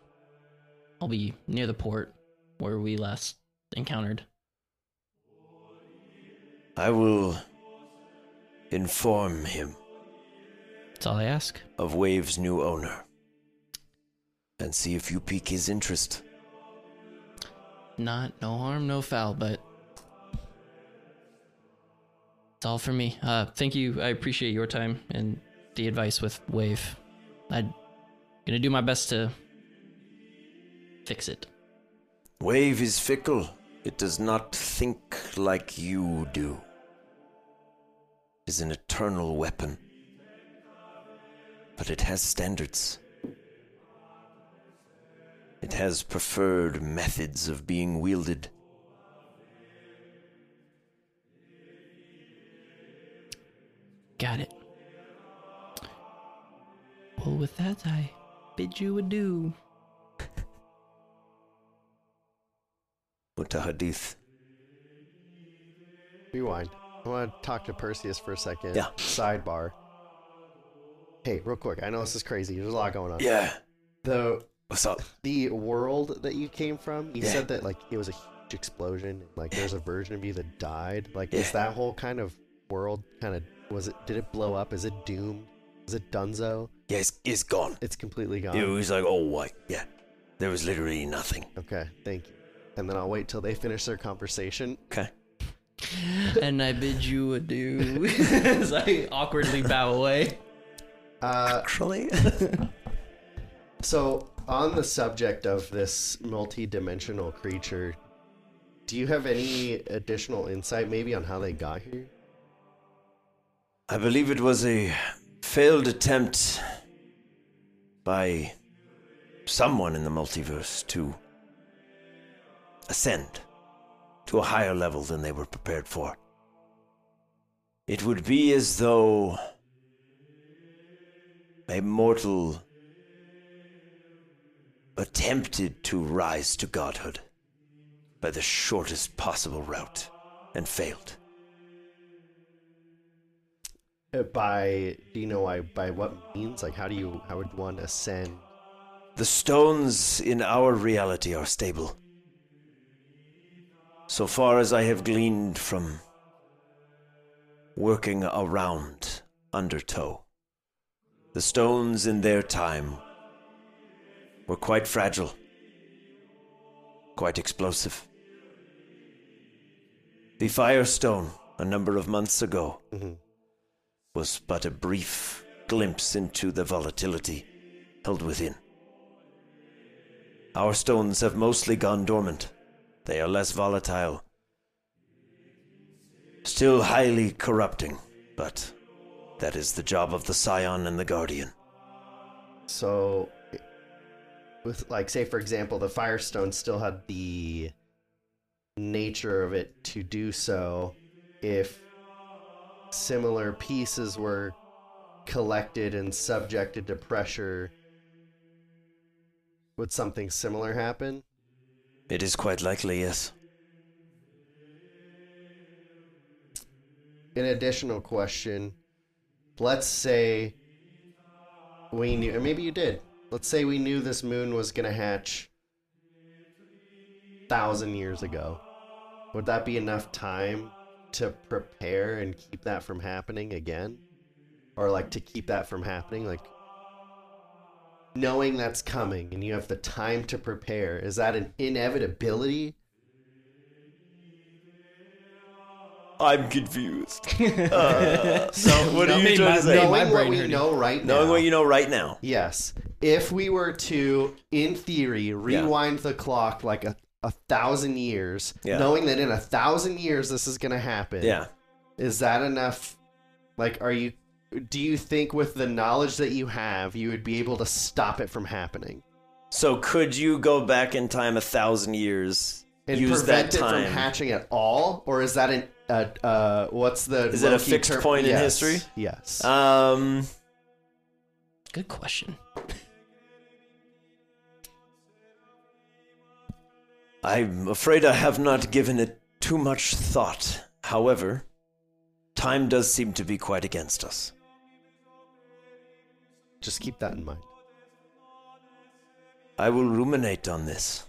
Speaker 5: I'll be near the port where we last encountered
Speaker 3: I will inform him
Speaker 5: that's all I ask
Speaker 3: of Wave's new owner and see if you pique his interest.
Speaker 5: Not no harm, no foul, but it's all for me. Uh, thank you. I appreciate your time and the advice with Wave. I'm gonna do my best to fix it.
Speaker 3: Wave is fickle. It does not think like you do. It is an eternal weapon. But it has standards. It has preferred methods of being wielded.
Speaker 5: Got it. Well, with that, I bid you adieu.
Speaker 3: Mutahadith.
Speaker 4: Rewind. I want to talk to Perseus for a second.
Speaker 3: Yeah.
Speaker 4: Sidebar. Hey, real quick. I know this is crazy. There's a lot going on.
Speaker 3: Yeah.
Speaker 4: The
Speaker 3: What's up?
Speaker 4: the world that you came from. You
Speaker 3: Yeah.
Speaker 4: said that like it was a huge explosion. Like there's a version of you that died. Like
Speaker 3: Yeah.
Speaker 4: is that whole kind of world kind of was it? Did it blow up? Is it doomed? Is it Dunzo?
Speaker 3: Yeah, it's, it's gone.
Speaker 4: It's completely gone.
Speaker 3: It was like, oh, what? Yeah. There was literally nothing.
Speaker 4: Okay, thank you. And then I'll wait till they finish their conversation.
Speaker 3: Okay.
Speaker 5: and I bid you adieu as I awkwardly bow away.
Speaker 4: Uh,
Speaker 3: Actually?
Speaker 4: So, on the subject of this multi-dimensional creature, do you have any additional insight, maybe on how they got here?
Speaker 3: I believe it was a failed attempt by someone in the multiverse to ascend to a higher level than they were prepared for. It would be as though a mortal attempted to rise to godhood by the shortest possible route and failed.
Speaker 4: Uh, By do you know why? By what means? Like, how do you? How would one ascend?
Speaker 3: The stones in our reality are stable. So far as I have gleaned from working around Undertow, the stones in their time were quite fragile, quite explosive. The Firestone, a number of months ago,
Speaker 4: Mhm.
Speaker 3: was but a brief glimpse into the volatility held within. Our stones have mostly gone dormant. They are less volatile. Still highly corrupting, but that is the job of the Scion and the Guardian.
Speaker 4: So, with like, say for example, the Firestone still had the nature of it to do so. If similar pieces were collected and subjected to pressure, would something similar happen?
Speaker 3: It is quite likely, yes.
Speaker 4: an additional question. Let's say we knew, or maybe you did. Let's say we knew this moon was going to hatch thousand years ago. Would that be enough time to prepare and keep that from happening again? or like to keep that from happening like knowing that's coming and you have the time to prepare is that an inevitability
Speaker 3: I'm confused. Uh, so what are you
Speaker 5: Made
Speaker 3: trying
Speaker 5: my-
Speaker 3: to say?
Speaker 5: made
Speaker 4: knowing what
Speaker 5: brain
Speaker 4: we
Speaker 5: hurting.
Speaker 4: know right now
Speaker 3: Knowing what you know right now.
Speaker 4: Yes. If we were to, in theory, rewind the clock like a, a thousand years,
Speaker 3: Yeah.
Speaker 4: knowing that in a thousand years this is going to happen,
Speaker 3: Yeah.
Speaker 4: is that enough? Like, are you, do you think with the knowledge that you have, you would be able to stop it from happening
Speaker 3: So could you go back in time a thousand years?
Speaker 4: and
Speaker 3: use that
Speaker 4: prevent it
Speaker 3: time.
Speaker 4: from hatching at all? Or is that an, uh, uh, what's the,
Speaker 3: Is it a
Speaker 4: Loki
Speaker 3: fixed point in
Speaker 4: Yes.
Speaker 3: history?
Speaker 4: Yes.
Speaker 3: um.
Speaker 5: Good question.
Speaker 3: I'm afraid I have not given it too much thought. However, time does seem to be quite against us.
Speaker 4: Just keep that in mind.
Speaker 3: I will ruminate on this.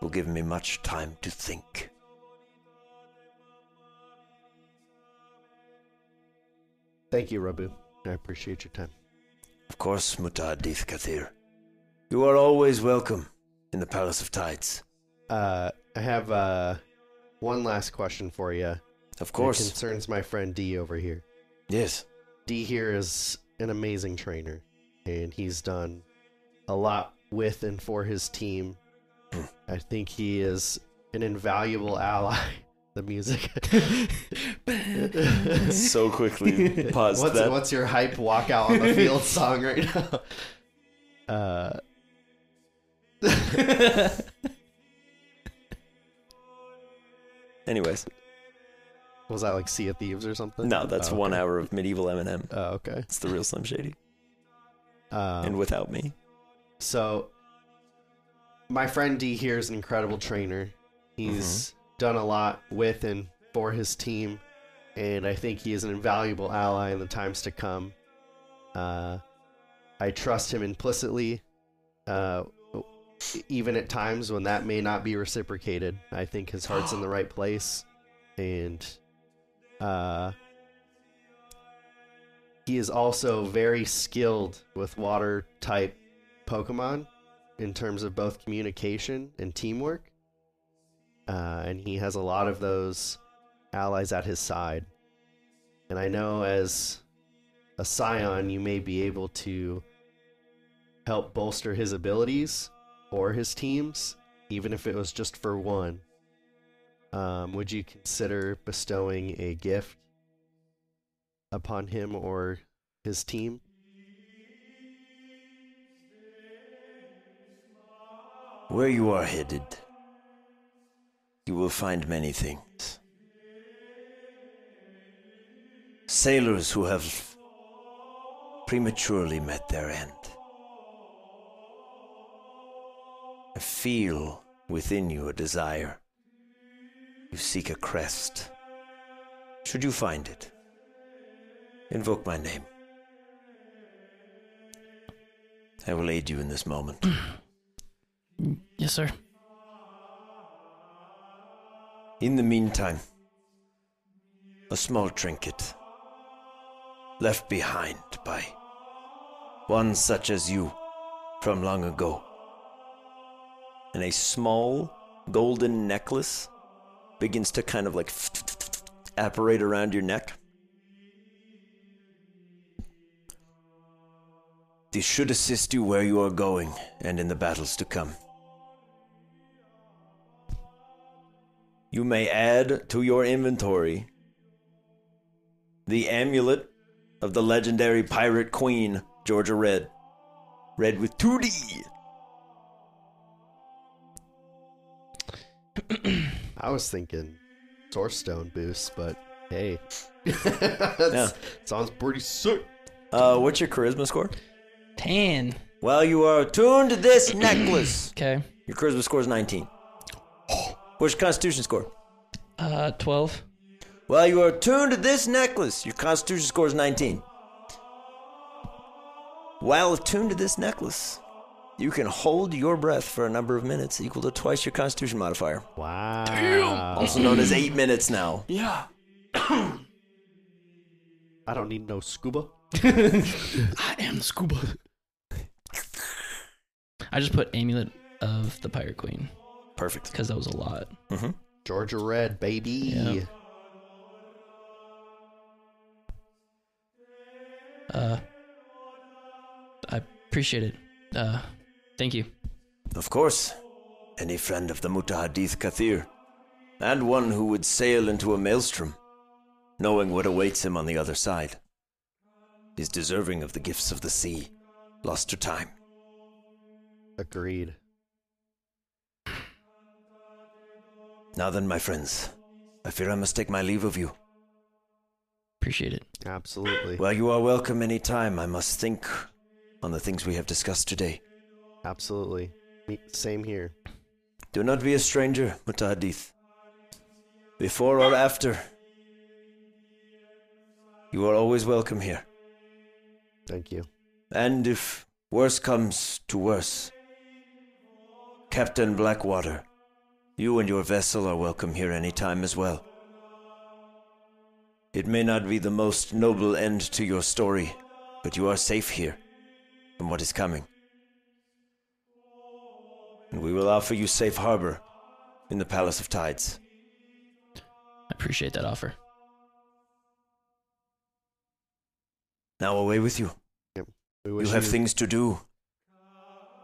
Speaker 3: Will give me much time to think.
Speaker 4: Thank you, Rabu. I appreciate your time.
Speaker 6: Of course, Mutad Dith Kathir. You are always welcome in the Palace of Tides.
Speaker 4: Uh, I have uh, one last question for you.
Speaker 6: Of
Speaker 4: It
Speaker 6: course.
Speaker 4: concerns my friend D over here.
Speaker 6: Yes.
Speaker 4: D here is an amazing trainer, and he's done a lot with and for his team.
Speaker 3: Hmm.
Speaker 4: I think he is an invaluable ally. The music.
Speaker 3: So quickly paused
Speaker 4: what's,
Speaker 3: that.
Speaker 4: what's your hype walk out on the field song right now? Uh,
Speaker 3: Anyways,
Speaker 4: was that like Sea of Thieves or something?
Speaker 3: no, that's
Speaker 4: Oh,
Speaker 3: one
Speaker 4: okay.
Speaker 3: hour of medieval Eminem.
Speaker 4: Oh, okay.
Speaker 3: It's the real Slim Shady,
Speaker 4: Um,
Speaker 3: and without me.
Speaker 4: So, my friend D here is an incredible trainer. He's done a lot with and for his team, and I think he is an invaluable ally in the times to come. Uh, I trust him implicitly, uh, even at times when that may not be reciprocated. I think his heart's in the right place, and uh, he is also very skilled with water type Pokemon in terms of both communication and teamwork. Uh, and he has a lot of those allies at his side. And I know as a Scion, you may be able to help bolster his abilities or his teams, even if it was just for one. Um, would you consider bestowing a gift upon him or his team?
Speaker 6: Where you are headed, you will find many things. Sailors who have prematurely met their end. I feel within you a desire. You seek a crest. Should you find it, invoke my name. I will aid you in this moment.
Speaker 5: Yes, sir.
Speaker 6: In the meantime, a small trinket left behind by one such as you from long ago.
Speaker 3: and a small golden necklace begins to kind of like apparate around your neck.
Speaker 6: This should assist you where you are going and in the battles to come.
Speaker 3: You may add to your inventory the amulet of the legendary pirate queen, Georgia Red. Red with 2D.
Speaker 4: I was thinking Source Stone boost, but hey. That's- Sounds pretty sick.
Speaker 3: Uh, what's your charisma score?
Speaker 5: Tan.
Speaker 3: Well, you are attuned to this necklace.
Speaker 5: Okay.
Speaker 3: Your charisma score is 19. What's your constitution score?
Speaker 5: Uh, twelve.
Speaker 3: Well, you are attuned to this necklace. Your constitution score is 19. While attuned to this necklace, you can hold your breath for a number of minutes equal to twice your constitution modifier.
Speaker 4: Wow.
Speaker 3: Also known as eight minutes now.
Speaker 4: Yeah. I don't need no scuba.
Speaker 5: I am the scuba. I just put amulet of the pirate queen
Speaker 3: Perfect.
Speaker 5: because that was a lot.
Speaker 3: Mm-hmm.
Speaker 4: Georgia Red, baby.
Speaker 5: Yeah. Uh, I appreciate it. Uh, thank you.
Speaker 6: Of course. Any friend of the Mutahadith Kathir. And one who would sail into a maelstrom, knowing what awaits him on the other side. Is deserving of the gifts of the sea, lost to time.
Speaker 4: Agreed.
Speaker 6: Now then, my friends, I fear I must take my leave of you.
Speaker 5: Appreciate it.
Speaker 4: Absolutely.
Speaker 6: Well, you are welcome any time. I must think on the things we have discussed today.
Speaker 4: Absolutely. Me- Same here.
Speaker 6: Do not be a stranger, Mutahadith. Before or after, you are always welcome here.
Speaker 4: Thank you.
Speaker 6: And if worse comes to worse, Captain Blackwater, you and your vessel are welcome here any time as well. It may not be the most noble end to your story, but you are safe here from what is coming. And we will offer you safe harbor in the Palace of Tides.
Speaker 5: I appreciate that offer.
Speaker 6: Now away with you.
Speaker 4: We
Speaker 6: You
Speaker 4: wish
Speaker 6: have things to do,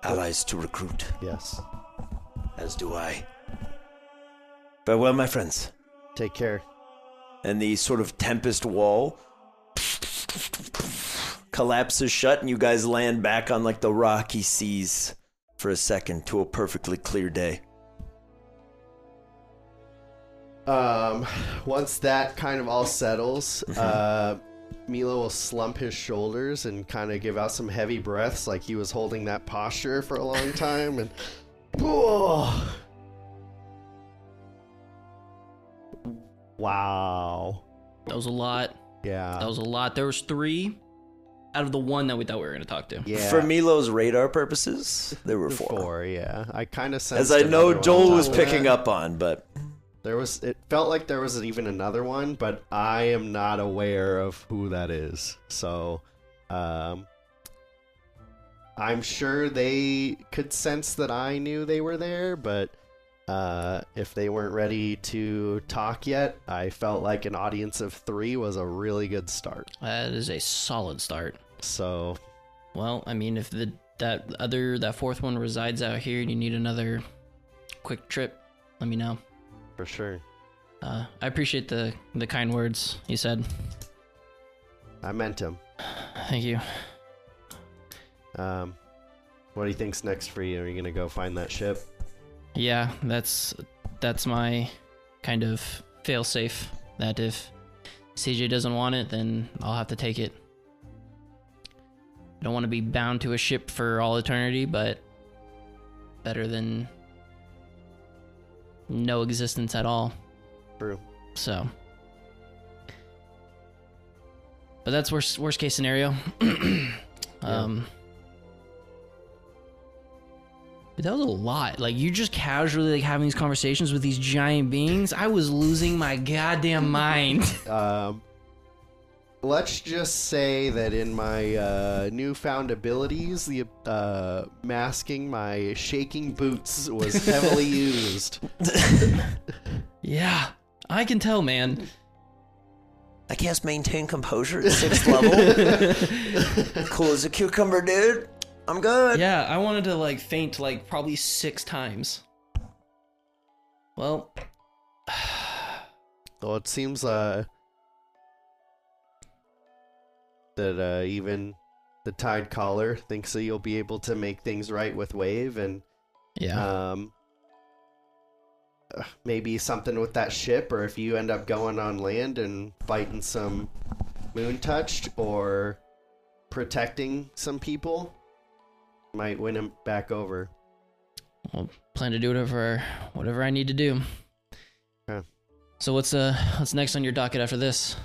Speaker 6: allies to recruit.
Speaker 4: Yes.
Speaker 6: As do I. Farewell, my friends.
Speaker 4: Take care.
Speaker 3: And the sort of tempest wall collapses shut, and you guys land back on like the rocky seas for a second to a perfectly clear day.
Speaker 4: Um, once that kind of all settles,
Speaker 5: Mm-hmm.
Speaker 4: uh, Milo will slump his shoulders and kind of give out some heavy breaths, like he was holding that posture for a long time. And wow,
Speaker 5: That was a lot.
Speaker 4: yeah,
Speaker 5: That was a lot. There was three out of the one that we thought we were gonna talk to.
Speaker 4: yeah.
Speaker 3: For Milo's radar purposes, there were
Speaker 4: There
Speaker 3: four.
Speaker 4: were four, yeah. I kind of
Speaker 3: As I know Joel was
Speaker 5: top of
Speaker 3: picking up on, but
Speaker 4: There was. It felt like there was even another one, but I am not aware of who that is. So, um, I'm sure they could sense that I knew they were there, but uh, if they weren't ready to talk yet, I felt like an audience of three was a really good start.
Speaker 5: That is a solid start.
Speaker 4: So,
Speaker 5: Well, I mean, if the that other that fourth one resides out here and you need another quick trip, let me know.
Speaker 4: for sure,
Speaker 5: Uh, I appreciate the the kind words you said.
Speaker 4: I meant him.
Speaker 5: Thank you.
Speaker 4: Um, what do you think's next for you? Are you gonna go find that ship?
Speaker 5: Yeah, that's that's my kind of failsafe. That if CJ doesn't want it, then I'll have to take it. I don't want to be bound to a ship for all eternity, but better than no existence at all.
Speaker 4: True.
Speaker 5: So, but that's worst worst case scenario. um, but that was a lot. Like you just casually like having these conversations with these giant beings. I was losing my goddamn mind.
Speaker 4: Um, let's just say that in my uh, newfound abilities, the uh, masking my shaking boots was heavily used.
Speaker 5: yeah, I can tell, man.
Speaker 3: I can't maintain composure at sixth level. cool as a cucumber, dude. I'm good.
Speaker 5: Yeah, I wanted to like faint like probably six times. Well,
Speaker 4: Well, it seems uh, that uh, even the Tide Caller thinks that you'll be able to make things right with Wave, and
Speaker 5: yeah,
Speaker 4: um, uh, maybe something with that ship, or if you end up going on land and fighting some moon touched or protecting some people, might win him back over.
Speaker 5: I'll plan to do whatever whatever I need to do.
Speaker 4: Okay.
Speaker 5: So what's uh what's next on your docket after this?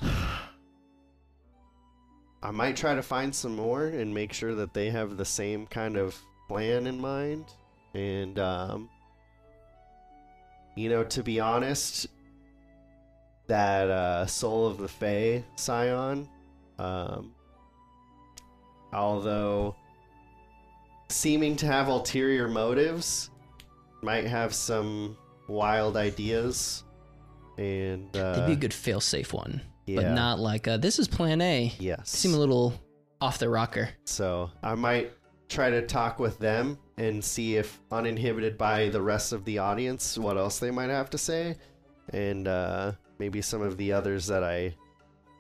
Speaker 4: I might try to find some more and make sure that they have the same kind of plan in mind. And, um, you know, to be honest, that uh, Soul of the Fae scion, Um, although seeming to have ulterior motives, might have some wild ideas. And uh,
Speaker 5: That'd be a good fail-safe one,
Speaker 4: yeah.
Speaker 5: but not like uh, this is Plan A.
Speaker 4: yes,
Speaker 5: Seem a little off the rocker.
Speaker 4: So I might try to talk with them and see if uninhibited by the rest of the audience, what else they might have to say, and uh, maybe some of the others that I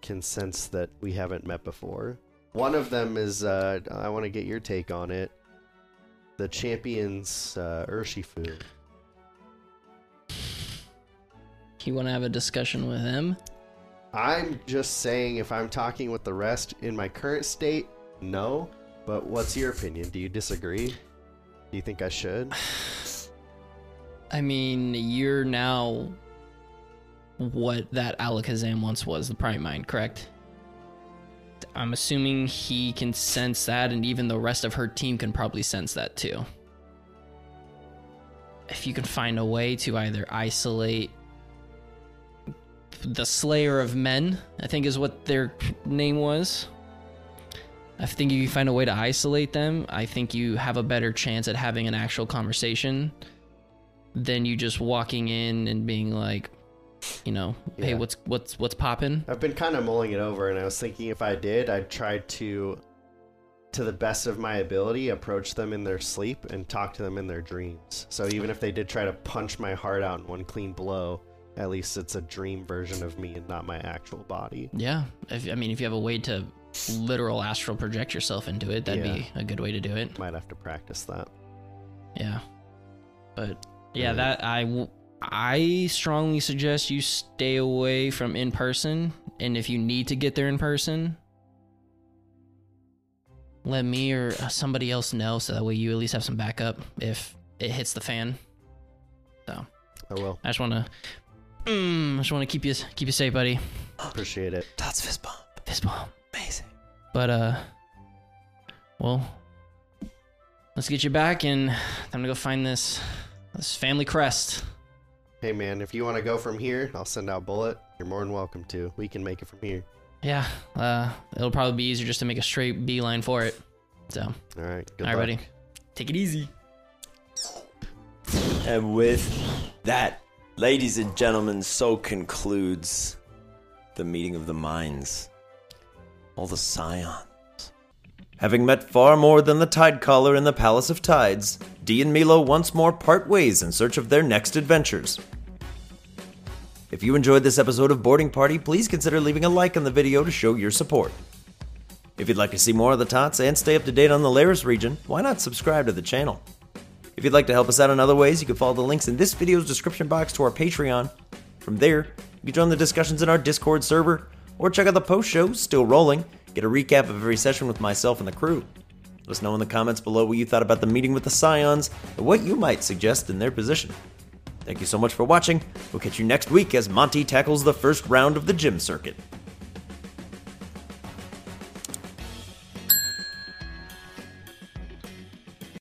Speaker 4: can sense that we haven't met before. One of them is uh, I want to get your take on it. The champions uh, Urshifu.
Speaker 5: You want to have a discussion with him?
Speaker 4: I'm just saying, if I'm talking with the rest in my current state, no. But what's your opinion? Do you disagree? Do you think I should?
Speaker 5: I mean, you're now what that Alakazam once was, the Prime Mind, correct? I'm assuming he can sense that, and even the rest of her team can probably sense that too. If you can find a way to either isolate the Slayer of Men, I think is what their name was. I think if you find a way to isolate them, I think you have a better chance at having an actual conversation than you just walking in and being like, you know, hey,
Speaker 4: Yeah.
Speaker 5: what's what's what's popping?
Speaker 4: I've been kind of mulling it over, and I was thinking if I did, I'd try to, to the best of my ability, approach them in their sleep and talk to them in their dreams. So even if they did try to punch my heart out in one clean blow, at least it's a dream version of me and not my actual body.
Speaker 5: Yeah, if, I mean, if you have a way to literal astral project yourself into it, that'd be a good way to do it.
Speaker 4: Might have to practice that.
Speaker 5: Yeah, but yeah,
Speaker 4: Mm.
Speaker 5: that I w- I strongly suggest you stay away from in person, and if you need to get there in person. Let me or uh, somebody else know so that way you at least have some backup if it hits the fan. So
Speaker 4: I will
Speaker 5: I just want to, mm, I just want to keep you keep you safe, buddy.
Speaker 4: appreciate it.
Speaker 3: That's fist bump.
Speaker 5: Fist bump.
Speaker 3: Amazing.
Speaker 5: But uh, well, let's get you back and time to go find this this family crest.
Speaker 4: Hey man, if you want to go from here, I'll send out bullet. You're more than welcome to. We can make it from here.
Speaker 5: Yeah, uh, it'll probably be easier just to make a straight beeline for it. So, all
Speaker 4: All right. Good
Speaker 5: right,
Speaker 4: luck.
Speaker 5: buddy, take it easy.
Speaker 3: And with that, ladies and gentlemen, so concludes the meeting of the minds. All the scions. Having met far more than the Tide Caller in the Palace of Tides, Dee and Milo once more part ways in search of their next adventures. If you enjoyed this episode of Boarding Party, please consider leaving a like on the video to show your support. If you'd like to see more of the Tots and stay up to date on the Laris region, why not subscribe to the channel? If you'd like to help us out in other ways, you can follow the links in this video's description box to our Patreon. From there, you can join the discussions in our Discord server, or check out the post show, Still Rolling, get a recap of every session with myself and the crew. Let us know in the comments below what you thought about the meeting with the Scions, and what you might suggest in their position. Thank you so much for watching. We'll catch you next week as Monty tackles the first round of the gym circuit.